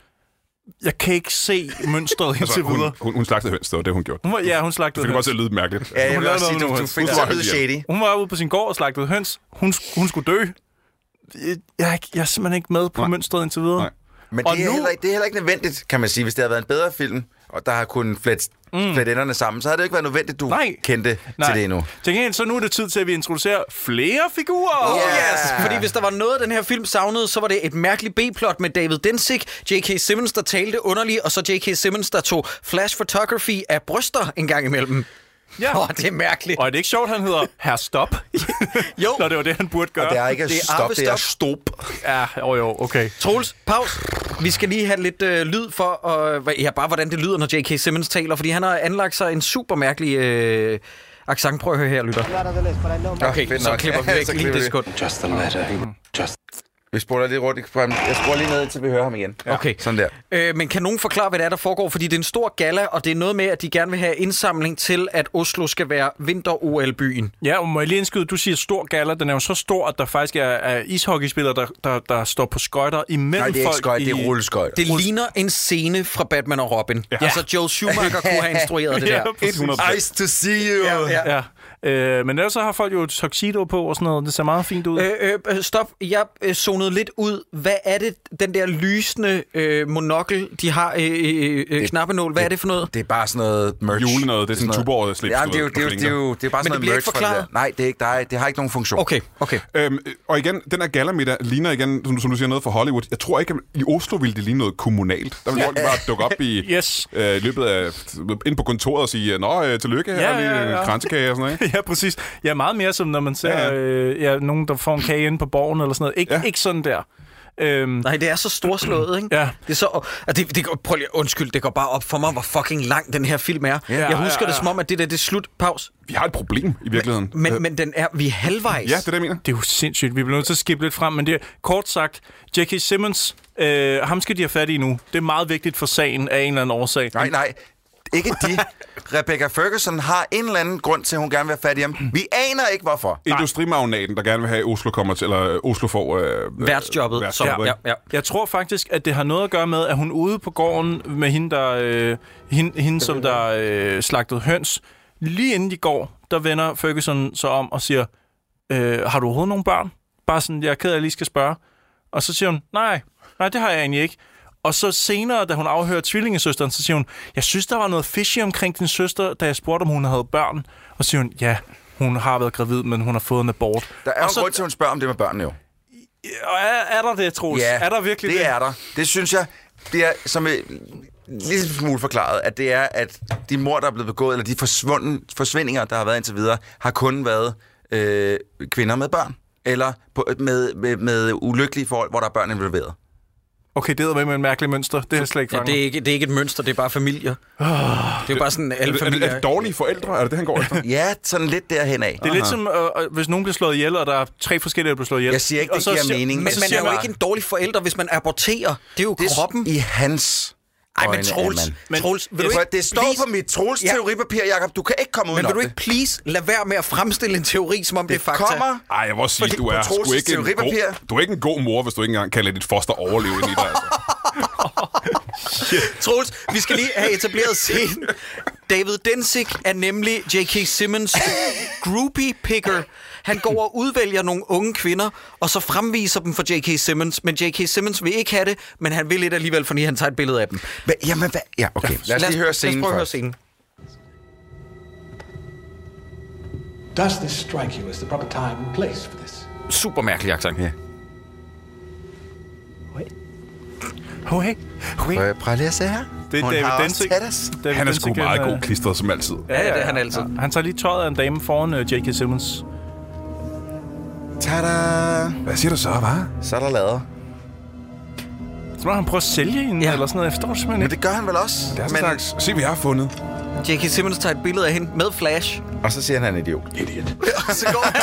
Jeg kan ikke se *laughs* mønstret indtil Altså, hun, videre. hun, hun slagtede høns, det var det, hun gjorde. Hun var, ja, hun slagtede Det fik høns. også til at lyde mærkeligt. Ja, jeg vil også sige, noget du- med du høns. fik Hun var- også lyde shady. Hun var ude på sin gård og slagtede høns. Hun, sk- hun skulle dø. Jeg- Jeg, er ikke- jeg er simpelthen ikke med på Nej. mønstret indtil videre. Nej. Men Og det er, nu- heller, ikke- det er heller ikke nødvendigt, kan man sige. Hvis det havde været en bedre film, og der har kunnet flette mm. flet enderne sammen, så havde det jo ikke været nødvendigt, du Nej. kendte Nej. til det endnu. Til gengæld, så nu er det tid til, at vi introducerer flere figurer. Oh yes! Fordi hvis der var noget, den her film savnede, så var det et mærkeligt B-plot med David Densig, J.K. Simmons, der talte underligt, og så J.K. Simmons, der tog flash photography af bryster en gang imellem. Ja. Åh, det er mærkeligt. Og er det ikke sjovt, han hedder Herr Stop? *laughs* jo. Når det var det, han burde gøre. Og det er ikke Det er stop, det er arvestop. stop. Ja, jo jo, okay. Troels, pause. Vi skal lige have lidt øh, lyd for, og, ja, bare hvordan det lyder, når J.K. Simmons taler, fordi han har anlagt sig en super mærkelig øh, accent. Prøv at høre her, lytter. Okay, så klipper *laughs* vi væk lige det sekund. Just a Hmm. letter. Just. Vi spoler lige rundt. i frem. Jeg spoler lige ned, til vi hører ham igen. Ja. Okay. Sådan der. Øh, men kan nogen forklare, hvad det er, der foregår? Fordi det er en stor gala, og det er noget med, at de gerne vil have indsamling til, at Oslo skal være vinter-OL-byen. Ja, og må jeg lige indskyde, du siger stor gala. Den er jo så stor, at der faktisk er, er ishockeyspillere, der, der, der står på skøjter imellem Nej, det er ikke folk. skøjt, i... det er rulleskøjter. Det ligner en scene fra Batman og Robin. Ja. Altså, Joel Schumacher kunne have instrueret *laughs* det der. Nice to see you. Ja, ja. ja. Øh, men ellers så har folk jo tuxedo på og sådan noget. Det ser meget fint ud. Øh, øh, øh, stop. Jeg øh, zonede lidt ud. Hvad er det, den der lysende øh, monokkel, de har øh, øh, øh, knappenål? Hvad er det for noget? Det er bare sådan noget merch. Jule noget, det er sådan noget- tuborg slips. Ja, men det er jo, det er jo, det er jo det er bare sådan noget merch fra det der. Nej, det er ikke dig. Det har ikke nogen funktion. Okay, okay. Øhm, og igen, den her gallermiddag ligner igen, som, som du siger, noget fra Hollywood. Jeg tror ikke, at i Oslo ville det ligne noget kommunalt. Der ville folk bare dukke op *laughs* i yes. øh, i løbet af, ind på kontoret og sige, Nå, øh, tillykke, her Ja, ja, ja, ja, ja. ja. kransekage og sådan noget. *laughs* ikke? ja, præcis. Ja, meget mere som når man ser ja, ja. Øh, ja, nogen, der får en kage inde på borgen eller sådan noget. Ikke, ja. ikke sådan der. Øhm, Nej, det er så storslået, ikke? Ja. Det er så, og det, det, går- prøv lige, undskyld, det går bare op for mig, hvor fucking lang den her film er. Ja, jeg ja, husker ja, det ja. som om, at det der, det er slut. Pause. Vi har et problem i virkeligheden. Men, men, men den er, vi er halvvejs. Ja, det er det, jeg mener. Det er jo sindssygt. Vi bliver nødt til at skippe lidt frem, men det er kort sagt, J.K. Simmons, øh, ham skal de have fat i nu. Det er meget vigtigt for sagen af en eller anden årsag. Nej, nej. Ikke de. *laughs* Rebecca Ferguson har en eller anden grund til, at hun gerne vil have fat i ham. Vi aner ikke, hvorfor. Industrimagnaten, der gerne vil have, at Oslo, kommer til, eller øh, Oslo får... Øh, Værtsjobbet. værtsjobbet Ja, ikke? ja, ja. Jeg tror faktisk, at det har noget at gøre med, at hun ude på gården med hende, der, øh, hende, hende som der øh, slagtede høns, lige inden de går, der vender Ferguson så om og siger, øh, har du overhovedet nogle børn? Bare sådan, jeg er ked af, at jeg lige skal spørge. Og så siger hun, nej, nej, det har jeg egentlig ikke. Og så senere, da hun afhører tvillingesøsteren, så siger hun, jeg synes, der var noget fishy omkring din søster, da jeg spurgte, om hun havde børn. Og så siger hun, ja, hun har været gravid, men hun har fået en abort. Der er jo Og en så- grund til, at hun spørger om det med børnene jo. Og er, er der det, Troels? er der virkelig det? det? er der. Det synes jeg, det er som en lille smule forklaret, at det er, at de mor, der er blevet begået, eller de forsvunden, forsvindinger, der har været indtil videre, har kun været øh, kvinder med børn. Eller på, med, med, med ulykkelige forhold, hvor der er børn involveret. Okay, det er med en mærkelig mønster. Det har jeg slet ikke Ja, fanget. det, er ikke, det er ikke et mønster, det er bare familier. Det er jo bare sådan, Er alle det, er, det, er familier... det dårlige forældre? Er det det, han går *laughs* efter? Ja, sådan lidt derhen af. Det er lidt som, øh, øh, hvis nogen bliver slået ihjel, og der er tre forskellige, der bliver slået ihjel. Jeg siger ikke, Og det så giver siger- mening. og Men så man siger er jo ikke en dårlig forælder, hvis man aborterer. Det er jo Det er kroppen. i hans Ej, men øjne, Troels, at man- men, Troels, vil du For ikke... det står please- på mit Troels Ja. teoripapir, Jakob. Du kan ikke komme Men udenom vil du det. ikke please lade være med at fremstille en teori, som om det, Det er fakta? kommer Ej, jeg vil også sige, Fordi du er, på sgu Troelses ikke en god, teoripapir- du er ikke en god mor, hvis du ikke engang kan lade dit foster overleve ind i *laughs* dig. Altså. Troels, vi skal lige have etableret scenen. David Densig er nemlig J.K. Simmons groupie picker. Han går og udvælger nogle unge kvinder, og så fremviser dem for J.K. Simmons. Men J.K. Simmons vil ikke have det, men han vil lidt alligevel, fordi han tager et billede af dem. Hva, jamen, hva, ja, okay. Lad os lige høre scenen lad os prøve at høre først. scenen. Does this strike you as the proper time and place for this? Super mærkelig accent. Ja. Ho, hey. Ho, hey. Prøv, prøv lige at se her. Det er Hun David har også Densig. tæt os. David Han er Densig, sgu meget øh, god klistret, som altid. Ja, ja, det er han altså. altid. Han tager lige tøjet af en dame foran uh, J.K. Simmons. Tada! Hvad siger du så, hva'? Så er der lader. Så må han prøve at sælge en ja. eller sådan noget. Jeg forstår det simpelthen Men ikke. det gør han vel også? Det er Men sådan en slags, se, vi har fundet. J.K. Simmons tager et billede af hende med *laughs* flash. Og så siger han, at han er idiot. Idiot. så går han.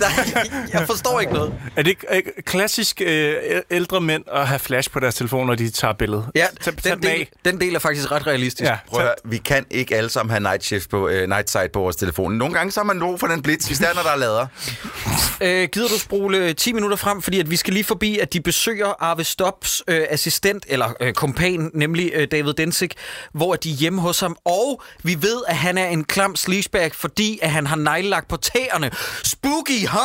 Nej, jeg forstår ikke noget. Er det ikke er ikke klassisk øh, ældre mænd at have flash på deres telefon, når de tager billede? Ja, tag, tag den, del, den del er faktisk ret realistisk. Ja, Prøv at, høre, vi kan ikke alle sammen have night, shift på, øh, night sight på vores telefon. Nogle gange så har man lov for den blitz, hvis der er, når der er lader. Øh, gider du spole 10 minutter frem, fordi at vi skal lige forbi, at de besøger Arve Stops øh, assistent, eller øh, kompan, nemlig øh, David Densig, hvor de er hjemme hos ham, og vi ved, at han er en klam sleazebag, fordi at han har neglelagt på tæerne. Spooky, huh?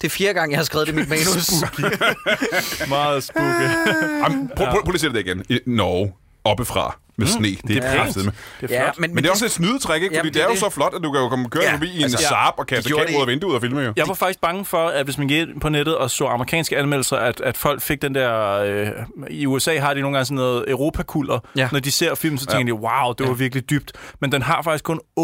Det er fjerde gang, jeg har skrevet det i *laughs* mit manus. Meget spooky. Jamen, prøv, prøv, prøv lige at sætte det igen. I Norge, oppefra, med mm, sne. Det er, det er pænt. kraftedeme. Det er flot. Ja, men- men, men men det er det- også et snydetræk, ikke? Fordi Jamen, det det er er jo det. så flot, at du kan jo komme kørende Ja, ja, forbi i en altså, ja. Saab og De kaste gjorde det kameraet i- vinduet og filme, jo. Jeg var faktisk bange for, at hvis man gik ind på nettet og så amerikanske anmeldelser, at, at folk fik den der... Øh, I USA har de nogle gange sådan noget europakulder. Ja. Ja. Når de ser film, så tænker ja. de, wow, det var virkelig dybt. Men den har faktisk kun 8%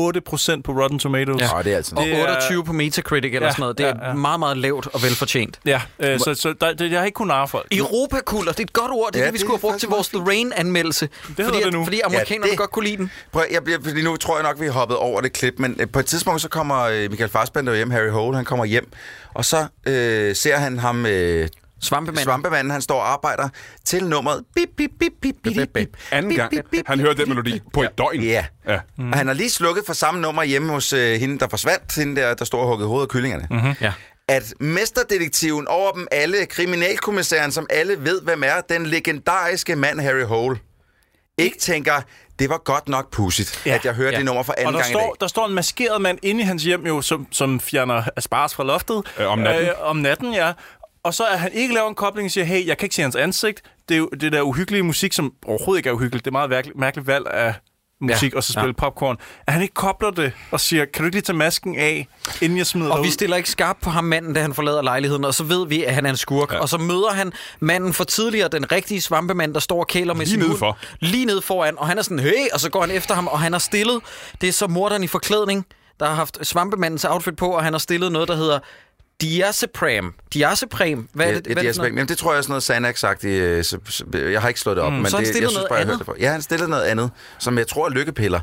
på Rotten Tomatoes. Ja. Åh, det er altså Og 28 på Metacritic eller Ja, sådan noget. Det er ja, ja. meget, meget lavt og velfortjent. Ja, øh, så, så der, det, jeg har ikke kunnet narre folk. Europakulder, det er et godt ord. Det er ja, Ja, det, vi det skulle er have brugt til vores The Rain-anmeldelse. Det fordi, det at- nu. Fordi amerikanerne ja, det- godt kunne lide den. Prøv, at- jeg bliver, fordi nu tror jeg nok, vi er hoppet over det klip, men øh, på et tidspunkt så kommer øh, Michael Fassbender hjem, Harry Hole, han kommer hjem, og så øh, ser han ham... Øh, Svampemanden. Svampemanden, han står og arbejder til nummeret. Bip, bip, bip, bip, bip, bip, bip. Anden Bip, gang, bip, bip, han hører den melodi på et døgn. Ja. ja. Mm-hmm. Mm. Og han har lige slukket for samme nummer hjemme hos øh, hende, der forsvandt. Hende der, der står og hugget hovedet af kyllingerne. Mm-hmm. Ja. At mesterdetektiven over dem alle, kriminalkommissæren, som alle ved, hvem er, den legendariske mand Harry Hole, ikke tænker, det var godt nok pudsigt, ja. at jeg hørte ja. det nummer for anden og der gang står, i dag. der står en maskeret mand inde i hans hjem, jo, som, som fjerner asparges fra loftet. Øh, om natten. om natten, ja. Og så er han ikke laver en kobling og siger, hey, jeg kan ikke se hans ansigt. Det er jo det der uhyggelige musik, som overhovedet ikke er uhyggeligt. Det er meget mærkeligt, mærkeligt valg af musik, Ja, ja, og så spille ja. ja. popcorn. At han ikke kobler det og siger, kan du ikke lige tage masken af, inden jeg smider dig Og vi ud? stiller ikke skarp på ham manden, da han forlader lejligheden, og så ved vi, at han er en skurk. Ja. Og så møder han manden fra tidligere, den rigtige svampemand, der står og kæler med Lige sin nede hund. for. Lige nede foran, og han er sådan, hey, og så går han efter ham, og han har stillet. Det er så morderen i forklædning, der har haft svampemandens outfit på, og han har stillet noget, der hedder diazepam. Diazepam? Hvad er det? Ja, hvad er det, det for noget? Jamen, det tror jeg er sådan noget xanax sagt. Jeg har ikke slået det op, mm, men så han det, jeg stillede synes noget bare, jeg andet? hørte det for. Ja, han stillede noget andet, som jeg tror er lykkepiller.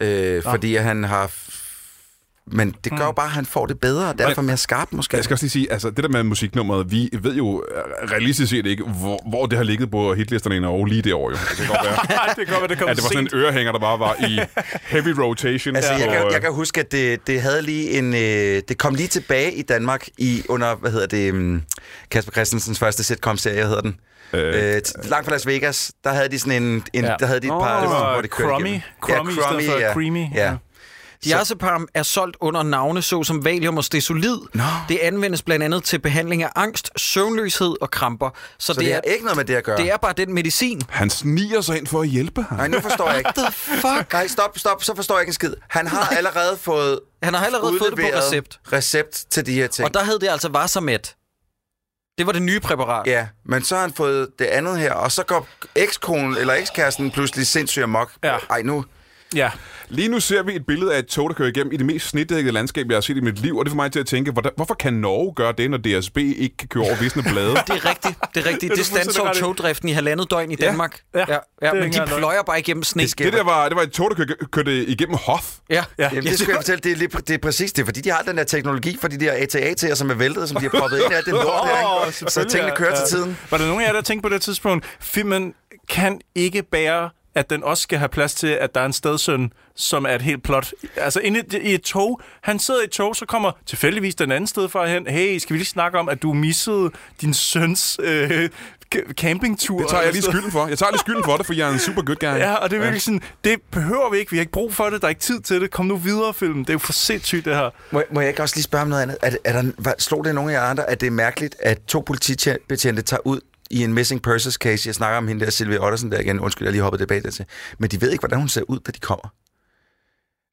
Øh, fordi at han har... f- Men det gør jo Mm. bare, at han får det bedre, og derfor er mere skarp måske. Jeg skal også lige sige, altså det der med musiknummeret, vi ved jo øh, realistisk set ikke, hvor, hvor det har ligget på hitlisterne i Norge lige det år jo. Det kan godt *laughs* være, *laughs* Nej, det kommer, det kommer at det var sådan en ørehænger, der bare var i heavy rotation. Altså, på, jeg, kan, øh, jeg kan huske, at det, det havde lige en... Øh, det kom lige tilbage i Danmark i under, hvad hedder det, um, Kasper Christensens første sitcom-serie, hvad hedder den? Øh, øh, t- langt fra Las Vegas, der havde de sådan en... en ja. Der havde de et par... det var hvor det kørte crummy. igennem. Crummy i stedet for creamy. Ja. Ja. Diazepam er solgt under navne såsom valium og stesolid. No. Det anvendes blandt andet til behandling af angst, søvnløshed og kramper. Så, Så det, det er ikke noget med det at gøre. det er bare den medicin. Han sniger sig ind for at hjælpe ham. Nej, nu forstår jeg ikke. What the fuck? Nej, stop, stop, så forstår jeg ikke en skid. Han har allerede fået Han har allerede fået det på udleveret recept. recept til de her ting. Og der hed det altså Vasamet. Det var det nye præparat. Ja, men så har han fået det andet her, og så går ekskonen eller ekskæresten pludselig sindssyg amok. Ja. Ej, nu... Ja. Lige nu ser vi et billede af et tog, der kører igennem i det mest snedækkede landskab, jeg har set i mit liv, og det får mig til at tænke, hvordan, hvorfor kan Norge gøre det, når DSB ikke kan køre over visne *laughs* blade? Det er rigtigt. Det er *laughs* rigtigt. du Det fuldstændig standsov ret i. togdriften i halvandet døgn i Danmark. ja, ja, det er ja men ikke de engang pløjer bare igennem sne. sker- det der var, det var et tog, der kørte, kørte igennem Hof. Ja. ja. Jamen, det skal jeg fortælle, det er, lige, pr- det er præcis det, er fordi de har den der teknologi for de der ATAT'er, som er væltet, som de har proppet ind i alt det lort der, ikke? så selvfølgelig, tingene ja. kører Ja. til tiden. Var der nogen af jer, der tænkte på det tidspunkt, filmen kan ikke bære at den også skal have plads til, at der er en stedsøn, som er et helt plot. Altså inde i- i et tog, han sidder i et tog, så kommer tilfældigvis den anden sted fra hen, hey, skal vi lige snakke om, at du missede din søns øh, ca- campingtur? Det tager jeg lige eller sådan skylden for. Jeg tager lige skylden for det, for jeg er en super good guy. noget? Ja, og det er virkelig sådan, det behøver vi ikke, vi har ikke brug for det, der er ikke tid til det, kom nu videre, film. Det er jo for sindssygt, det her. Må, jeg- må jeg ikke også lige spørge om noget andet? Er, det- er der, hvad, slog det nogen af jer andre, at det er mærkeligt, at to politibetjente tager ud i en missing persons case? Jeg snakker om hende der, Silvia Ottersen der igen. Undskyld, jeg lige hoppede tilbage dertil. Men de ved ikke, hvordan hun ser ud, da de kommer.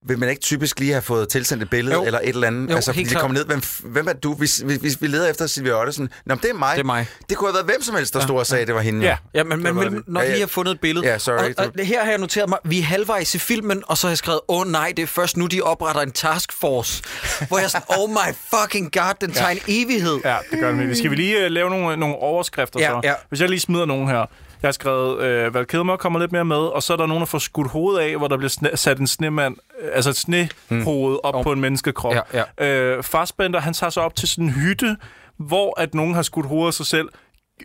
Vil man ikke typisk lige have fået tilsendt et billede Jo. jo. eller et eller andet? Jo, altså, helt fordi de klart. kommer ned, hvem, f- hvem er du? Hvis, hvis, hvis vi leder efter Silvia Ottersen. Nå, men det er mig. Det er mig. Det kunne have været hvem som helst, der stod og sagde, at det var hende. Ja. Ja, men man var vil det. nok Ja, ja. lige have fundet et billede. Ja, sorry. Og, og her har jeg noteret mig, vi er halvvejs i filmen, og så har jeg skrevet, åh oh, nej, det er først nu, de opretter en taskforce. hvor jeg er sådan, oh my fucking god, den tager en evighed. øh, Ja, det gør det. virkelig. Skal vi lige uh, lave nogle, nogle overskrifter Ja, så? ja. Hvis jeg lige smider nogen her. Jeg har skrevet, øh, Val Kilmer kommer lidt mere med, og så er der nogen, der får skudt hovedet af, hvor der bliver sne- sat en snemand, øh, altså et snehoved op på en menneskekrop. Ja, ja. Øh, Fassbender, han tager sig op til sådan en hytte, hvor at nogen har skudt hovedet af sig selv,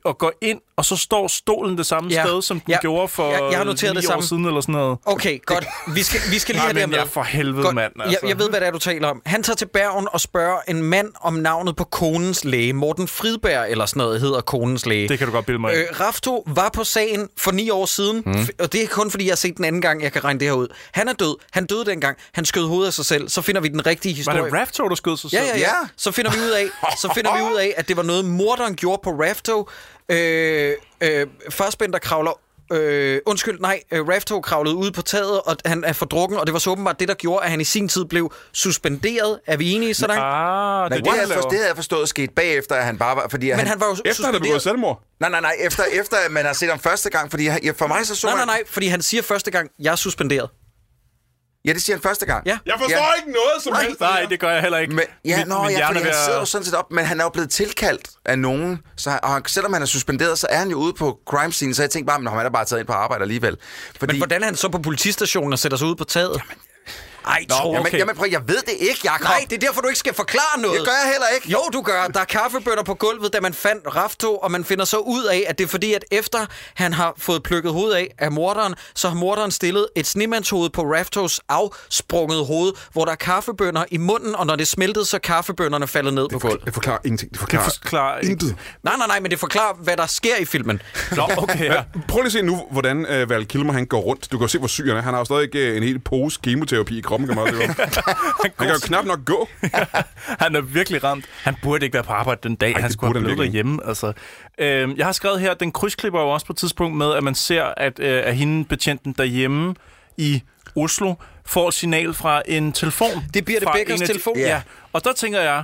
og går ind, og så står stolen det samme ja. sted, som den ja. gjorde for øh, Jeg- jeg har noteret ni det år samme. siden eller sådan noget. Okay, godt. Vi skal, vi skal lige Nej, have det her men med. ja, for helvede, godt. mand, Altså. altså. Jeg, jeg ved, hvad det er, du taler om. Han tager til Bergen og spørger en mand om navnet på konens læge. Morten Fridberg, eller sådan noget, hedder konens læge. Det kan du godt bilde mig ind. øh, Rafto var på sagen for ni år siden, Mm. mm. og det er kun fordi, jeg har set den anden gang, jeg kan regne det her ud. Han er død. Han døde dengang. Han skød hovedet af sig selv. Så finder vi den rigtige Var historie. det Rafto, der skød sig Ja, selv? Ah, ja, ja. Så finder vi ud af, så finder vi ud af, at det var noget morderen gjorde på Rafto. Øh, øh, Fassbender kravler Øh, undskyld, nej, øh, Rafto kravlede ud på taget, og han er fordrukken, og det var så åbenbart det, der gjorde, at han i sin tid blev suspenderet. Er vi enige så langt? Ah, Men det, havde jeg forstået, det havde jeg forstået skete bagefter, at han bare var... Fordi Men han, han var jo Efter han havde suspenderet. begået selvmord? Nej, nej, nej. *laughs* Efter, efter at man har set ham første gang, fordi jeg, jeg- for mig så så Nej, nej, man... nej, fordi han siger første gang, jeg er suspenderet. Ja, det siger han første gang. Ja. Jeg forstår ikke noget som helst. Nej, det gør jeg heller ikke. Men, ja, Mit- nå, mit ja, hjerne fordi er han ved at- sidder jo sådan set op, men han er jo blevet tilkaldt af nogen, så han, og han, selvom han er suspenderet, så er han jo ude på crime scene, så jeg tænkte bare, men han er bare taget ind på arbejde alligevel. Fordi, Men hvordan er han så på politistationen og sætter sig ud på taget? Ej, Nå, tror jamen, jamen, prøv, jeg ved det ikke, Jacob. Nej, det er derfor, du ikke skal forklare noget. Det gør jeg heller ikke. Jo, du gør. Der er kaffebøtter på gulvet, da man fandt Rafto, og man finder så ud af, at det er fordi, at efter han har fået plukket hovedet af af morderen, så har morderen stillet et snemandshoved på Raftos afsprunget hoved, hvor der er kaffebønder i munden, og når det smeltede, så er kaffebønderne faldet ned på gulvet. Det forklarer ingenting. Det Det forklarer, forklarer intet. Nej, nej, nej, men det forklarer, hvad der sker i filmen. Nå, okay, *laughs* ja. Men Prøv lige at se nu, hvordan øh, Val Kilmer han går rundt. Du kan jo se, hvor syg han er. Han har jo stadig øh, en hel pose kemoterapi i kroppen. Kan man også se. han kan jo knap nok gå. Han er virkelig ramt. Han burde ikke være på arbejde den dag. Ej, han skulle burde have han blevet derhjemme. Altså. Øhm, jeg har skrevet her, at den krydsklipper jo også på et tidspunkt med, at man ser, at, øh, at hende betjenten derhjemme i Oslo får et signal fra en telefon. Det Birte Fra en Beckers af de- telefon. Ja. Ja. Og der tænker jeg,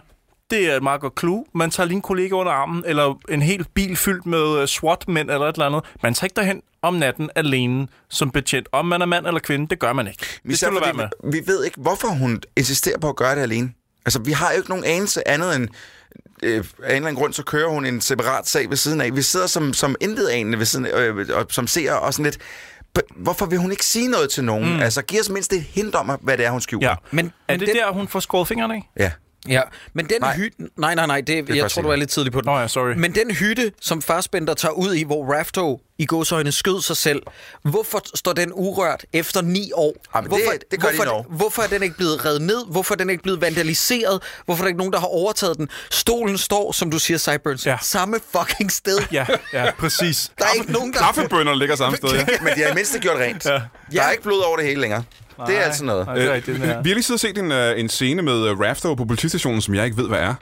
det er et meget godt clue. Man tager lige en kollega under armen, eller en hel bil fyldt med øh, SWAT-mænd eller et eller andet. Man tager ikke derhen om natten alene som betjent. Om man er mand eller kvinde, det gør man ikke. Det Især skal du være fordi, med. vi ved ikke, hvorfor hun insisterer på at gøre det alene. Altså, vi har jo ikke nogen anelse andet end... Øh, af en eller anden grund, så kører hun en separat sag ved siden af. Vi sidder som, som intet anende ved siden af, øh, og som ser og sådan lidt... "B- Hvorfor vil hun ikke sige noget til nogen? Mm. Altså, giv os mindst et hint om, hvad det er, hun skjuler. Ja. Men, Er det der, hun får skåret fingrene af? ja. Ja, men den Nej. nej. hytte... Nej, nej, nej, det, er det jeg først tror, du er lidt tidlig på den. Nå ja, sorry. Men den hytte, som Farsbender tager ud i, hvor Rafto i gåsøjne skød sig selv, hvorfor står den urørt efter ni år? Jamen, det- hvorfor, det gør de i hvorfor, Norge. hvorfor er den ikke blevet revet ned? Hvorfor er den ikke blevet vandaliseret? Hvorfor er der ikke nogen, der har overtaget den? Stolen står, som du siger, Cyburns, Ja. ja. samme fucking sted. Ja, ja, præcis. Der er ikke nogen, der... Kaffebønder ligger samme sted. *laughs* Ja. Men de har i mindste gjort rent. Ja. Der er ikke blod over det hele længere. Nej. Det er altså noget. Nej, det er rigtigt, Vi, det er. vi har lige siddet og set en, øh, en scene med øh, Rafto på politistationen, som jeg ikke ved, hvad er.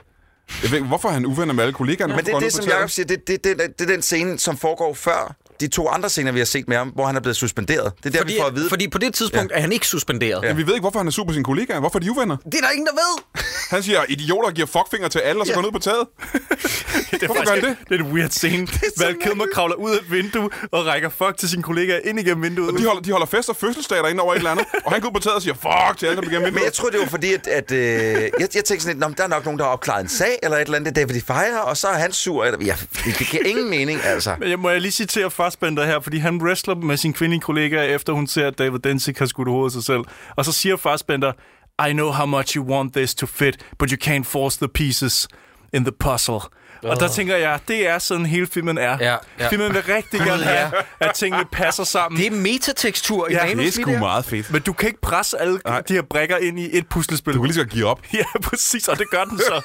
Jeg ved, ikke, hvorfor er han uvenner med alle kollegaerne? Men det er det, som Jacob siger, det, det, det, det, det er den scene, som foregår før de to andre scener, vi har set med ham, hvor han er blevet suspenderet. Det er der, Fordi, vi får at vide. fordi på det tidspunkt ja. er han ikke suspenderet. Ja. Ja. Vi ved ikke, hvorfor han er sur på sine kollegaer. Hvorfor er de uvenner? Det er der ingen, der ved. Han siger, idioter giver fuckfinger til alle, og så Ja. går han ud på taget. *laughs* Det er Hvorfor gør faktisk, han det? det er en weird scene. Val Kilmer kravler ud af et vindue og rækker fuck til sine kollegaer ind igennem vinduet. Og de holder, de holder fest og fødselsdag derinde over et eller andet. Og han går ud på taget og siger, fuck til alle, der bliver Men jeg tror, det var fordi, at, at øh, jeg, jeg tænkte sådan lidt, "Nå, men der er nok nogen, der har opklaret en sag, eller et eller andet, det er David fejrer, og så er han sur. Eller, ja, det giver ingen mening, altså. Men jeg må jeg lige citere Fassbender her, fordi han wrestler med sin kvindelige kollega, efter hun ser, at David Densig har skudt hovedet af sig selv. Og så siger Fassbender, I know how much you want this to fit, but you can't force the pieces in the puzzle. Og der tænker jeg, det er sådan hele filmen er. Ja, ja. Filmen vil rigtig gerne have, at tingene passer sammen. Det er metatekstur i Ja, manus, Det er sgu der. meget fedt. Men du kan ikke presse alle Nej. de her brækker ind i et puslespil. Du kan lige så godt give op. *laughs* Ja, præcis, og det gør den så.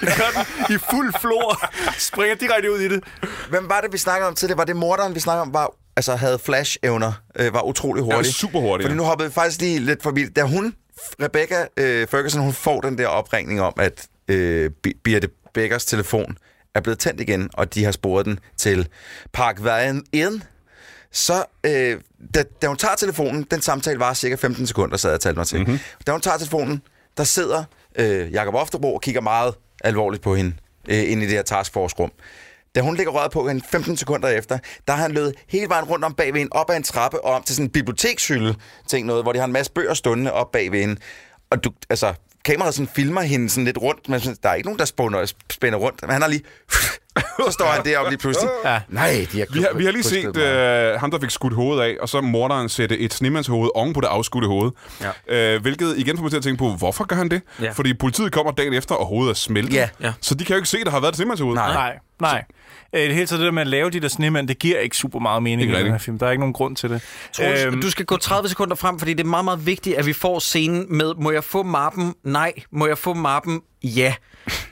Det gør den i fuld flor. Springer direkte ud i det. Hvem var det, vi snakkede om tidligere? Var det morderen, vi snakkede om, var, altså havde flash-evner, øh, var utrolig hurtig? super hurtig, Fordi ja. nu hoppede vi faktisk lige lidt forbi. Da hun, Rebecca øh, Ferguson, hun får den der opringning om, at øh, Bi- Birte Beckers telefon er blevet tændt igen, og de har sporet den til Park Vajen Inn, så øh, da, da hun tager telefonen, den samtale var cirka 15 sekunder, sad jeg og talte mig til. Mhm. Mm-hmm. Da hun tager telefonen, der sidder øh, Jakob Oftebro og kigger meget alvorligt på hende øh, inde i det her taskforce-rum. Da hun lægger røret på hende 15 sekunder efter, der har han løbet hele vejen rundt om bagved hende, op ad en trappe og om til sådan en bibliotekshylde, ting noget, hvor de har en masse bøger stående op bagved hende. Og du, altså, kameraet sådan filmer hende sådan lidt rundt, men sådan, der er ikke nogen, der spænder, spænder rundt. Men han har lige *laughs* Så står han deroppe lige pludselig. Ja. Nej, de har vi har, vi har lige set øh, ham, der fik skudt hovedet af, og så morderen sætte et snemandshoved oven på det afskudte hoved. Ja. Øh, hvilket igen får mig til at tænke på, hvorfor gør han det? Ja. Ja. Fordi politiet kommer dagen efter, og hovedet er smeltet. Ja. Ja. Så de kan jo ikke se, at der har været et snemandshoved. Nej, nej. Øh, Det hele taget det der med at lave de der snemænd, det giver ikke super meget mening i Ikke den her rigtigt. film. Der er ikke nogen grund til det. Troels, øhm, du skal gå 30 sekunder frem, fordi det er meget, meget vigtigt, at vi får scenen med, må jeg få mappen? Nej. Må jeg få mappen? Ja.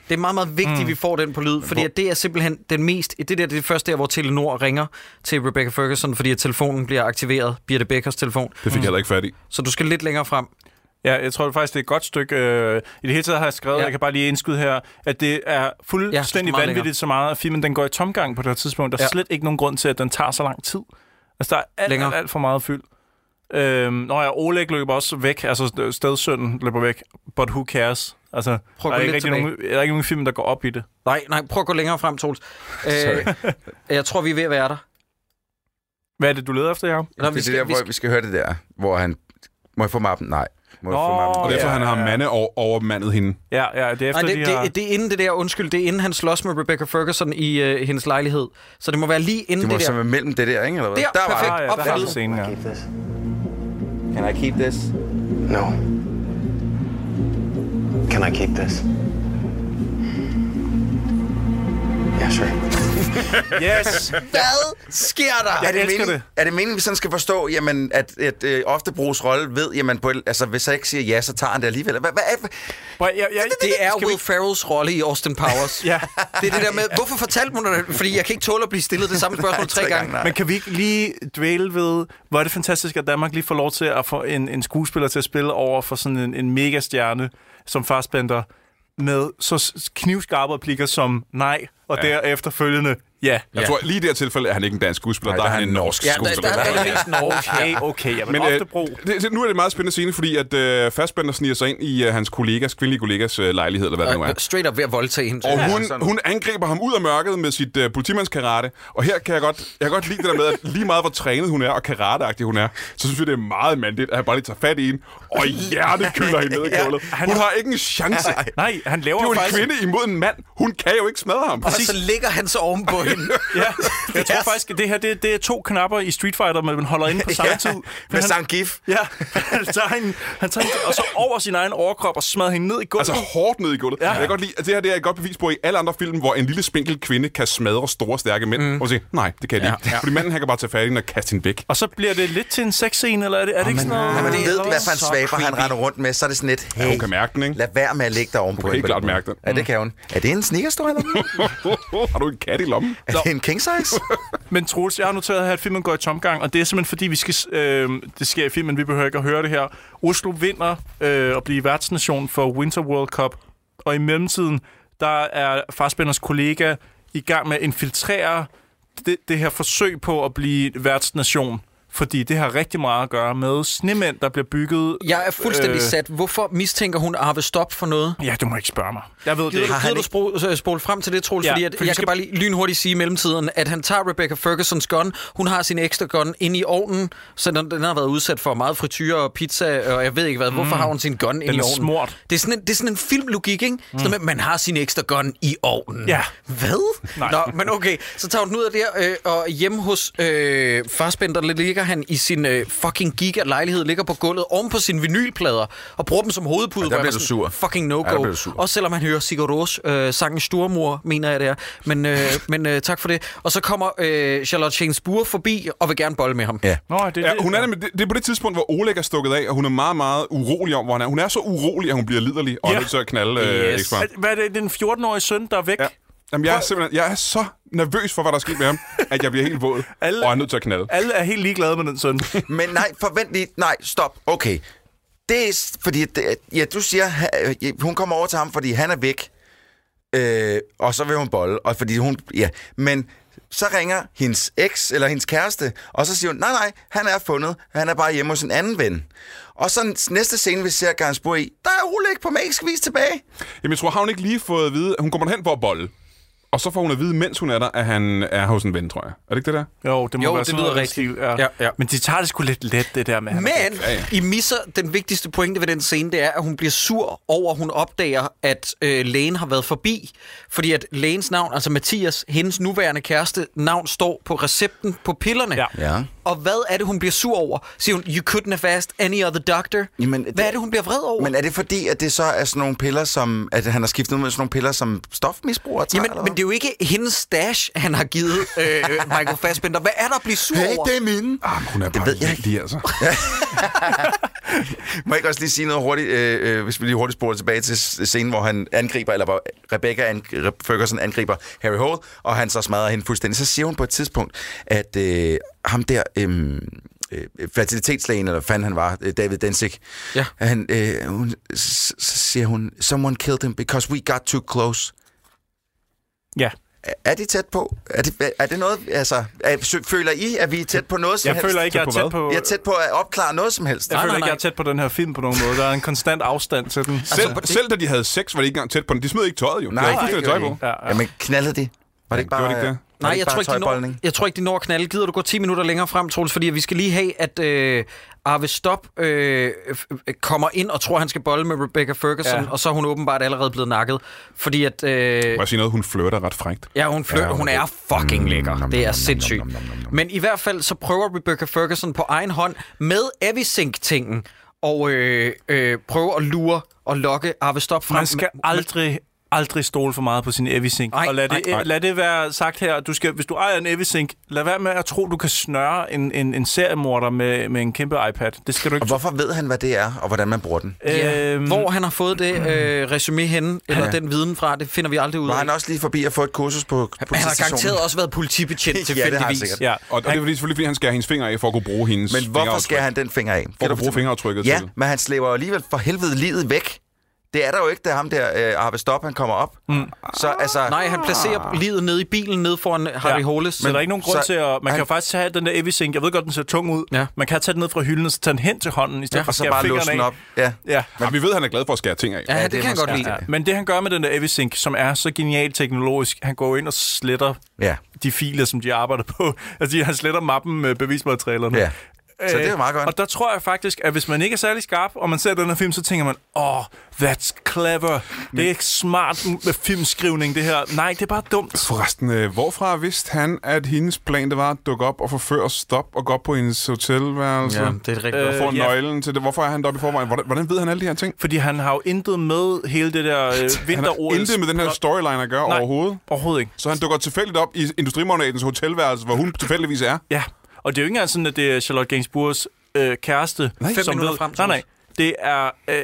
Det er meget, meget vigtigt, Mm. mm. vi får den på lyd, fordi at det er simpelthen den mest... Det der det er det første der, hvor Telenor ringer til Rebecca Ferguson, fordi at telefonen bliver aktiveret. Birte Beckers telefon. Det fik jeg heller ikke fat i. Så du skal lidt længere frem. Ja, jeg tror faktisk, det er et godt stykke. Øh, I det hele taget har jeg skrevet, ja. Ja. jeg kan bare lige indskyde her, at det det er er fuldstændig ja, meget vanvittigt lækkert. så meget, at filmen den går i tomgang på det her tidspunkt. Der er ja. Ja. slet ikke nogen grund til, at den tager så lang tid. Altså, der er alt, Længere. alt, alt for meget fyld. Øhm, når jeg Oleg løber også væk, altså stedsønnen løber væk, but who cares? Altså, Prøv at der, gå er lidt ikke rigtig tilbage. nogen, der er ikke nogen film, der går op *laughs* i det. Nej, nej, prøv at gå længere frem, Troels. Øh, jeg tror, vi er ved at være der. Hvad er det, du leder efter, Jacob? Nå, Altså, det er det der, hvor vi skal høre det der, hvor han... Må jeg få mappen? Nej. Må jeg få Nå, mappen? Og derfor ja. han har mande over, overmandet hende. Ja, ja, det er efter, Nej, de det, har... det, det er inden det der, undskyld, det er inden han slås med Rebecca Ferguson i øh, hendes lejlighed. Så det må være lige inden Det det, må der. så være mellem det der, ikke? Eller hvad? Der, var perfekt. Ah, det. ja, der har Opfattet. vi scenen, ja. Keep this. Can I keep this? No. Can I keep this? Yeah, sure. Yes! Hvad sker der? Jeg Er det, elsker meningen, det. er det meningen, vi sådan skal forstå, jamen, at, at øh, ofte bruges rolle ved, jamen, på, et- altså, hvis jeg ikke siger ja, så tager han det alligevel. Hvad, hvad, hvad? Prøv, jeg, jeg, Det er Will Ferrells rolle i Austin Powers. ja. Det er det der med, hvorfor fortalte hun det? Fordi jeg kan ikke tåle at blive stillet det samme spørgsmål tre gange. Men kan vi ikke lige dvæle ved, hvor er det fantastisk, at Danmark lige får lov til at få en, en skuespiller til at spille over for sådan en, en megastjerne som farspænder med så s- knivskarpe replikker som nej, og Ja. ja. derefter følgende ja. Jeg tror, lige i det her tilfælde er han ikke en dansk skuespiller, Nej, der er han en norsk Ja, der- skuespiller. der er det mest norsk. Okay, okay, jamen, øh, Oftebro. det, det, nu er det en meget spændende scene, fordi at øh, fastbænder sniger sig ind i øh, hans kollegas, kvindelige kollegas øh, lejlighed, eller hvad det nu er. Straight up ved at voldtage hende. Og hun, hun angriber ham ud af mørket med sit øh, politimandskarate. Og her kan jeg godt, jeg kan godt lide det der med, at lige meget hvor trænet hun er, og karateagtig hun er, så synes jeg, det er meget mandigt, at han bare lige tager fat i hende, og hjertet køler hende ned i gulvet. Han- Hun har ikke en chance. Nej, nej, han laver det er jo en faktisk- kvinde imod en mand. Hun kan jo ikke smadre ham. Og så ligger han så oven på hende. Ja, jeg tror faktisk, at det her det, det er to knapper i Street Fighter, men man holder inde på samme Ja, tid. med samme gif. Ja, *laughs* han tager, hende, han tager hende, og så over sin egen overkrop og smadrer hende ned i gulvet. Altså hårdt ned i gulvet. Ja. Jeg kan godt lide, at det her det er et godt bevis på, at i alle andre film, hvor en lille spinkel kvinde kan smadre store, stærke mænd, mm. og sige, nej, det kan jeg Ja. ikke. Ja. Fordi manden, han kan bare tage fat i hende og kaste hende væk. Og så bliver det lidt til en sexscene, eller er det, er det ikke sådan noget? Når man ved, Eller hvad for en svaber han render rundt med, så er det sådan lidt, hey, hun kan mærke den, ikke? lad være med at lægge dig ovenpå. Hun kan helt klart mærke den. Ja, det kan hun. Er det en sneakerstøj, eller *laughs* hvad? Har du en kat i lommen? Er det en king *laughs* size? Men Troels, jeg har noteret her, at filmen går i tomgang, og det er simpelthen fordi, vi skal, øh, det sker i filmen, vi behøver ikke at høre det her. Oslo vinder øh, at blive værtsnation for Winter World Cup, og i mellemtiden, der er Farsbenders kollega i gang med at infiltrere det, det her forsøg på at blive værtsnation. Fordi det har rigtig meget at gøre med snemænd, der bliver bygget... øh, Jeg er fuldstændig sat. Hvorfor mistænker hun Arve Stop for noget? Ja, du må ikke spørge mig. Jeg ved det Gider ikke. du, gider du spole, så- spole frem til det, Troels? Ja, Ja, fordi at, for vi jeg skal- kan bare lige lynhurtigt sige i mellemtiden, at han tager Rebecca Fergusons gun. Hun har sin ekstra gun inde i ovnen, så den, den har været udsat for meget frityre og pizza, og jeg ved ikke hvad. Hvorfor Mm. mm. har hun sin gun inde i er ovnen? smurt. Det er sådan en, det er sådan en filmlogik, ikke? Mm. Sådan, at man har sin ekstra gun i ovnen. Ja. Hvad? Nej. Nå, men okay. Så tager hun den ud af der, øh, og hjemme hos øh, Farsbender ligger han i sin øh, fucking giga-lejlighed, ligger på gulvet oven på sine vinylplader, og bruger dem som hovedpude. Ja, der hvor jeg bliver var du sådan, sur. Fucking Ja, der no-go. bliver du sur. Også selvom man hører Sigur Ros, øh, sangen Stormor, mener jeg det er. Men, *laughs* øh, men øh, tak for det. Og så kommer øh, Charlotte Chainsbourg forbi og vil gerne bolle med ham. Ja. Nå, det, Ja, hun er, nemlig- det, det er på det tidspunkt, hvor Oleg er stukket af, og hun er meget, meget urolig om, hvor han er. Hun er så urolig, at hun bliver liderlig, og Ja. er nødt til at knalde øh, yes. At- Hvad er det, den 14-årige søn, der er væk? Ja. Jamen, jeg er simpelthen jeg er så nervøs for, hvad der er sket med ham, at jeg bliver helt våd, og er nødt til at knalde. Alle er helt ligeglade med den *laughs* søn. Men nej, forvent lige. Nej, stop. Okay. Det er, s- fordi, det, ja, du siger, ha- øh, hun kommer over til ham, fordi han er væk. Øh, og så vil hun bolle, og fordi hun, ja. Men så ringer hendes eks, eller hendes kæreste, og så siger hun, nej, nej, han er fundet, han er bare hjemme hos en anden ven. Og så n- næste scene, vi ser Garnsbo i, der er Oleg på magisk vis tilbage. Jamen, jeg tror, har hun ikke lige fået at vide, at hun kommer hen for at bolle. Og så får hun at vide, mens hun er der, at han er hos en ven, tror jeg. Er det ikke det der? Jo, det må Jo, være det sådan lyder noget, rigtigt. Ja. Ja, ja. Men de tager det sgu lidt let, det der med... at han er Men gay. I misser den vigtigste pointe ved den scene, det er, at hun bliver sur over, at hun opdager, at øh, lægen har været forbi. Fordi at lægens navn, altså Mathias, hendes nuværende kæreste, navn står på recepten på pillerne. Ja. Ja. Og hvad er det, hun bliver sur over? Siger hun, you couldn't have asked any other doctor. Jamen, Hvad er det, hun bliver vred over? Men er det fordi, at det så er sådan nogle piller, som... At han har skiftet med sådan nogle piller, som stofmisbruger tager? Jamen, men det er jo ikke hendes stash, han har givet øh, øh, Michael Fassbender. Hvad er der at blive sur Hey, over? det er mine. Ah, hun er bare vildt, altså. Må jeg ikke også lige sige noget hurtigt, øh, øh, hvis vi lige hurtigt spoler tilbage til s- scenen, hvor han angriber, eller hvor Rebecca an, Re- Ferguson angriber Harry Hole, og han så smadrer hende fuldstændig. Så siger hun på et tidspunkt, at øh, ham der, øh, øh, fertilitetslægen, eller hvad fanden han var, øh, David Densig, ja. han, øh, hun, så, så siger hun, someone killed him because we got too close. Ja. Er- Er det tæt på? Er det, er det noget, altså, er, sø- føler I, at vi er tæt på noget som Jeg helst? føler ikke, jeg er tæt på- Jeg er tæt på at opklare noget som helst. Jeg føler ikke, jeg er tæt på den her film på nogen måde. Der er en konstant afstand til den. Selv, altså, selv da de havde sex, var det ikke engang tæt på den. De smed ikke tøjet, jo. Nej, de havde det ikke gjorde tøj de på. ikke. Ja, ja. Jamen, knaldede de? Var det ikke bare... Gjorde de ikke det? Nej, var jeg ikke tror, bare ikke, de når, tøjboldning? jeg tror ikke, de når at knalde. Gider du gå 10 minutter længere frem, Troels? Fordi vi skal lige have, at øh, Arve Stop øh, f- øh, kommer ind og tror, han skal bolle med Rebecca Ferguson, Ja. ja. og så er hun åbenbart allerede blevet nakket. Fordi at... Øh, Må jeg sige noget? Hun flirter ret frægt. Ja, hun, flyt, ja, hun er fucking lækker. Det er sindssygt. Men i hvert fald, så prøver Rebecca Ferguson på egen hånd med Evisink-tingen og øh, øh, prøver at lure og lokke Arve Stop frem. Man skal aldrig, aldrig stole for meget på sin Evisink. Nej, og lad det, nej, nej. lad det være sagt her, du skal, hvis du ejer en Evisink, lad være med at tro, du kan snøre en, en, en seriemorder med, med en kæmpe iPad. Det skal du ikke Og hvorfor ved han, hvad det er, og hvordan man bruger den? Øh, Ja. Øhm, Hvor han har fået det øh, resume henne, eller den viden fra, det finder vi aldrig ud Var af. han også lige forbi at få et kursus på Han har garanteret politistationen? også været politibetjent *laughs* Ja, det har han tilfældigvis. sikkert. Ja. Og, og det er fordi, selvfølgelig, fordi han skærer hendes fingre af, for at kunne bruge hendes Men hvorfor skærer han den finger af? For at bruge fingeraftrykket Ja, til. men han slæber jo alligevel for helvede livet væk. Det er der jo ikke, da ham der øh, Arve Stop, han kommer op. Mm. Så altså... Nej, han placerer livet nede i bilen nede foran Harry ja. Hollis. Men der er ikke nogen grund Så- til at... Man kan han- jo faktisk tage den der Evisink. Jeg ved godt, den ser tung ud. Ja. Man kan tage den ned fra hylden, og så tage den hen til hånden, i stedet Ja. for Og at så skære bare fingrene låse den af. op. Ja. ja. Ja, vi ved, at han er glad for at skære ting af. Ja, Ja, det det kan er han måske godt lide. rigtigt. Men det, han gør med den der Evisink, som er så genialt teknologisk, han går ind og sletter Ja. de filer, som de arbejder på. *laughs* Altså, de- han sletter mappen med bevismaterialerne. Ja. Så det er jo Øh, meget godt. Og der tror jeg faktisk, at hvis man ikke er særlig skarp, og man ser den her film, så tænker man, åh, oh, that's clever. Det er ikke smart med filmskrivning, det her. Nej, det er bare dumt. Forresten, øh, hvorfra vidste han, at hendes plan det var at dukke op og forføre stop og gå op på hendes hotelværelse? Ja, det er et rigtigt- Og få Øh, ja. nøglen til det. Hvorfor er han deroppe i forvejen? Hvordan, hvordan ved han alle de her ting? Fordi han har jo intet med hele det der øh, Han har vinter intet med den her storyline at gøre Nej, overhovedet. overhovedet ikke. Så han dukker tilfældigt op i industrimagnagens hotelværelse, hvor hun tilfældigvis er. Ja, og det er jo ikke engang sådan, at det er Charlotte Gainsbourgs øh, kæreste, Nej. Fem som minutter ved... frem, nej, nej. Det er... Øh,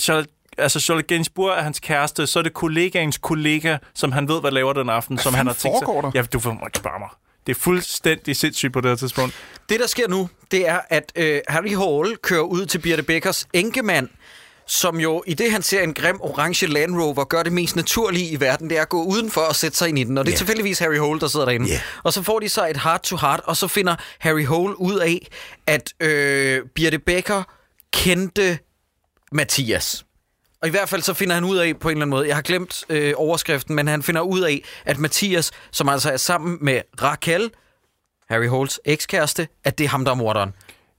Charlotte, altså Charlotte Gainsbourg er hans kæreste, så er det kollegaens kollega, som han ved, hvad laver den aften, som han har fanden tænkt sig... foregår der? Ja, du får ikke spørge mig. Det er fuldstændig sindssygt på det her tidspunkt. Det, der sker nu, det er, at øh, Harry Hall kører ud til Birte Beckers enkemand, som jo, i det han ser en grim orange Land Rover, gør det mest naturlige i verden, det er at gå udenfor og sætte sig ind i den. Og det er Ja. tilfældigvis Harry Hole, der sidder derinde. Ja. Og så får de så et heart-to-heart, og så finder Harry Hole ud af, at øh, Birte Becker kendte Mathias. Og i hvert fald så finder han ud af på en eller anden måde, jeg har glemt øh, overskriften, men han finder ud af, at Mathias, som altså er sammen med Raquel, Harry Holes ekskæreste, at det er ham, der er morderen.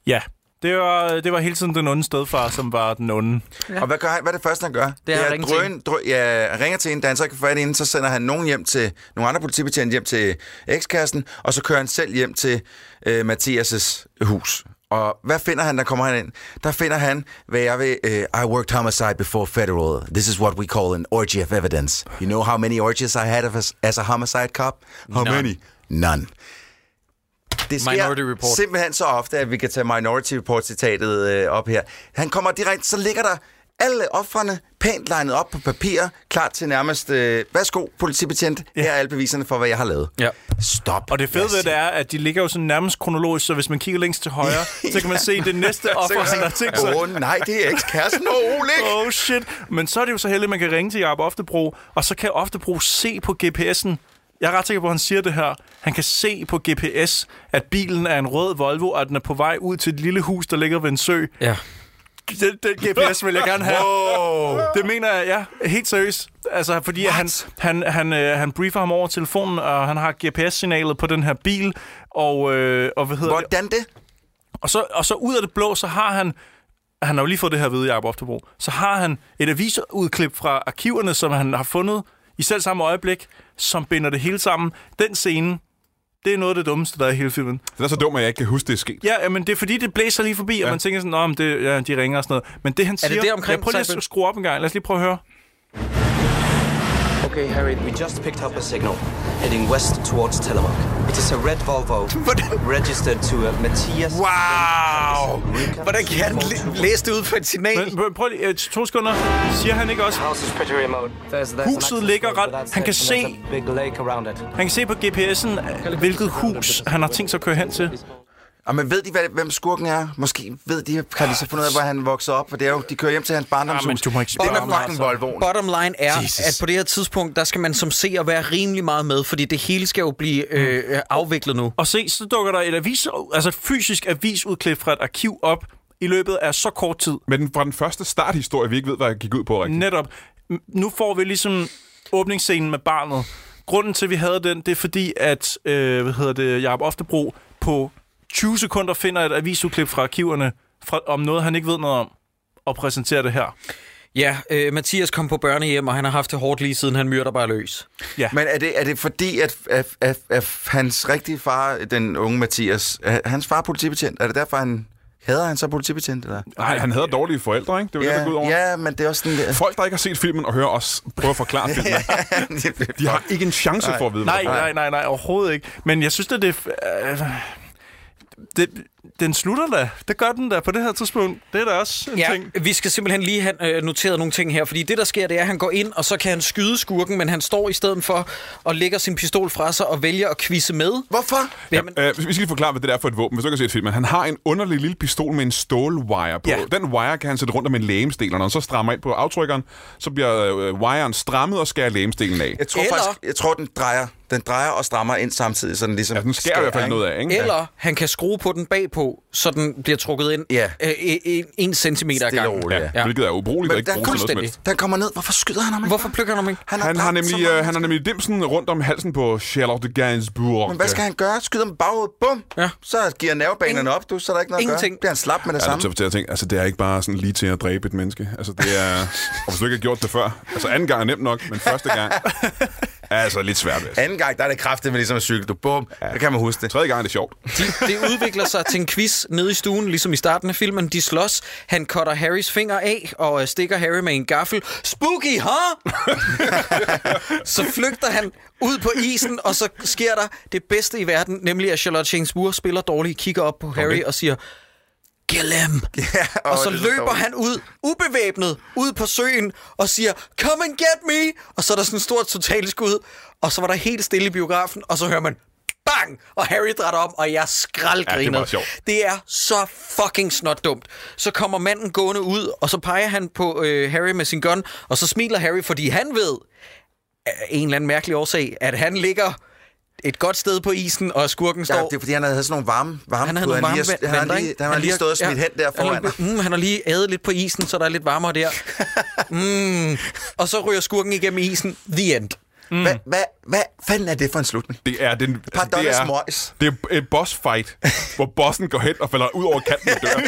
Ja, det var, det var hele tiden den onde stedfar, som var den onde. Og hvad, gør han, hvad er det første, han gør? Det, er at at ringe til drøn, drø, ja, ringer til en, da han så ikke kan få fat i hende, så sender han nogen hjem til nogle andre politibetjente hjem til ekskæresten, og så kører han selv hjem til øh, Mathias' hus. Og hvad finder han, der kommer han ind? Der finder han, hvad jeg vil... Øh, I worked homicide before federal. This is what we call an orgy of evidence. You know how many orgies I had of as, as a homicide cop? How None. many? None. Det sker Minority Report. simpelthen så ofte, at vi kan tage Minority Report-citatet øh, op her. Han kommer direkte, så ligger der alle offrene pænt legnet op på papir, klar til nærmest, øh, værsgo politibetjent, ja. her er alle beviserne for, hvad jeg har lavet. Ja. Stop. Og det fede ved det er, at de ligger jo sådan nærmest kronologisk, så hvis man kigger længst til højre, så kan man se det næste *laughs* Så kan offer, man han har sige, tænkt sig. "Åh, nej, det er ekskæresten. Åh, Oleg!" Oh shit. Men så er det jo så heldigt, at man kan ringe til Jacob Oftebro, og så kan Oftebro se på GPS'en. Jeg er ret sikker på, at han siger det her. Han kan se på GPS, at bilen er en rød Volvo, og at den er på vej ud til et lille hus, der ligger ved en sø. Ja. den, den GPS vil jeg gerne have. Wow. Det mener jeg, ja. Helt seriøst. Altså, fordi han, han, han, øh, han briefer ham over telefonen, og han har GPS-signalet på den her bil, og, øh, og hvad hedder Hvordan det? Og så, og så ud af det blå, så har han... Han har jo lige fået det her at vide, Jacob Oftebro. Så har han et avisudklip fra arkiverne, som han har fundet i selv samme øjeblik, som binder det hele sammen. Den scene, det er noget af det dummeste, der er i hele filmen. Den er så dum, at jeg ikke kan huske, det er sket. Ja, men det er fordi, det blæser lige forbi, ja. og man tænker sådan, om det, ja, de ringer og sådan noget. Men det han Er siger... det det omkring Ja, prøv lige Seinfeld? at skrue op en gang. Lad os lige prøve at høre. Okay, Harry, we just picked up a signal heading west towards Telemark. It is a red *laughs* Volvo registered to a Matthias. Wow! Hvordan kan han læ- læse det ud fra et signal? Men, prøv lige, øh, to sekunder. Siger han ikke også? Huset ligger ret... Han kan se... Big lake around it. Han kan se på GPS'en, øh, hvilket hus han har tænkt sig at køre hen til. Og men ved de, hvad, hvem skurken er? Måske ved de, kan de så finde ud af, hvor han voksede op, for det er jo, de kører hjem til hans barndomshus. men du må ikke det spørge er mig, fucking Volvoen. Bottom line er, Jesus. Jesus. at på det her tidspunkt, der skal man som seer være rimelig meget med, fordi det hele skal jo blive øh, øh, afviklet nu. Og se, så dukker der et, avis, altså et fysisk avisudklip fra et arkiv op i løbet af så kort tid. Men fra den første starthistorie, vi ikke ved, hvad jeg gik ud på rigtigt. Netop. M- Nu får vi ligesom åbningsscenen med barnet. Grunden til, at vi havde den, det er fordi, at øh, hvad hedder det, Jacob Oftebro på 20 sekunder finder et avisudklip fra arkiverne fra, om noget, han ikke ved noget om, og præsenterer det her. Ja, øh, Mathias kom på børnehjem, og han har haft det hårdt lige siden han myrder bare løs. Ja. Men er det, er det fordi, at, at, at, at, hans rigtige far, den unge Mathias, er hans far er politibetjent? Er det derfor, han hader han så politibetjent? Eller? Nej, han havde dårlige forældre, ikke? Det var Ja, det, der gik ud over. ja, men det er også sådan... Det... Folk, der ikke har set filmen og hører os prøve at *laughs* forklare filmen, de har ikke en chance for at vide, Nej, hvad der er. nej, nej, nej, overhovedet ikke. Men jeg synes, at det... Øh, det den slutter da. Det gør den da på det her tidspunkt. Det er da også en Ja, ting. vi skal simpelthen lige have øh, noteret nogle ting her, fordi det, der sker, det er, at han går ind, og så kan han skyde skurken, men han står i stedet for og lægger sin pistol fra sig og vælger at kvisse med. Hvorfor? Jamen, Øh, vi skal lige forklare, hvad det er for et våben, hvis du ikke har set filmen. Han har en underlig lille pistol med en stålwire på. Ja. Den wire kan han sætte rundt om en lægemstel, og når han så strammer ind på aftrykkeren, så bliver øh, wiren strammet og skærer lægemstelen af. Jeg tror Eller- eller... faktisk, jeg tror, den drejer, den drejer og strammer ind samtidig, så den ligesom... Ja, Altså, den skærer i hvert fald noget af, ikke? eller han kan skrue på den bagpå, så den bliver trukket ind Ja. øh, en, en centimeter ad Stille og gangen. roligt, ja. Ja. Hvilket er ubrugeligt, og Men ikke der bruges til noget som fuldstændig. helst. Den kommer ned. Hvorfor skyder han ham ikke? Hvorfor plukker han ham ikke? Han har, dræbt så nemlig, mange øh, han har nemlig dimsen rundt om halsen på Charlotte Gainsbourg. Men hvad skal han gøre? Skyde ham baghovedet, bum! Ja. Så giver nervebanerne op, du, så er der ikke noget at Ingenting. gøre. Bliver han slap med det Ja, samme? det, er til at tænke, altså, det er ikke bare sådan lige til at dræbe et menneske. Altså, det er... *laughs* og hvis du ikke har gjort det før. Altså, anden gang er nemt nok, men første gang er altså lidt svært. Altså. Anden gang, der er det kraftigt med ligesom at cykle, du, bum! Ja. Der kan man huske det. Tredje gang er det sjovt. De, det udvikler sig til en quiz nede i stuen, ligesom i starten af filmen. De slås. Han cutter Harrys finger af og øh, stikker Harry med en gaffel. Spooky, huh? *laughs* så flygter han ud på isen, og så sker der det bedste i verden, nemlig at Charlotte Gainsbourg spiller dårligt, kigger op på Harry og siger, Kill him. *laughs* Ja, Og åh, så det er løber dårligt. han ud, ubevæbnet, ud på søen og siger, come and get me! Og så er der sådan et stort totalskud, og så var der helt stille i biografen, og så hører man, bang! Og Harry drætter om, og jeg Ja, det skraldgriner. var sjovt. det er så fucking snot dumt. Så kommer manden gående ud, og så peger han på øh, Harry med sin gun, og så smiler Harry, fordi han ved, af en eller anden mærkelig årsag, at han ligger et godt sted på isen, og skurken står... Ja, det er fordi, han havde sådan nogle varme, varme Han havde puder. nogle varme lige har- han, har vandre, lige, ikke? han har lige stået og smidt ja, hen der foran. Han, har- mm, han har lige ædet lidt på isen, så der er lidt varmere *laughs* der. Mm. Og så ryger skurken igennem isen. The end. Mm. Hvad, hvad, hvad fanden er det for en slutning? Det er den... Altså, det Pardon, er, Mois. det er et boss fight, hvor bossen går hen og falder ud over kanten af *laughs* døren.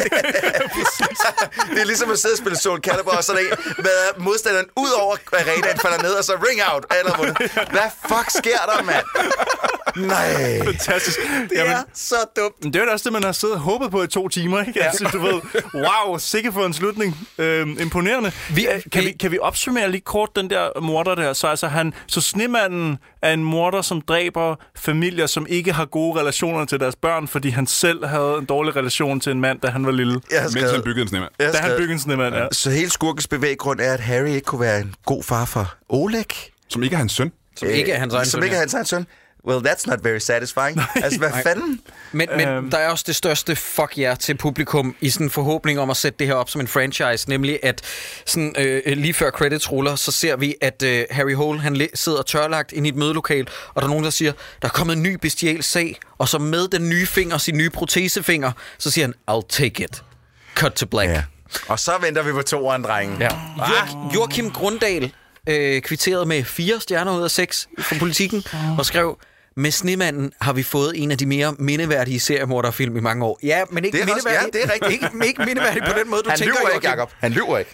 det er ligesom at sidde og spille Soul Calibur, og så er der en, hvad modstanderen ud over arenaen falder ned, og så ring out. Eller vundet. Hvad fuck sker der, mand? Nej. Fantastisk. *laughs* Det er så dumt. Men det er jo også det, man har siddet og håbet på i to timer, ikke? Ja. Altså, du ved, wow, sikker for en slutning. Øhm, imponerende. Vi- Vi, kan, vi- vi, kan vi opsummere lige kort den der morder der? Så, altså, han, så snemanden er en morder, som dræber familier, som ikke har gode relationer til deres børn, fordi han selv havde en dårlig relation til en mand, da han var lille. Jeg har Mens han skrevet, byggede en snemand. jeg Da har han skrevet. byggede en snemand, ja. Så hele skurkens bevæggrund er, at Harry ikke kunne være en god far for Oleg. Som ikke er hans søn. Som ikke er hans egen Øh, Som søn, ikke er ja. hans egen søn. Well, that's not very satisfying. altså, hvad fanden? Men, men øhm. der er også det største fuck jer yeah til publikum i sådan en forhåbning om at sætte det her op som en franchise, nemlig at sådan, øh, lige før credits ruller, så ser vi, at øh, Harry Hole han li- sidder tørlagt ind i et mødelokal, og der er nogen, der siger, der er kommet en ny bestial sag, og så med den nye finger, sin nye protesefinger, så siger han, I'll take it. Cut to black. Ja. Og så venter vi på toeren, drenge. Ja. Jo- Joachim Grunddal øh, kvitterede med fire stjerner ud af seks fra politikken og skrev... Med Snemanden har vi fået en af de mere mindeværdige seriemorderfilm i mange år. Ja, men ikke Det er også- mindeværdig. ja, det er rigtigt. Ikke, ikke mindeværdig på den måde, du Han tænker, lyver ikke, Joachim. Jacob. Han lyver ikke.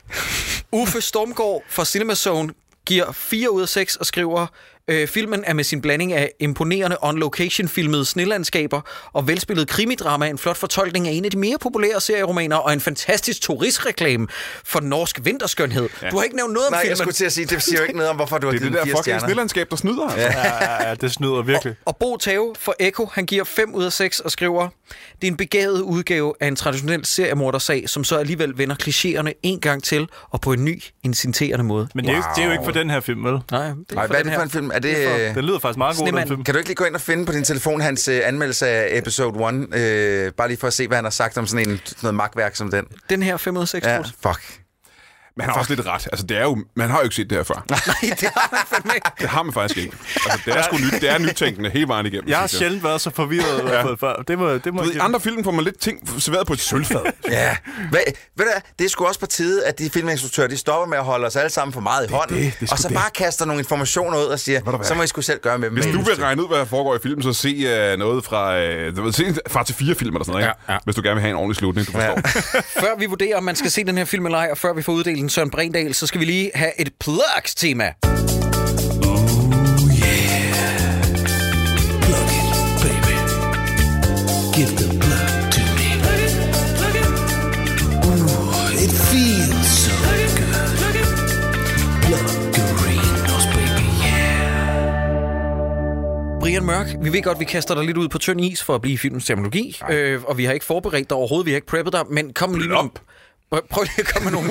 Uffe Stormgård fra CinemaZone giver 4 ud af 6 og skriver, øh, filmen er med sin blanding af imponerende on-location-filmede snelandskaber og velspillet krimidrama en flot fortolkning af en af de mere populære serieromaner og en fantastisk turistreklame for norsk vinterskønhed. Ja. Du har ikke nævnt noget om Nej, filmen. jeg skulle til at sige, det siger jo ikke noget om, hvorfor du har Det er givet det den der fire fucking stjerner. snelandskab, der snyder. Altså. Ja, ja, det snyder virkelig. Og Bo Tave fra Eko, han giver 5 ud af 6 og skriver, det er en begavet udgave af en traditionel seriemordersag, som så alligevel vender klichéerne en gang til og på en ny, inciterende måde. Men det er, jo, det er jo ikke for den her film, vel? Nej, det Nej, hvad er det for en film? Er det, for- Den lyder faktisk meget god, den film. Kan du ikke lige gå ind og finde på din telefon hans øh, anmeldelse af episode 1? Øh, bare lige for at se, hvad han har sagt om sådan en, noget magtværk som den. Den her 5 ud af 6 Ja, ja. fuck. Men han har også lidt ret. Altså, det er jo, man har jo ikke set det her *laughs* før. Nej, det har man fandme ikke. *laughs* Det har man faktisk ikke. Altså, det er sgu nyt. Det er nytænkende hele vejen igennem. Jeg har synes sjældent været så forvirret. i hvert fald før. Det må, det må Du ved, i jeg- andre film får man lidt ting serveret på et sølvfad. Ja. Hvad, ved du, hvad, det er sgu også på tide, at de filminstruktører, de stopper med at holde os alle sammen for meget i hånden, det, det er sgu og så det. bare kaster nogle informationer ud og siger, hvad? så må I sgu selv gøre med dem. Hvis hvad du I vil lyst til." regne ud, hvad der foregår i filmen, så se uh, noget fra, uh, du ved, se en far til fire film eller sådan noget, ikke? Ja, ja. hvis du gerne vil have en ordentlig slutning, du forstår. *laughs* Før vi vurderer, om man skal se den her film eller ej, og før vi får uddelt en Søren Brindal, så skal vi lige have et plugs-tema. Give the blood to me. Ooh, it feels so good. Blood Doritos, baby, yeah. Brian Mørk, vi ved godt, vi kaster dig lidt ud på tynd is for at blive i filmens terminologi, øh, og vi har ikke forberedt dig overhovedet, vi har ikke preppet dig, men kom lige med nogle... Prøv prøv lige at komme med nogle...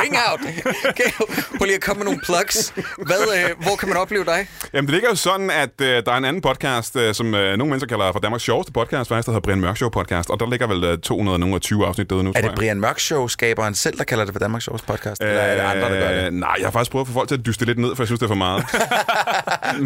Ring out! Okay, prøv lige at komme med nogle plugs. Hvad, øh, hvor kan man opleve dig? Jamen, det ligger jo sådan, at øh, der er en anden podcast, øh, som øh, nogle mennesker kalder for Danmarks sjoveste podcast, faktisk, der hedder Brian Mørk Show podcast, og der ligger vel øh, 220 afsnit døde nu, Er det Brian Mørk Show, skaberen selv, der kalder det for Danmarks Shows podcast? Eller er det andre, der gør det? Øh, Nej, jeg har faktisk prøvet at få folk til at dyste lidt ned, for jeg synes, det er for meget.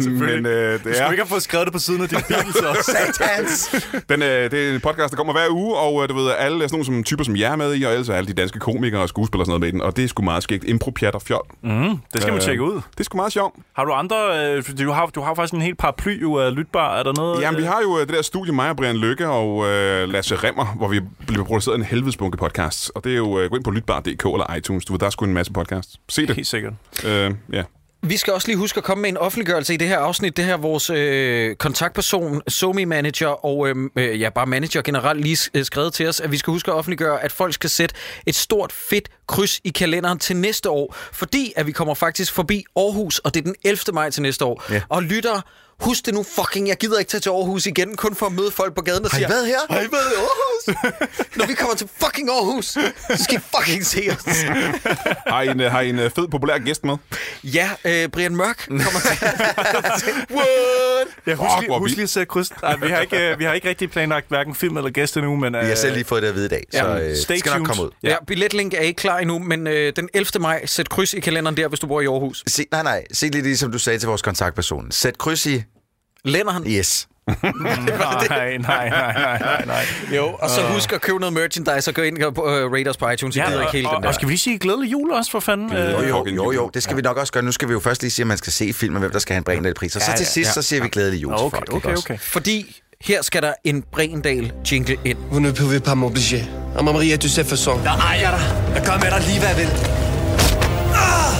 Men Du øh, det skulle er... ikke have fået skrevet det på siden af din Beatles også. Satans! Den, øh, det er en podcast, der kommer hver uge, og øh, du ved, alle sådan nogle som, typer som jer er med i, og ellers er alle de danske komikere og skuespillere og sådan noget med i den, og det er sgu meget skægt. Impro, pjat og fjol. Mm, det skal man Øh, tjekke ud. Det er sgu meget sjovt. Har du andre... Øh, du, har, du har faktisk en helt paraply jo af lytbar. Er der noget... Jamen, vi har jo øh, det der studie, mig og Brian Lykke og øh, Lasse Remmer, hvor vi bliver produceret en helvedes bunke podcasts. Og det er jo, øh, gå ind på lytbar.dk eller iTunes, du ved, der er sgu en masse podcasts. Se det. Helt sikkert. Øh, ja. Vi skal også lige huske at komme med en offentliggørelse i det her afsnit. Det her vores øh, kontaktperson, Somi Manager og øh, øh, ja, bare manager generelt lige s- øh, skrevet til os, at vi skal huske at offentliggøre, at folk skal sætte et stort fedt kryds i kalenderen til næste år, fordi at vi kommer faktisk forbi Aarhus, og det er den 11. maj til næste år. Ja. Og lytter, husk det nu fucking, jeg gider ikke tage til Aarhus igen, kun for at møde folk på gaden og Har I sige, været her? Har I været i Aarhus? *laughs* Når vi kommer til fucking Aarhus, så skal I fucking se *laughs* os. Har I en, øh, har I en øh, fed, populær gæst med? Ja, øh, Brian Mørk kommer til. *laughs* Ja, husk, Fuck, lige, hvor husk vildt. lige at sætte kryds. Ej, vi, har ikke, øh, vi har ikke rigtig planlagt hverken film eller gæst endnu, men... Vi har øh, selv lige fået det at vide i dag, så øh, det stay skal nok tuned. komme ud. Ja, ja billetlink er ikke klar endnu, men øh, den 11. maj, sæt kryds i kalenderen der, hvis du bor i Aarhus. Se, nej, nej. Se lige det, som du sagde til vores kontaktperson. Sæt kryds i E Lænder han? yes. *laughs* Nej, nej, nej, nej, nej, nej. Jo, og så husk at købe noget merchandise og gå ind på øh, Raiders på iTunes. Jeg gider ikke hele og, den der. og skal vi lige sige glædelig jul også, for fanden? Jo, Øh, jo, jo, jo, det skal vi nok også gøre. Nu skal vi jo først lige sige, at man skal se filmen, hvem der skal have en brændende pris. Og så Ja, til ja, sidst, ja. så siger vi glædelig jul til Okay, folk. ikke okay, også? okay. Fordi her skal der en Brendal jingle ind. Vous ne pouvez pas m'obliger. Ah, ma Maria, du sais, façon. Der ejer dig. Der gør med dig lige, hvad jeg vil. Ah!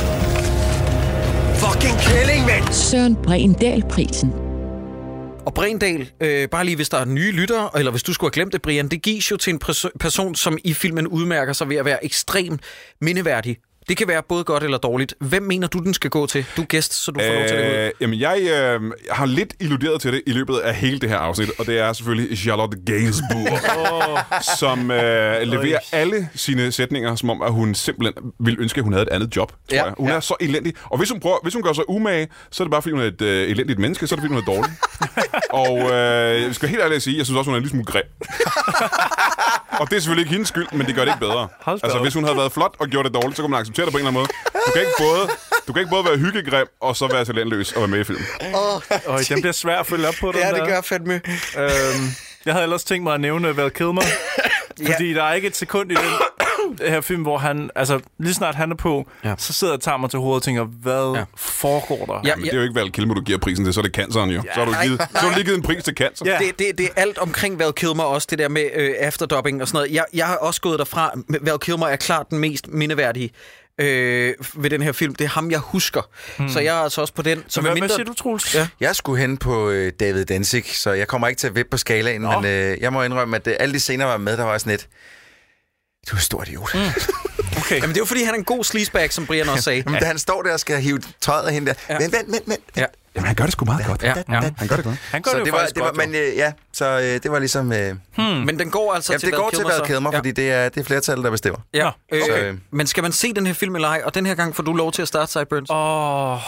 Fucking kælling, mand! Søren Brindal-prisen. Og Brendal, øh, bare lige hvis der er nye lyttere, eller hvis du skulle have glemt det, Brian, det gives jo til en pres- person, som i filmen udmærker sig ved at være ekstremt mindeværdig. Det kan være både godt eller dårligt. Hvem mener du, den skal gå til? Du er gæst, så du får lov til det ud. Øh, jamen, jeg øh, har lidt illuderet til det i løbet af hele det her afsnit, og det er selvfølgelig Charlotte *laughs* Gainsbourg, som øh, leverer alle sine sætninger, som om, at hun simpelthen ville ønske, at hun havde et andet job, tror Ja, jeg. Hun ja. er så elendig. Og hvis hun, prøver, hvis hun gør sig umage, så er det bare, fordi hun er et øh, elendigt menneske, så er det, fordi hun *laughs* er dårlig. og øh, jeg skal helt ærligt sige, jeg synes også, hun er en lille smule grim. og det er selvfølgelig ikke hendes skyld, men det gør det ikke bedre. *laughs* Hold da Altså, op. hvis hun havde været flot og gjort det dårligt, så kunne man acceptere det på en eller anden måde. Du kan ikke både, du kan ikke både være hyggegrim og så være talentløs og være med i filmen. Øj, den bliver svær at følge op på. den Ja, det der. gør jeg fandme. Øhm, jeg havde ellers tænkt mig at nævne Val Kilmer, fordi der er ikke et sekund i den, den her film, hvor han, altså lige snart han er på, ja. så sidder jeg og tager mig til hovedet og tænker, hvad ja. foregår der? Ja, Jamen, det er jo ikke Val Kilmer, du giver prisen til, så er det canceren jo. Ja. Så har du, givet, så har du lige givet en pris til cancer. Ja. Det, det, det er alt omkring Val Kilmer også, det der med øh, afterdubbing og sådan noget. Jeg, jeg har også gået derfra, Val Kilmer er klart den mest mindeværdige øh, ved den her film. Det er ham, jeg husker. Hmm. Så jeg er altså også på den. Så Hvad- hvad siger du, Troels? Ja. Jeg skulle hen på øh, David Danzig, så jeg kommer ikke til at vippe på skalaen, Nå. men øh, jeg må indrømme, at øh, alle de scener, jeg var med, der var sådan lidt... Du er en stor idiot. Mm. Okay. Jamen, det er jo, fordi han er en god sleazebag, som Brian også sagde. Jamen, *laughs* da han står der og skal hive tøjet af hende der. Ja. Vent, vent, vent, vent. Ja. Jamen, han gør det sgu meget godt. Ja. Ja. Han gør det godt. Han gør så det jo var, faktisk det var, godt, jo. Men øh, ja, så øh, det var ligesom... Øh, Hmm. Men den går altså ja, til det går til at være så. kæder mig, fordi det er, det er flertallet, der bestemmer. Ja, øh, Så, okay. øh, Men skal man se den her film eller ej? Og den her gang får du lov til at starte, Sideburns. Åh, oh,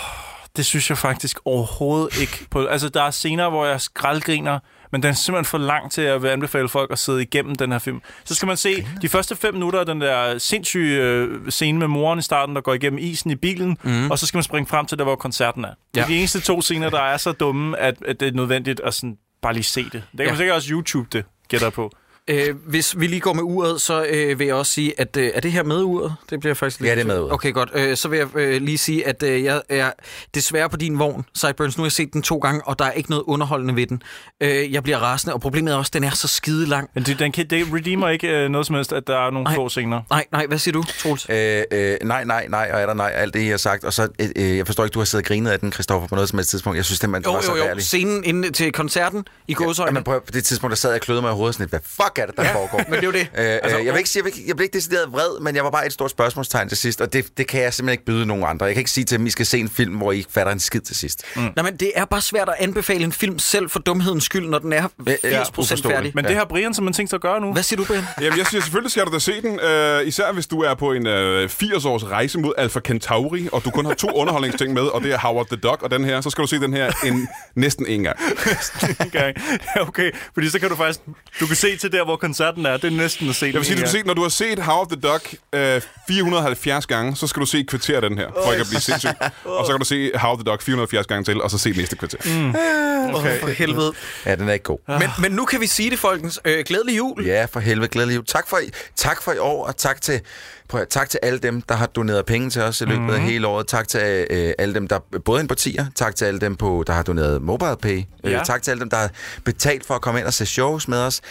det synes jeg faktisk overhovedet ikke. På, altså, der er scener, hvor jeg skraldgriner, men den er simpelthen for lang til at anbefale folk at sidde igennem den her film. Så skal man se de første fem minutter af den der sindssyge øh, scene med moren i starten, der går igennem isen i bilen, mm. Mhm. og så skal man springe frem til der, hvor koncerten er. Det er Ja. de eneste to scener, der er så dumme, at, at det er nødvendigt at sådan bare lige se det. Det kan ja. man Ja. sikkert også YouTube det, gætter jeg på. Øh, hvis vi lige går med uret, så øh, vil jeg også sige, at øh, er det her med uret? Det bliver jeg faktisk lidt... Ja, det er med uret. Okay, godt. Øh, så vil jeg øh, lige sige, at øh, jeg er desværre på din vogn, Sideburns. Nu har jeg set den to gange, og der er ikke noget underholdende ved den. Øh, jeg bliver rasende, og problemet er også, at den er så skide lang. Men det, den kan, det redeemer ikke øh, noget som helst, at der er nogle Nej. få scener. Nej, nej, hvad siger du, Troels? Øh, øh, nej, nej, nej, og er der nej, alt det, I har sagt. Og så, øh, øh, jeg forstår ikke, du har siddet og grinet af den, Christoffer, på noget som helst tidspunkt. Jeg synes, det var Jo, så jo, jo. ærlig. Scenen inden til koncerten i Ja, gåsøjne. men prøv, at- på det tidspunkt, der sad jeg og kløede mig i hovedet sådan lidt, hvad fuck er det, der foregår? men det er jo det. Øh, Altså, altså, jeg, vil ikke sige, jeg, vil ikke, jeg blev ikke decideret vred, men jeg var bare et stort spørgsmålstegn til sidst, og det, det kan jeg simpelthen ikke byde nogen andre. Jeg kan ikke sige til dem, I skal se en film, hvor I ikke fatter en skid til sidst. Mm. Nej, men det er bare svært at anbefale en film selv for dumhedens skyld, når den er 80% færdig. Men det har Brian simpelthen tænkt sig at gøre nu. Hvad siger du, Brian? Jamen, jeg siger, selvfølgelig skal du da se den. Øh, især hvis du er på en øh, 80-års rejse mod Alpha Centauri, og du kun har to *laughs* underholdningsting med, og det er Howard the Duck og den her, så skal du se den her en, næsten en gang. gang. *laughs* Okay, fordi så kan du faktisk... Du kan se til der, hvor koncerten er. Det er næsten at se Jeg vil sige, du kan se, når du har set Howard the Duck øh, 470 gange, så skal du se et kvarter af den her, for ikke at blive sindssyg. Og så kan du se Howard the Duck 470 gange til, og så se næste kvarter. Mm. Okay. For helvede. Ja, den er ikke god. Men, men nu kan vi sige det, folkens. Øh, glædelig jul. Ja, for helvede, glædelig jul. Tak for, i- tak for i år, og tak til, prøv, at- tak til alle dem, der har doneret penge til os i løbet mm. Mhm. af hele året. Tak til øh, alle dem, der både er inde på tier. Tak til alle dem, på, der har doneret MobilePay. Ja. Ja. Øh, tak til alle dem, der har betalt for at komme ind og se shows med os.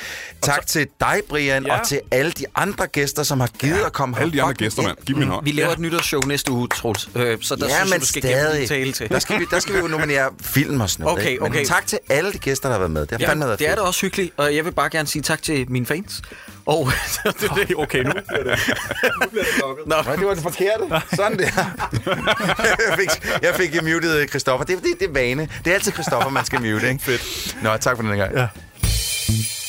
Tak til dig, Brian, Ja. ja. og til alle de andre gæster, som har givet ja. at komme Alle de andre herfucking gæster, ind. mand. Giv mig en hånd. Vi laver et nytårsshow næste uge, Troels. Øh, så der Ja, synes jeg, men du skal gemme stadig. din tale til. Der skal, vi, der skal vi jo nominere film og sådan noget. *laughs* Okay, ikke? Men okay. tak til alle de gæster, der har været med. Det har ja, fandme været det er fedt. da også hyggeligt, og jeg vil bare gerne sige tak til mine fans. *laughs* Og det er det. Okay, nu bliver det. Nå, Nej, det var det forkerte. Sådan der. jeg, fik, jeg fik øh, muted Christoffer. Det, det, det er vane. Det er altid Christoffer, man skal mute, ikke? Fedt. Nå, tak for den her gang. Ja.